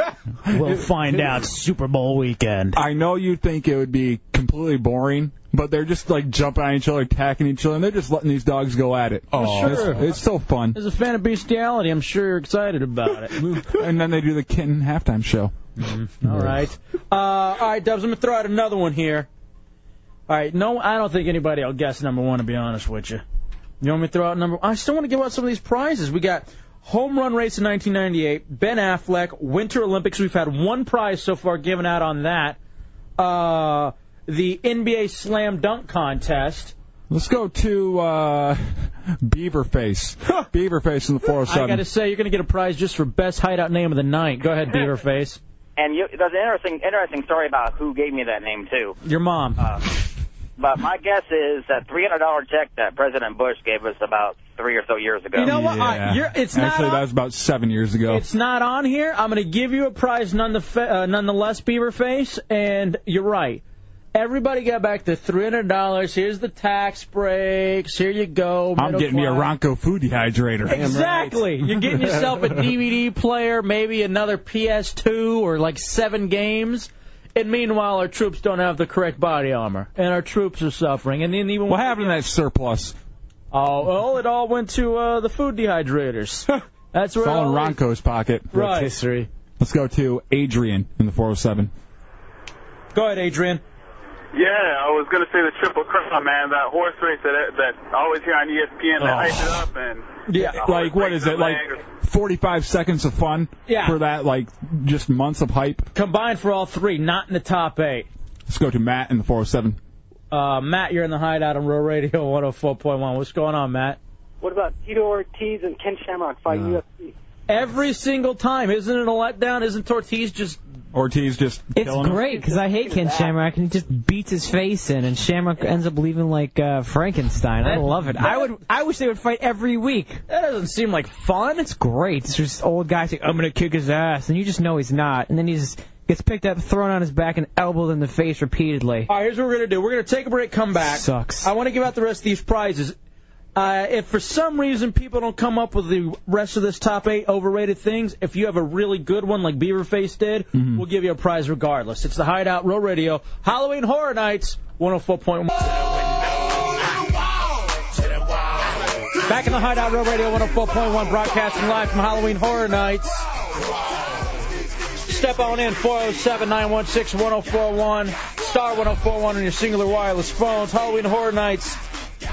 S2: We'll find out Super Bowl weekend.
S1: I know you think it would be completely boring, but they're just like jumping on each other, attacking each other, and they're just letting these dogs go at it.
S2: Well, sure.
S1: It's, it's so fun.
S2: As a fan of bestiality, I'm sure you're excited about it.
S1: and then they do the kitten halftime show.
S2: All right. Uh, all right, Dubs, I'm going to throw out another one here. All right, no, I don't think anybody will guess number one, to be honest with you. You want me to throw out number I still want to give out some of these prizes. We got home run race in 1998, Ben Affleck, Winter Olympics. We've had one prize so far given out on that. Uh, the NBA slam dunk contest.
S1: Let's go to uh, Beaverface. Beaverface in the
S2: I got to
S1: 407.
S2: say, you're going to get a prize just for best hideout name of the night. Go ahead, Beaverface.
S10: And you, there's an interesting, interesting story about who gave me that name too.
S2: Your mom.
S10: But my guess is that $300 check that President Bush gave us about three or so years ago.
S2: You know what? I- you're- it's not
S1: Actually,
S2: on-
S1: that was about seven years ago.
S2: It's not on here. I'm going to give you a prize none the fa- uh, nonetheless, Beaverface. And you're right. Everybody got back to $300. Here's the tax breaks. Here you go.
S1: I'm
S2: middle
S1: getting me a
S2: class.
S1: Ronco food dehydrator.
S2: Exactly. You're getting yourself a DVD player, maybe another PS2 or like seven games. And meanwhile, our troops don't have the correct body armor, and our troops are suffering. And then even
S1: What happened to that surplus?
S2: Oh, well, it all went to uh, the food dehydrators. That's where
S1: It's
S2: it
S1: all in
S2: all
S1: Ronco's pocket.
S2: Right. Rich
S1: history. Let's go to Adrian in the 407.
S2: Go ahead, Adrian.
S13: Yeah, I was gonna say the triple crown, man. That horse race that that I always hear on E ESPN, that
S1: Oh.
S13: hype it up, and
S1: Yeah, like what is it? Like 45 seconds of fun
S2: Yeah.
S1: for that, like just months of hype.
S2: Combined for all three, not in the top eight.
S1: Let's go to Matt in the 407.
S2: Uh, Matt, you're in the hideout on Real Radio 104.1. What's going on, Matt?
S24: What about Tito Ortiz and Ken Shamrock
S2: Uh.
S24: fighting UFC?
S2: Every single time, isn't it a letdown? Isn't Tortiz just
S1: Ortiz just.
S7: It's great because I hate Ken Shamrock and he just beats his face in, and Shamrock ends up leaving like uh, Frankenstein. I love it. I would. I wish they would fight every week.
S2: That doesn't seem like fun.
S7: It's great. It's just old guys like I'm gonna kick his ass, and you just know he's not, and then he just gets picked up, thrown on his back, and elbowed in the face repeatedly.
S2: All right, here's what we're gonna do. We're gonna take a break, come back.
S7: Sucks.
S2: I want to give out the rest of these prizes. Uh, if for some reason people don't come up with the rest of this top eight overrated things, if you have a really good one like Beaverface did, we'll give you a prize regardless. It's the Hideout Row Radio Halloween Horror Nights 104.1. Back in the Hideout Row Radio 104.1, broadcasting live from Halloween Horror Nights. Step on in 407 916 1041, star 1041 on your singular wireless phones. Halloween Horror Nights.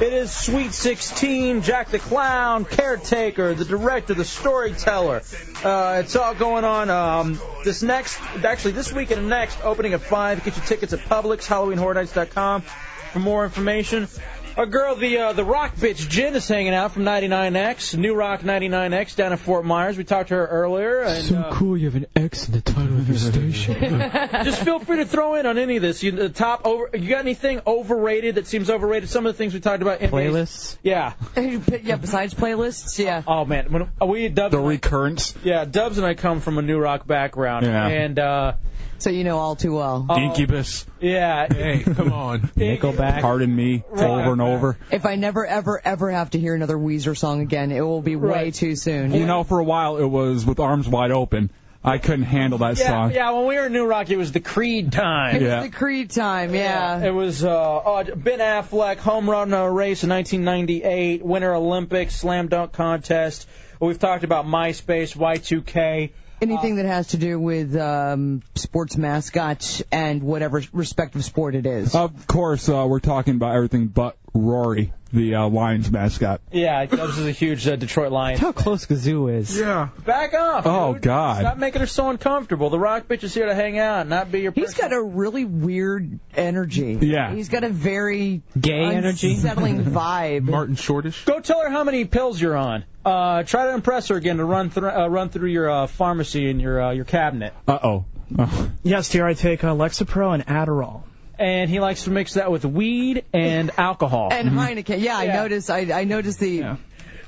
S2: It is Sweet 16, Jack the Clown, Caretaker, the director, the storyteller. Uh, it's all going on um, this next, actually, this week and next, opening at 5. Get your tickets at Publix, HalloweenHorrorNights.com for more information. Our girl, the uh, the rock bitch Jen, is hanging out from 99X, New Rock 99X down in Fort Myers. We talked to her earlier. And, uh,
S7: cool you have an X in the title of your station.
S2: just feel free to throw in on any of this. You, the top over. You got anything overrated that seems overrated? Some of the things we talked about.
S7: Playlists?
S2: Yeah.
S18: yeah, besides playlists, yeah.
S2: Oh man, when are we Dubs the
S1: recurrence.
S2: Yeah, Dubs and I come from a new rock background,
S1: Yeah.
S2: and uh,
S18: so you know all too well.
S2: Oh.
S1: Incubus.
S2: yeah.
S1: Hey, come on.
S7: Nickelback.
S1: Pardon me. Over and over.
S18: If I never, ever, ever have to hear another Weezer song again, it will be way too soon.
S1: You know, for a while it was with arms wide open. I couldn't handle that
S2: Yeah,
S1: song.
S2: yeah, when we were in New Rock, it was the Creed time.
S1: It was Yeah. the
S18: Creed time,
S2: yeah. It was uh, oh, Ben Affleck, home run uh, race in 1998, Winter Olympics, slam dunk contest. We've talked about MySpace, Y2K.
S18: Anything that has to do with um, sports mascots and whatever respective sport it is.
S1: Of course, uh, we're talking about everything but Rory, the uh, Lions mascot.
S2: Yeah, that was a huge uh, Detroit Lions.
S1: How close Gazoo is.
S2: Yeah. Back off.
S1: Oh,
S2: dude.
S1: God.
S2: Stop making her so uncomfortable. The Rock bitch is here to hang out, not be your.
S18: He's got a really weird energy.
S2: Yeah.
S18: He's got a very
S2: Gay energy?
S18: unsettling vibe.
S22: Martin Shortish.
S2: Go tell her how many pills you're on. Uh, try to impress her again to run through uh, run through your uh, pharmacy and your uh, your cabinet.
S1: Uh oh.
S17: Yes, dear, I take uh, Lexapro and Adderall.
S2: And he likes to mix that with weed and alcohol.
S18: And
S1: Mm-hmm.
S18: Heineken. Yeah, I noticed. I, I noticed the.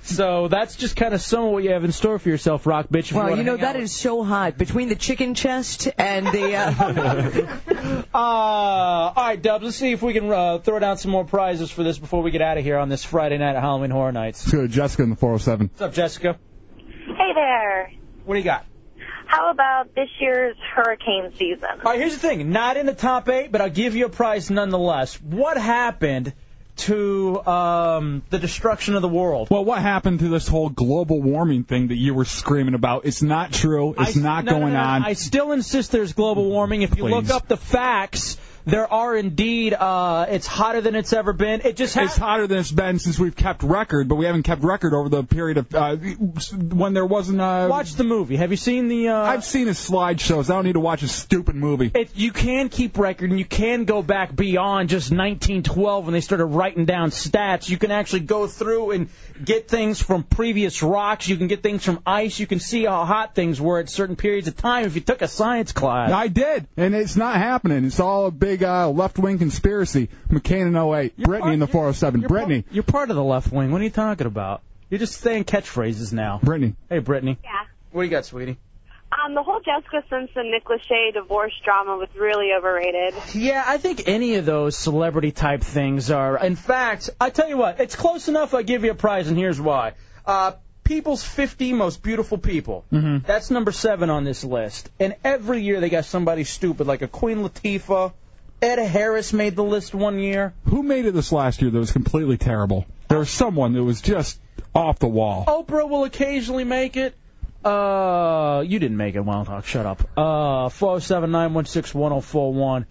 S2: So that's just kind of some of what you have in store for yourself, Rock Bitch. If
S18: Wow,
S2: you,
S18: you know that is so hot between the chicken chest and the. Uh,
S2: Uh, all right, Dubs, let's see if we can uh, throw down some more prizes for this before we get out of here on this Friday night at Halloween Horror Nights.
S1: Let's go to Jessica in the 407.
S2: What's up, Jessica?
S11: Hey there.
S2: What do you got?
S11: How about this year's hurricane season?
S2: All right, here's the thing. Not in the top eight, but I'll give you a prize nonetheless. What happened to um, the destruction of the world?
S1: Well, what happened to this whole global warming thing that you were screaming about? It's not true. It's not
S2: No, no,
S1: going
S2: no, no.
S1: on.
S2: I still insist there's global warming. If you look
S1: Please.
S2: up the facts, there are indeed. Uh, it's hotter than it's ever been. It just
S1: it's hotter than it's been since we've kept record, but we haven't kept record over the period of uh, when there wasn't. Uh,
S2: Watch the movie. Have you seen the? Uh...
S1: I've seen his slideshows. I don't need to watch a stupid movie.
S2: It, you can keep record and you can go back beyond just 1912 when they started writing down stats. You can actually go through and get things from previous rocks. You can get things from ice. You can see how hot things were at certain periods of time if you took a science class.
S1: I did, and it's not happening. It's all a big uh, left-wing conspiracy. McCain in 08, Brittany in the 407. Brittany.
S2: You're part of the left wing. What are you talking about? You're just saying catchphrases now.
S1: Brittany.
S2: Hey, Brittany.
S11: Yeah.
S2: What do you got, sweetie?
S11: Um, the whole Jessica Simpson Nick Lachey divorce drama was really overrated.
S2: Yeah, I think any of those celebrity type things are. In fact, I tell you what, it's close enough. I give you a prize, and here's why. Uh, people's 50 most beautiful people.
S22: Mhm.
S2: That's number seven on this list. And every year they got somebody stupid, like a Queen Latifah. Ed Harris made the list one year.
S1: Who made it this last year that was completely terrible? There was someone that was just off the wall.
S2: Oprah will occasionally make it. Uh, you didn't make it, Wild Hawk. Shut up. Uh, four seven nine one six one zero four one.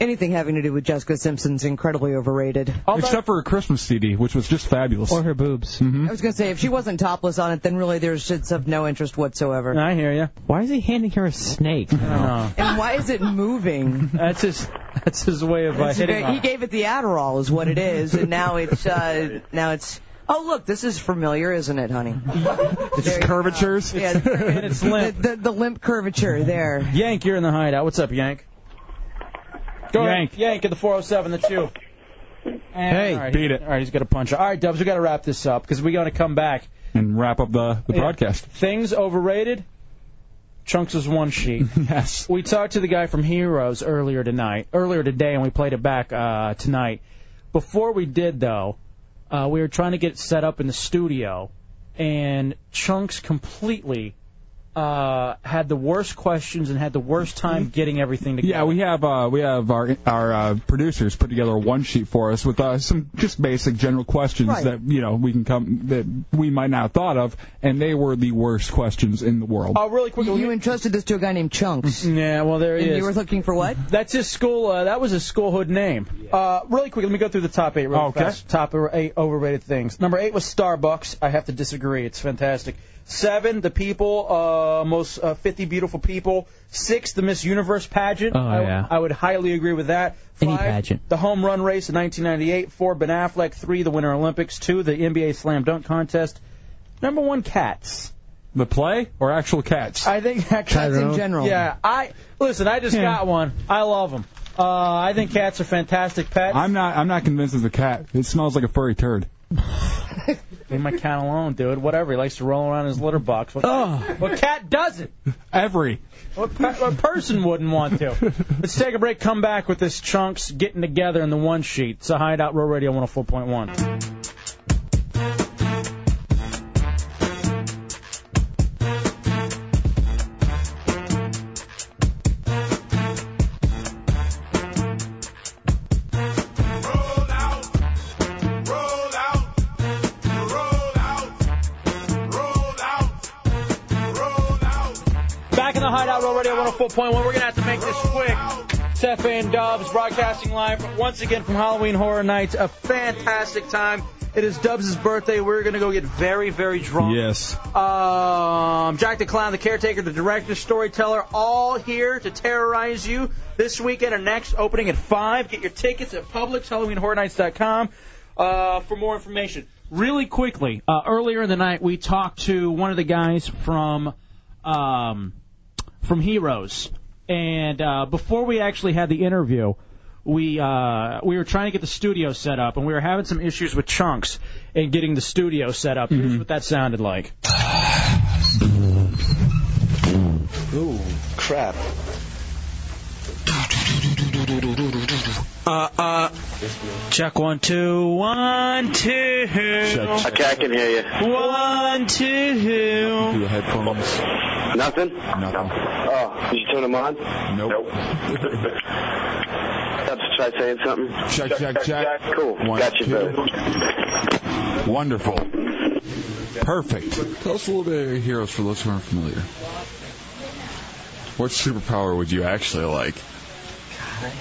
S18: anything having to do with Jessica Simpson's incredibly overrated.
S1: Except for her Christmas CD, which was just fabulous. Mm-hmm.
S18: Or
S1: her
S2: boobs.
S18: I was gonna say if she wasn't topless on it, then really there's shit's of no interest whatsoever.
S2: I hear you.
S5: Why is he handing her a snake?
S18: And why is it moving?
S2: That's his. That's his way of uh,
S18: It's
S2: hitting.
S18: very- he gave it the Adderall, is what it is, and now it's uh, now it's. Oh look, this is familiar, isn't it, honey?
S1: It's curvatures.
S18: Yeah,
S2: and it's limp.
S18: The, the, the limp curvature there.
S2: Yank, you're in the hideout. What's up, Yank? Go Yank. Ahead. Yank at the 407. That's you. hey, beat it. All right, he's got a punch. All right, Dubs, we got to wrap this up because we got to come back.
S1: And wrap up the, the
S2: Yeah.
S1: broadcast.
S2: Things overrated. Chunks is one sheet.
S1: yes.
S2: We talked to the guy from Heroes earlier tonight, earlier today, and we played it back uh, tonight. Before we did, though, uh, we were trying to get it set up in the studio, and Chunks completely uh, had the worst questions and had the worst time getting everything together.
S1: Mm-hmm. Yeah, we have uh, we have our our uh, producers put together a one sheet for us with uh, some just basic general questions
S2: Right.
S1: that you know we can come that we might not have thought of, and they were the worst questions in the world.
S2: Oh, really quick.
S18: You entrusted this to a guy named Chunks.
S2: Yeah, well, there he
S18: and
S2: is.
S18: you were looking for what?
S2: That's his school. Uh, that was his schoolhood name. Uh, really quick, let me go through the top eight
S5: Oh,
S2: really
S1: Okay.
S2: fast. Top eight overrated things. Number eight was Starbucks. I have to disagree. It's fantastic. Seven, the people, uh, most uh, 50 beautiful people. Six, the Miss Universe pageant.
S5: Oh,
S2: I,
S5: yeah.
S2: I would highly agree with that. Five,
S5: Any pageant.
S2: the home run race in 1998. Four, Ben Affleck. Three, the Winter Olympics. Two, the NBA slam dunk contest. Number one, cats.
S1: The play or actual cats?
S2: I think cats
S1: Cats in general.
S2: Yeah, I listen. I just got one. I love them. Uh, I think cats are fantastic pets.
S1: I'm not I'm not convinced it's a cat. It smells like a furry turd.
S2: Leave my cat alone, dude. Whatever. He likes to roll around in his litter box. What, Oh. what cat doesn't?
S1: Every.
S2: What, pe- what person wouldn't want to? Let's take a break. Come back with this chunks getting together in the one sheet. It's a hideout. Row Radio 104.1. the Hideout Road Radio 104.1. We're going to have to make this quick. Seth and Dubs broadcasting live once again from Halloween Horror Nights. A fantastic time. It is Dubs' birthday. We're going to go get very, very drunk.
S17: Yes.
S2: Um, Jack the Clown, the caretaker, the director, storyteller, all here to terrorize you this weekend and next, opening at 5. Get your tickets at Publix, HalloweenHorrorNights.com uh, for more information. Really quickly, uh, earlier in the night, we talked to one of the guys from um, from Heroes, and uh, before we actually had the interview, we uh, we were trying to get the studio set up, and we were having some issues with chunks and getting the studio set up. Here's what that sounded like.
S13: Ooh, crap.
S2: Uh, uh. Check one, two, one, two.
S13: Okay, I can hear you.
S2: One, two.
S13: Your headphones. Nothing? Nothing. Oh, did you turn them on? Nope. nope. Have to try saying something.
S25: Check, check, check.
S13: Cool.
S25: One,
S13: Got you,
S25: two.
S13: brother.
S1: Wonderful. Perfect. Tell us a little bit about your heroes for those who aren't familiar. What superpower would you actually like?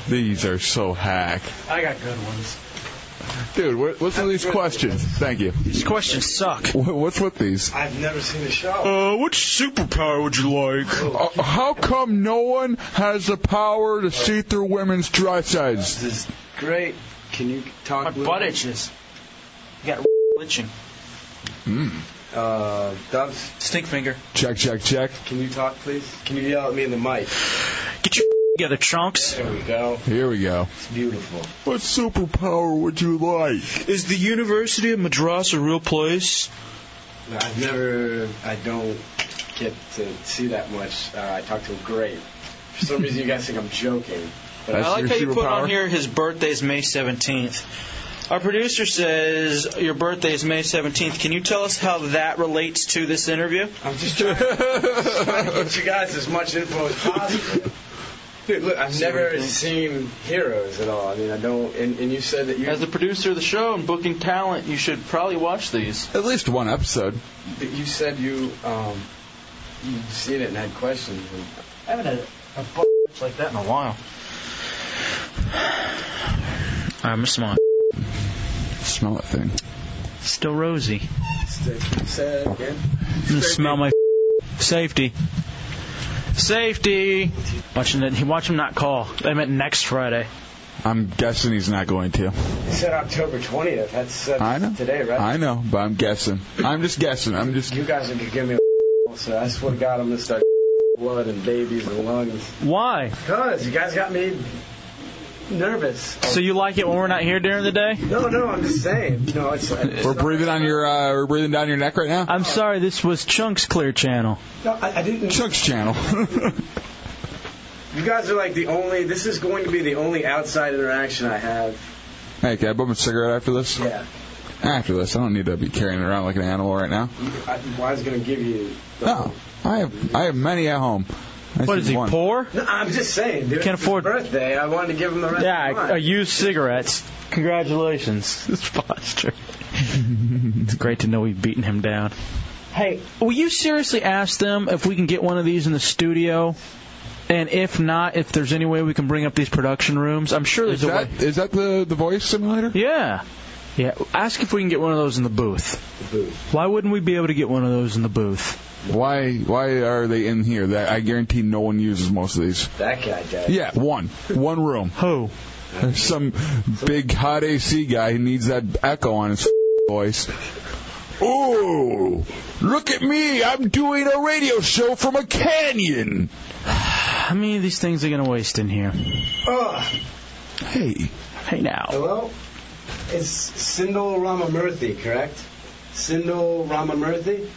S1: These are so hack.
S2: I got good ones.
S1: Dude, what, what's with these questions? Thank you. These
S2: questions suck.
S1: What's with these?
S24: I've never seen a show.
S1: Uh, which superpower would you like? Uh, how come no one has the power to see through women's dry sides?
S24: Great. Can you talk?
S2: My butt itches. You got itching.
S1: Mm.
S24: Uh, Dubs.
S2: Stink finger.
S1: Check, check, check.
S24: Can you talk, please? Can you yell at me in the mic?
S2: Get your together, chunks.
S24: There we go.
S1: Here we go.
S24: It's beautiful.
S1: What superpower would you like?
S2: Is the University of Madras a real place?
S24: I've never. I don't get to see that much. Uh, I talk to him great. For some reason, you guys think I'm joking. But
S2: I like how you put on here his birthday is May 17th. Our producer says your birthday is May 17th. Can you tell us how that relates to this interview?
S24: I'm just trying, just trying to get you guys as much info as possible. Dude, look, I've never seen heroes at all. I mean, I don't. And, and you said that you.
S2: As the producer of the show and booking talent, you should probably watch these.
S1: At least one episode.
S24: You said you um, you'd seen it and had questions.
S2: I haven't had a butt like that in a while. I'm a smart.
S1: Smell that thing.
S2: Still rosy.
S24: Say it again.
S2: I'm gonna smell my safety. Safety. Watching that. Watch him not call. They meant next Friday.
S1: I'm guessing he's not going to.
S24: You said October 20th. That's, uh
S1: I know.
S24: today, right?
S1: I know, but I'm guessing. I'm just guessing. I'm just.
S24: You guys are gonna give me. A so I swear to God, I'm gonna start blood and babies and lungs.
S2: Why?
S24: Cause you guys got me nervous.
S2: So you like it when we're not here during the day?
S24: No, no, I'm just saying. No, it's. uh, it's
S1: We're breathing on your. Uh, we're breathing down your neck right now.
S2: I'm sorry. This was Chunk's Clear Channel.
S24: no, I, I didn't.
S1: Chuck's channel.
S24: You guys are like the only. This is going to be the only outside interaction I have.
S1: hey, can I bum a cigarette after this?
S24: Yeah.
S1: After this, I don't need to be carrying it around like an animal right now.
S24: You- I, Why's gonna give you?
S1: No, I have. I have many at home. I
S2: What
S1: see
S2: is he
S1: Oh. one.
S2: poor?
S24: No, I'm just saying, dude.
S2: Can't
S24: it's his
S2: afford-
S24: birthday. I wanted to give him the rest.
S2: Yeah,
S24: of
S2: I,
S24: mine.
S2: I used cigarettes. Congratulations, this Foster. it's great to know we've beaten him down. Hey, will you seriously ask them if we can get one of these in the studio? And if not, if there's any way we can bring up these production rooms, I'm sure there's
S1: Is
S2: a way.
S1: that is that the the voice simulator?
S2: Yeah. Yeah. Ask if we can get one of those in the booth. Why wouldn't we be able to get one of those in the booth?
S1: Why why are they in here? That I guarantee no one uses most of these.
S24: That guy does.
S1: Yeah, one one room.
S2: Who?
S1: Some big hot AC guy who needs that echo on his voice. Ooh, look at me! I'm doing a radio show from a canyon.
S2: How many of these things are going to waste in here?
S24: Ugh.
S1: Hey.
S2: Hey now.
S24: Hello. It's Sindel Ramamurthy, correct? Sindel Ramamurthy.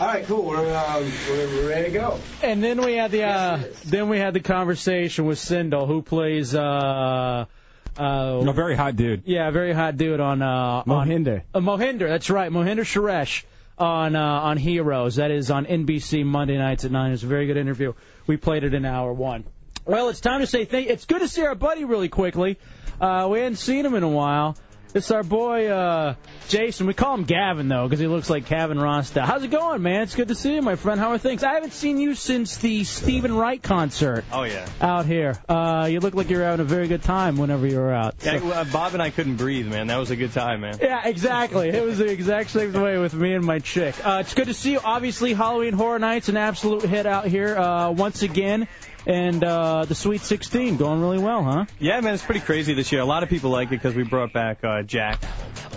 S24: All right, cool. We're um, we're ready to go.
S2: And then we had the uh, then we had the conversation with Sindel, who plays uh, uh,
S17: A very hot dude.
S2: yeah, very hot dude on uh, Mohinder. On, uh, Mohinder, that's right, Mohinder Suresh on uh, on Heroes. That is on NBC Monday nights at nine. It's a very good interview. We played it in hour one. Well, it's time to say thank. It's good to see our buddy really quickly. Uh, we hadn't seen him in a while, It's our boy uh, Jason. We call him Gavin though, because he looks like Gavin Rostow. How's it going, man? It's good to see you, my friend. How are things? I haven't seen you since the Stephen Wright concert.
S23: Oh, yeah.
S2: Out here, uh, you look like you're having a very good time whenever you're out.
S23: Yeah, well, Bob and I couldn't breathe, man. That was a good time, man.
S2: Yeah, exactly. It was the exact same way with me and my chick. Uh, it's good to see you. Obviously, Halloween Horror Nights an absolute hit out here uh, once again, and uh, the Sweet 16 going really well, huh?
S23: Yeah, man, it's pretty crazy this year. A lot of people like it because we brought back uh, Jack.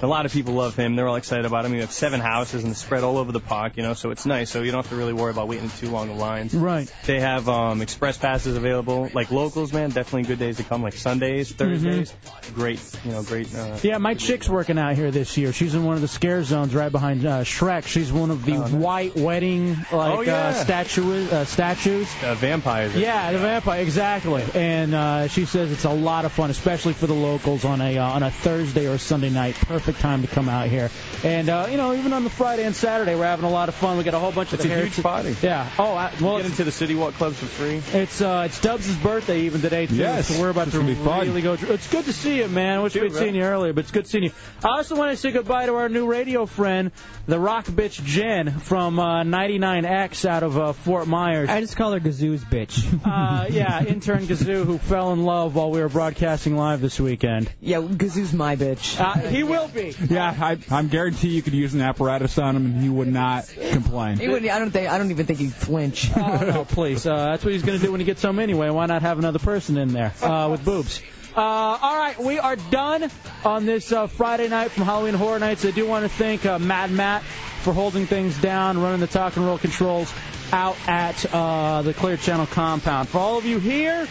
S23: A lot of people love him. They're all excited about him. We have seven houses and they're spread all over the park, you know, so it's nice. So you don't have to really worry about waiting too long in lines.
S2: Right.
S23: They have um, express passes available. Like locals, man, definitely good days to come. Like Sundays, Thursdays, great, you know, great. Uh,
S2: Mm-hmm. Yeah, my chick's working out here this year. She's in one of the scare zones right behind uh, Shrek. She's one of the white wedding like
S23: Oh, yeah.
S2: uh, statues. Uh, statues.
S23: uh, vampires.
S2: Yeah, the vampire exactly. And uh, she says it's a lot of fun, especially for the locals on a uh, on a Thursday or Sunday night. Perfect time to come out here. And uh, you know, even on the Friday and Saturday, we're having a lot of fun. We got a whole bunch of
S23: It's
S2: the
S23: a huge
S2: heritage-
S23: party.
S2: Yeah. Oh, I, well,
S23: get into the City Walk clubs for free.
S2: It's uh, it's Dubs' birthday even today too,
S23: Yes,
S2: so we're about
S23: this
S2: to
S23: will be fun.
S2: really go. Through. It's good to see you, man. I wish
S23: Too,
S2: we'd
S23: right?
S2: seen you earlier, but it's good seeing you. I also want to say goodbye to our new radio friend, the rock bitch Jen from uh, 99X out of uh, Fort Myers. I
S7: just call her Gazoo's bitch.
S2: uh, yeah, intern Gazoo who fell in love while we were broadcasting live this weekend.
S18: Yeah, Gazoo's my bitch.
S2: Uh, he will be.
S1: Yeah, I, I'm guarantee you could use an apparatus on him and he would not complain.
S18: He wouldn't, I don't think. I don't even think he'd flinch.
S2: Oh, no, please. Uh, that's what he's going to do when he gets home anyway. Why not have another person in there uh, with boobs? Uh, all right, we are done on this uh, Friday night from Halloween Horror Nights. I do want to thank uh, Mad Matt for holding things down, running the talk and roll controls out at uh, the Clear Channel compound. For all of you here,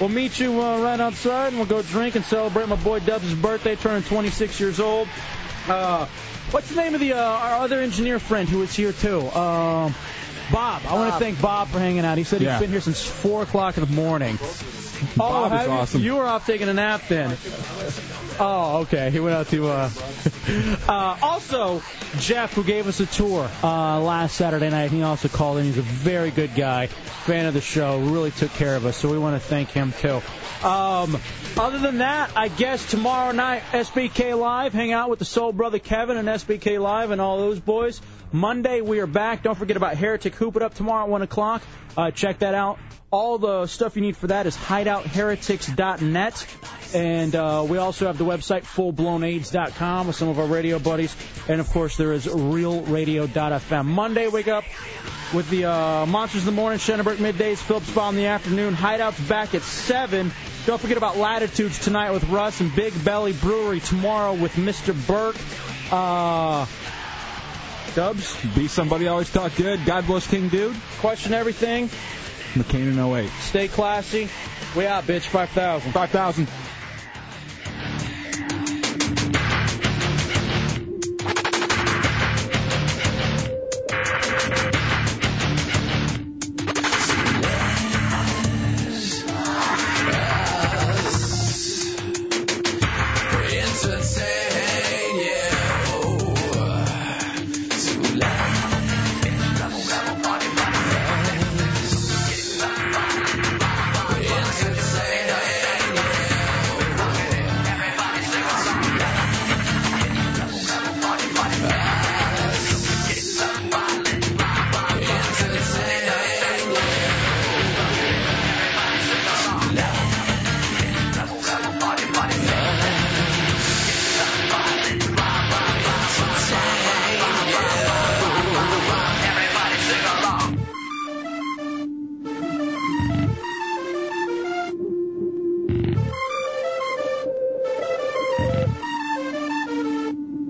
S2: we'll meet you uh, right outside and we'll go drink and celebrate my boy Dubs' birthday, turning 26 years old. Uh, what's the name of the uh, our other engineer friend who is here too? Um, Bob. I want to
S1: Bob.
S2: thank Bob for hanging out. He said
S1: Yeah.
S2: he's been here since four o'clock in the morning.
S1: Bob
S2: oh,
S1: is
S2: have you-
S1: awesome.
S2: You were off taking a nap then. Oh, okay. He went out to. Uh, uh, also, Jeff, who gave us a tour uh, last Saturday night, he also called in. He's a very good guy, fan of the show, really took care of us, so we want to thank him too. Um, other than that, I guess tomorrow night, SBK Live, hang out with the Soul Brother Kevin and SBK Live and all those boys. Monday, we are back. Don't forget about Heretic Hoop It Up tomorrow at 1 o'clock. Uh, check that out. All the stuff you need for that is hideoutheretics.net. And uh, we also have the website fullblownaids.com with some of our radio buddies. And of course, there is realradio.fm. Monday, wake up with the uh, Monsters in the morning, Shenneberg middays, Phillips Spa in the afternoon, Hideouts back at 7. Don't forget about Latitudes tonight with Russ and Big Belly Brewery tomorrow with Mr. Burke. Uh, Dubs.
S1: Be somebody always talk good. God bless King Dude.
S2: Question everything.
S1: McCain in 08.
S2: Stay classy. We out, bitch. 5,000.
S1: 5,000.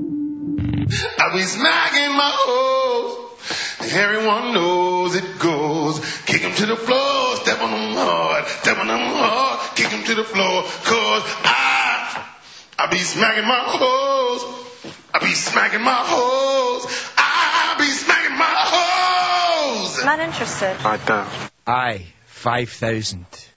S16: I be smacking my hoes. Everyone knows it goes. Kick 'em to the floor, step on 'em hard, step on 'em hard, kick 'em to the floor. Cause I, I be smacking my hoes. I be smacking my hoes. I be smacking my hoes.
S19: Not interested.
S20: I, 5,000.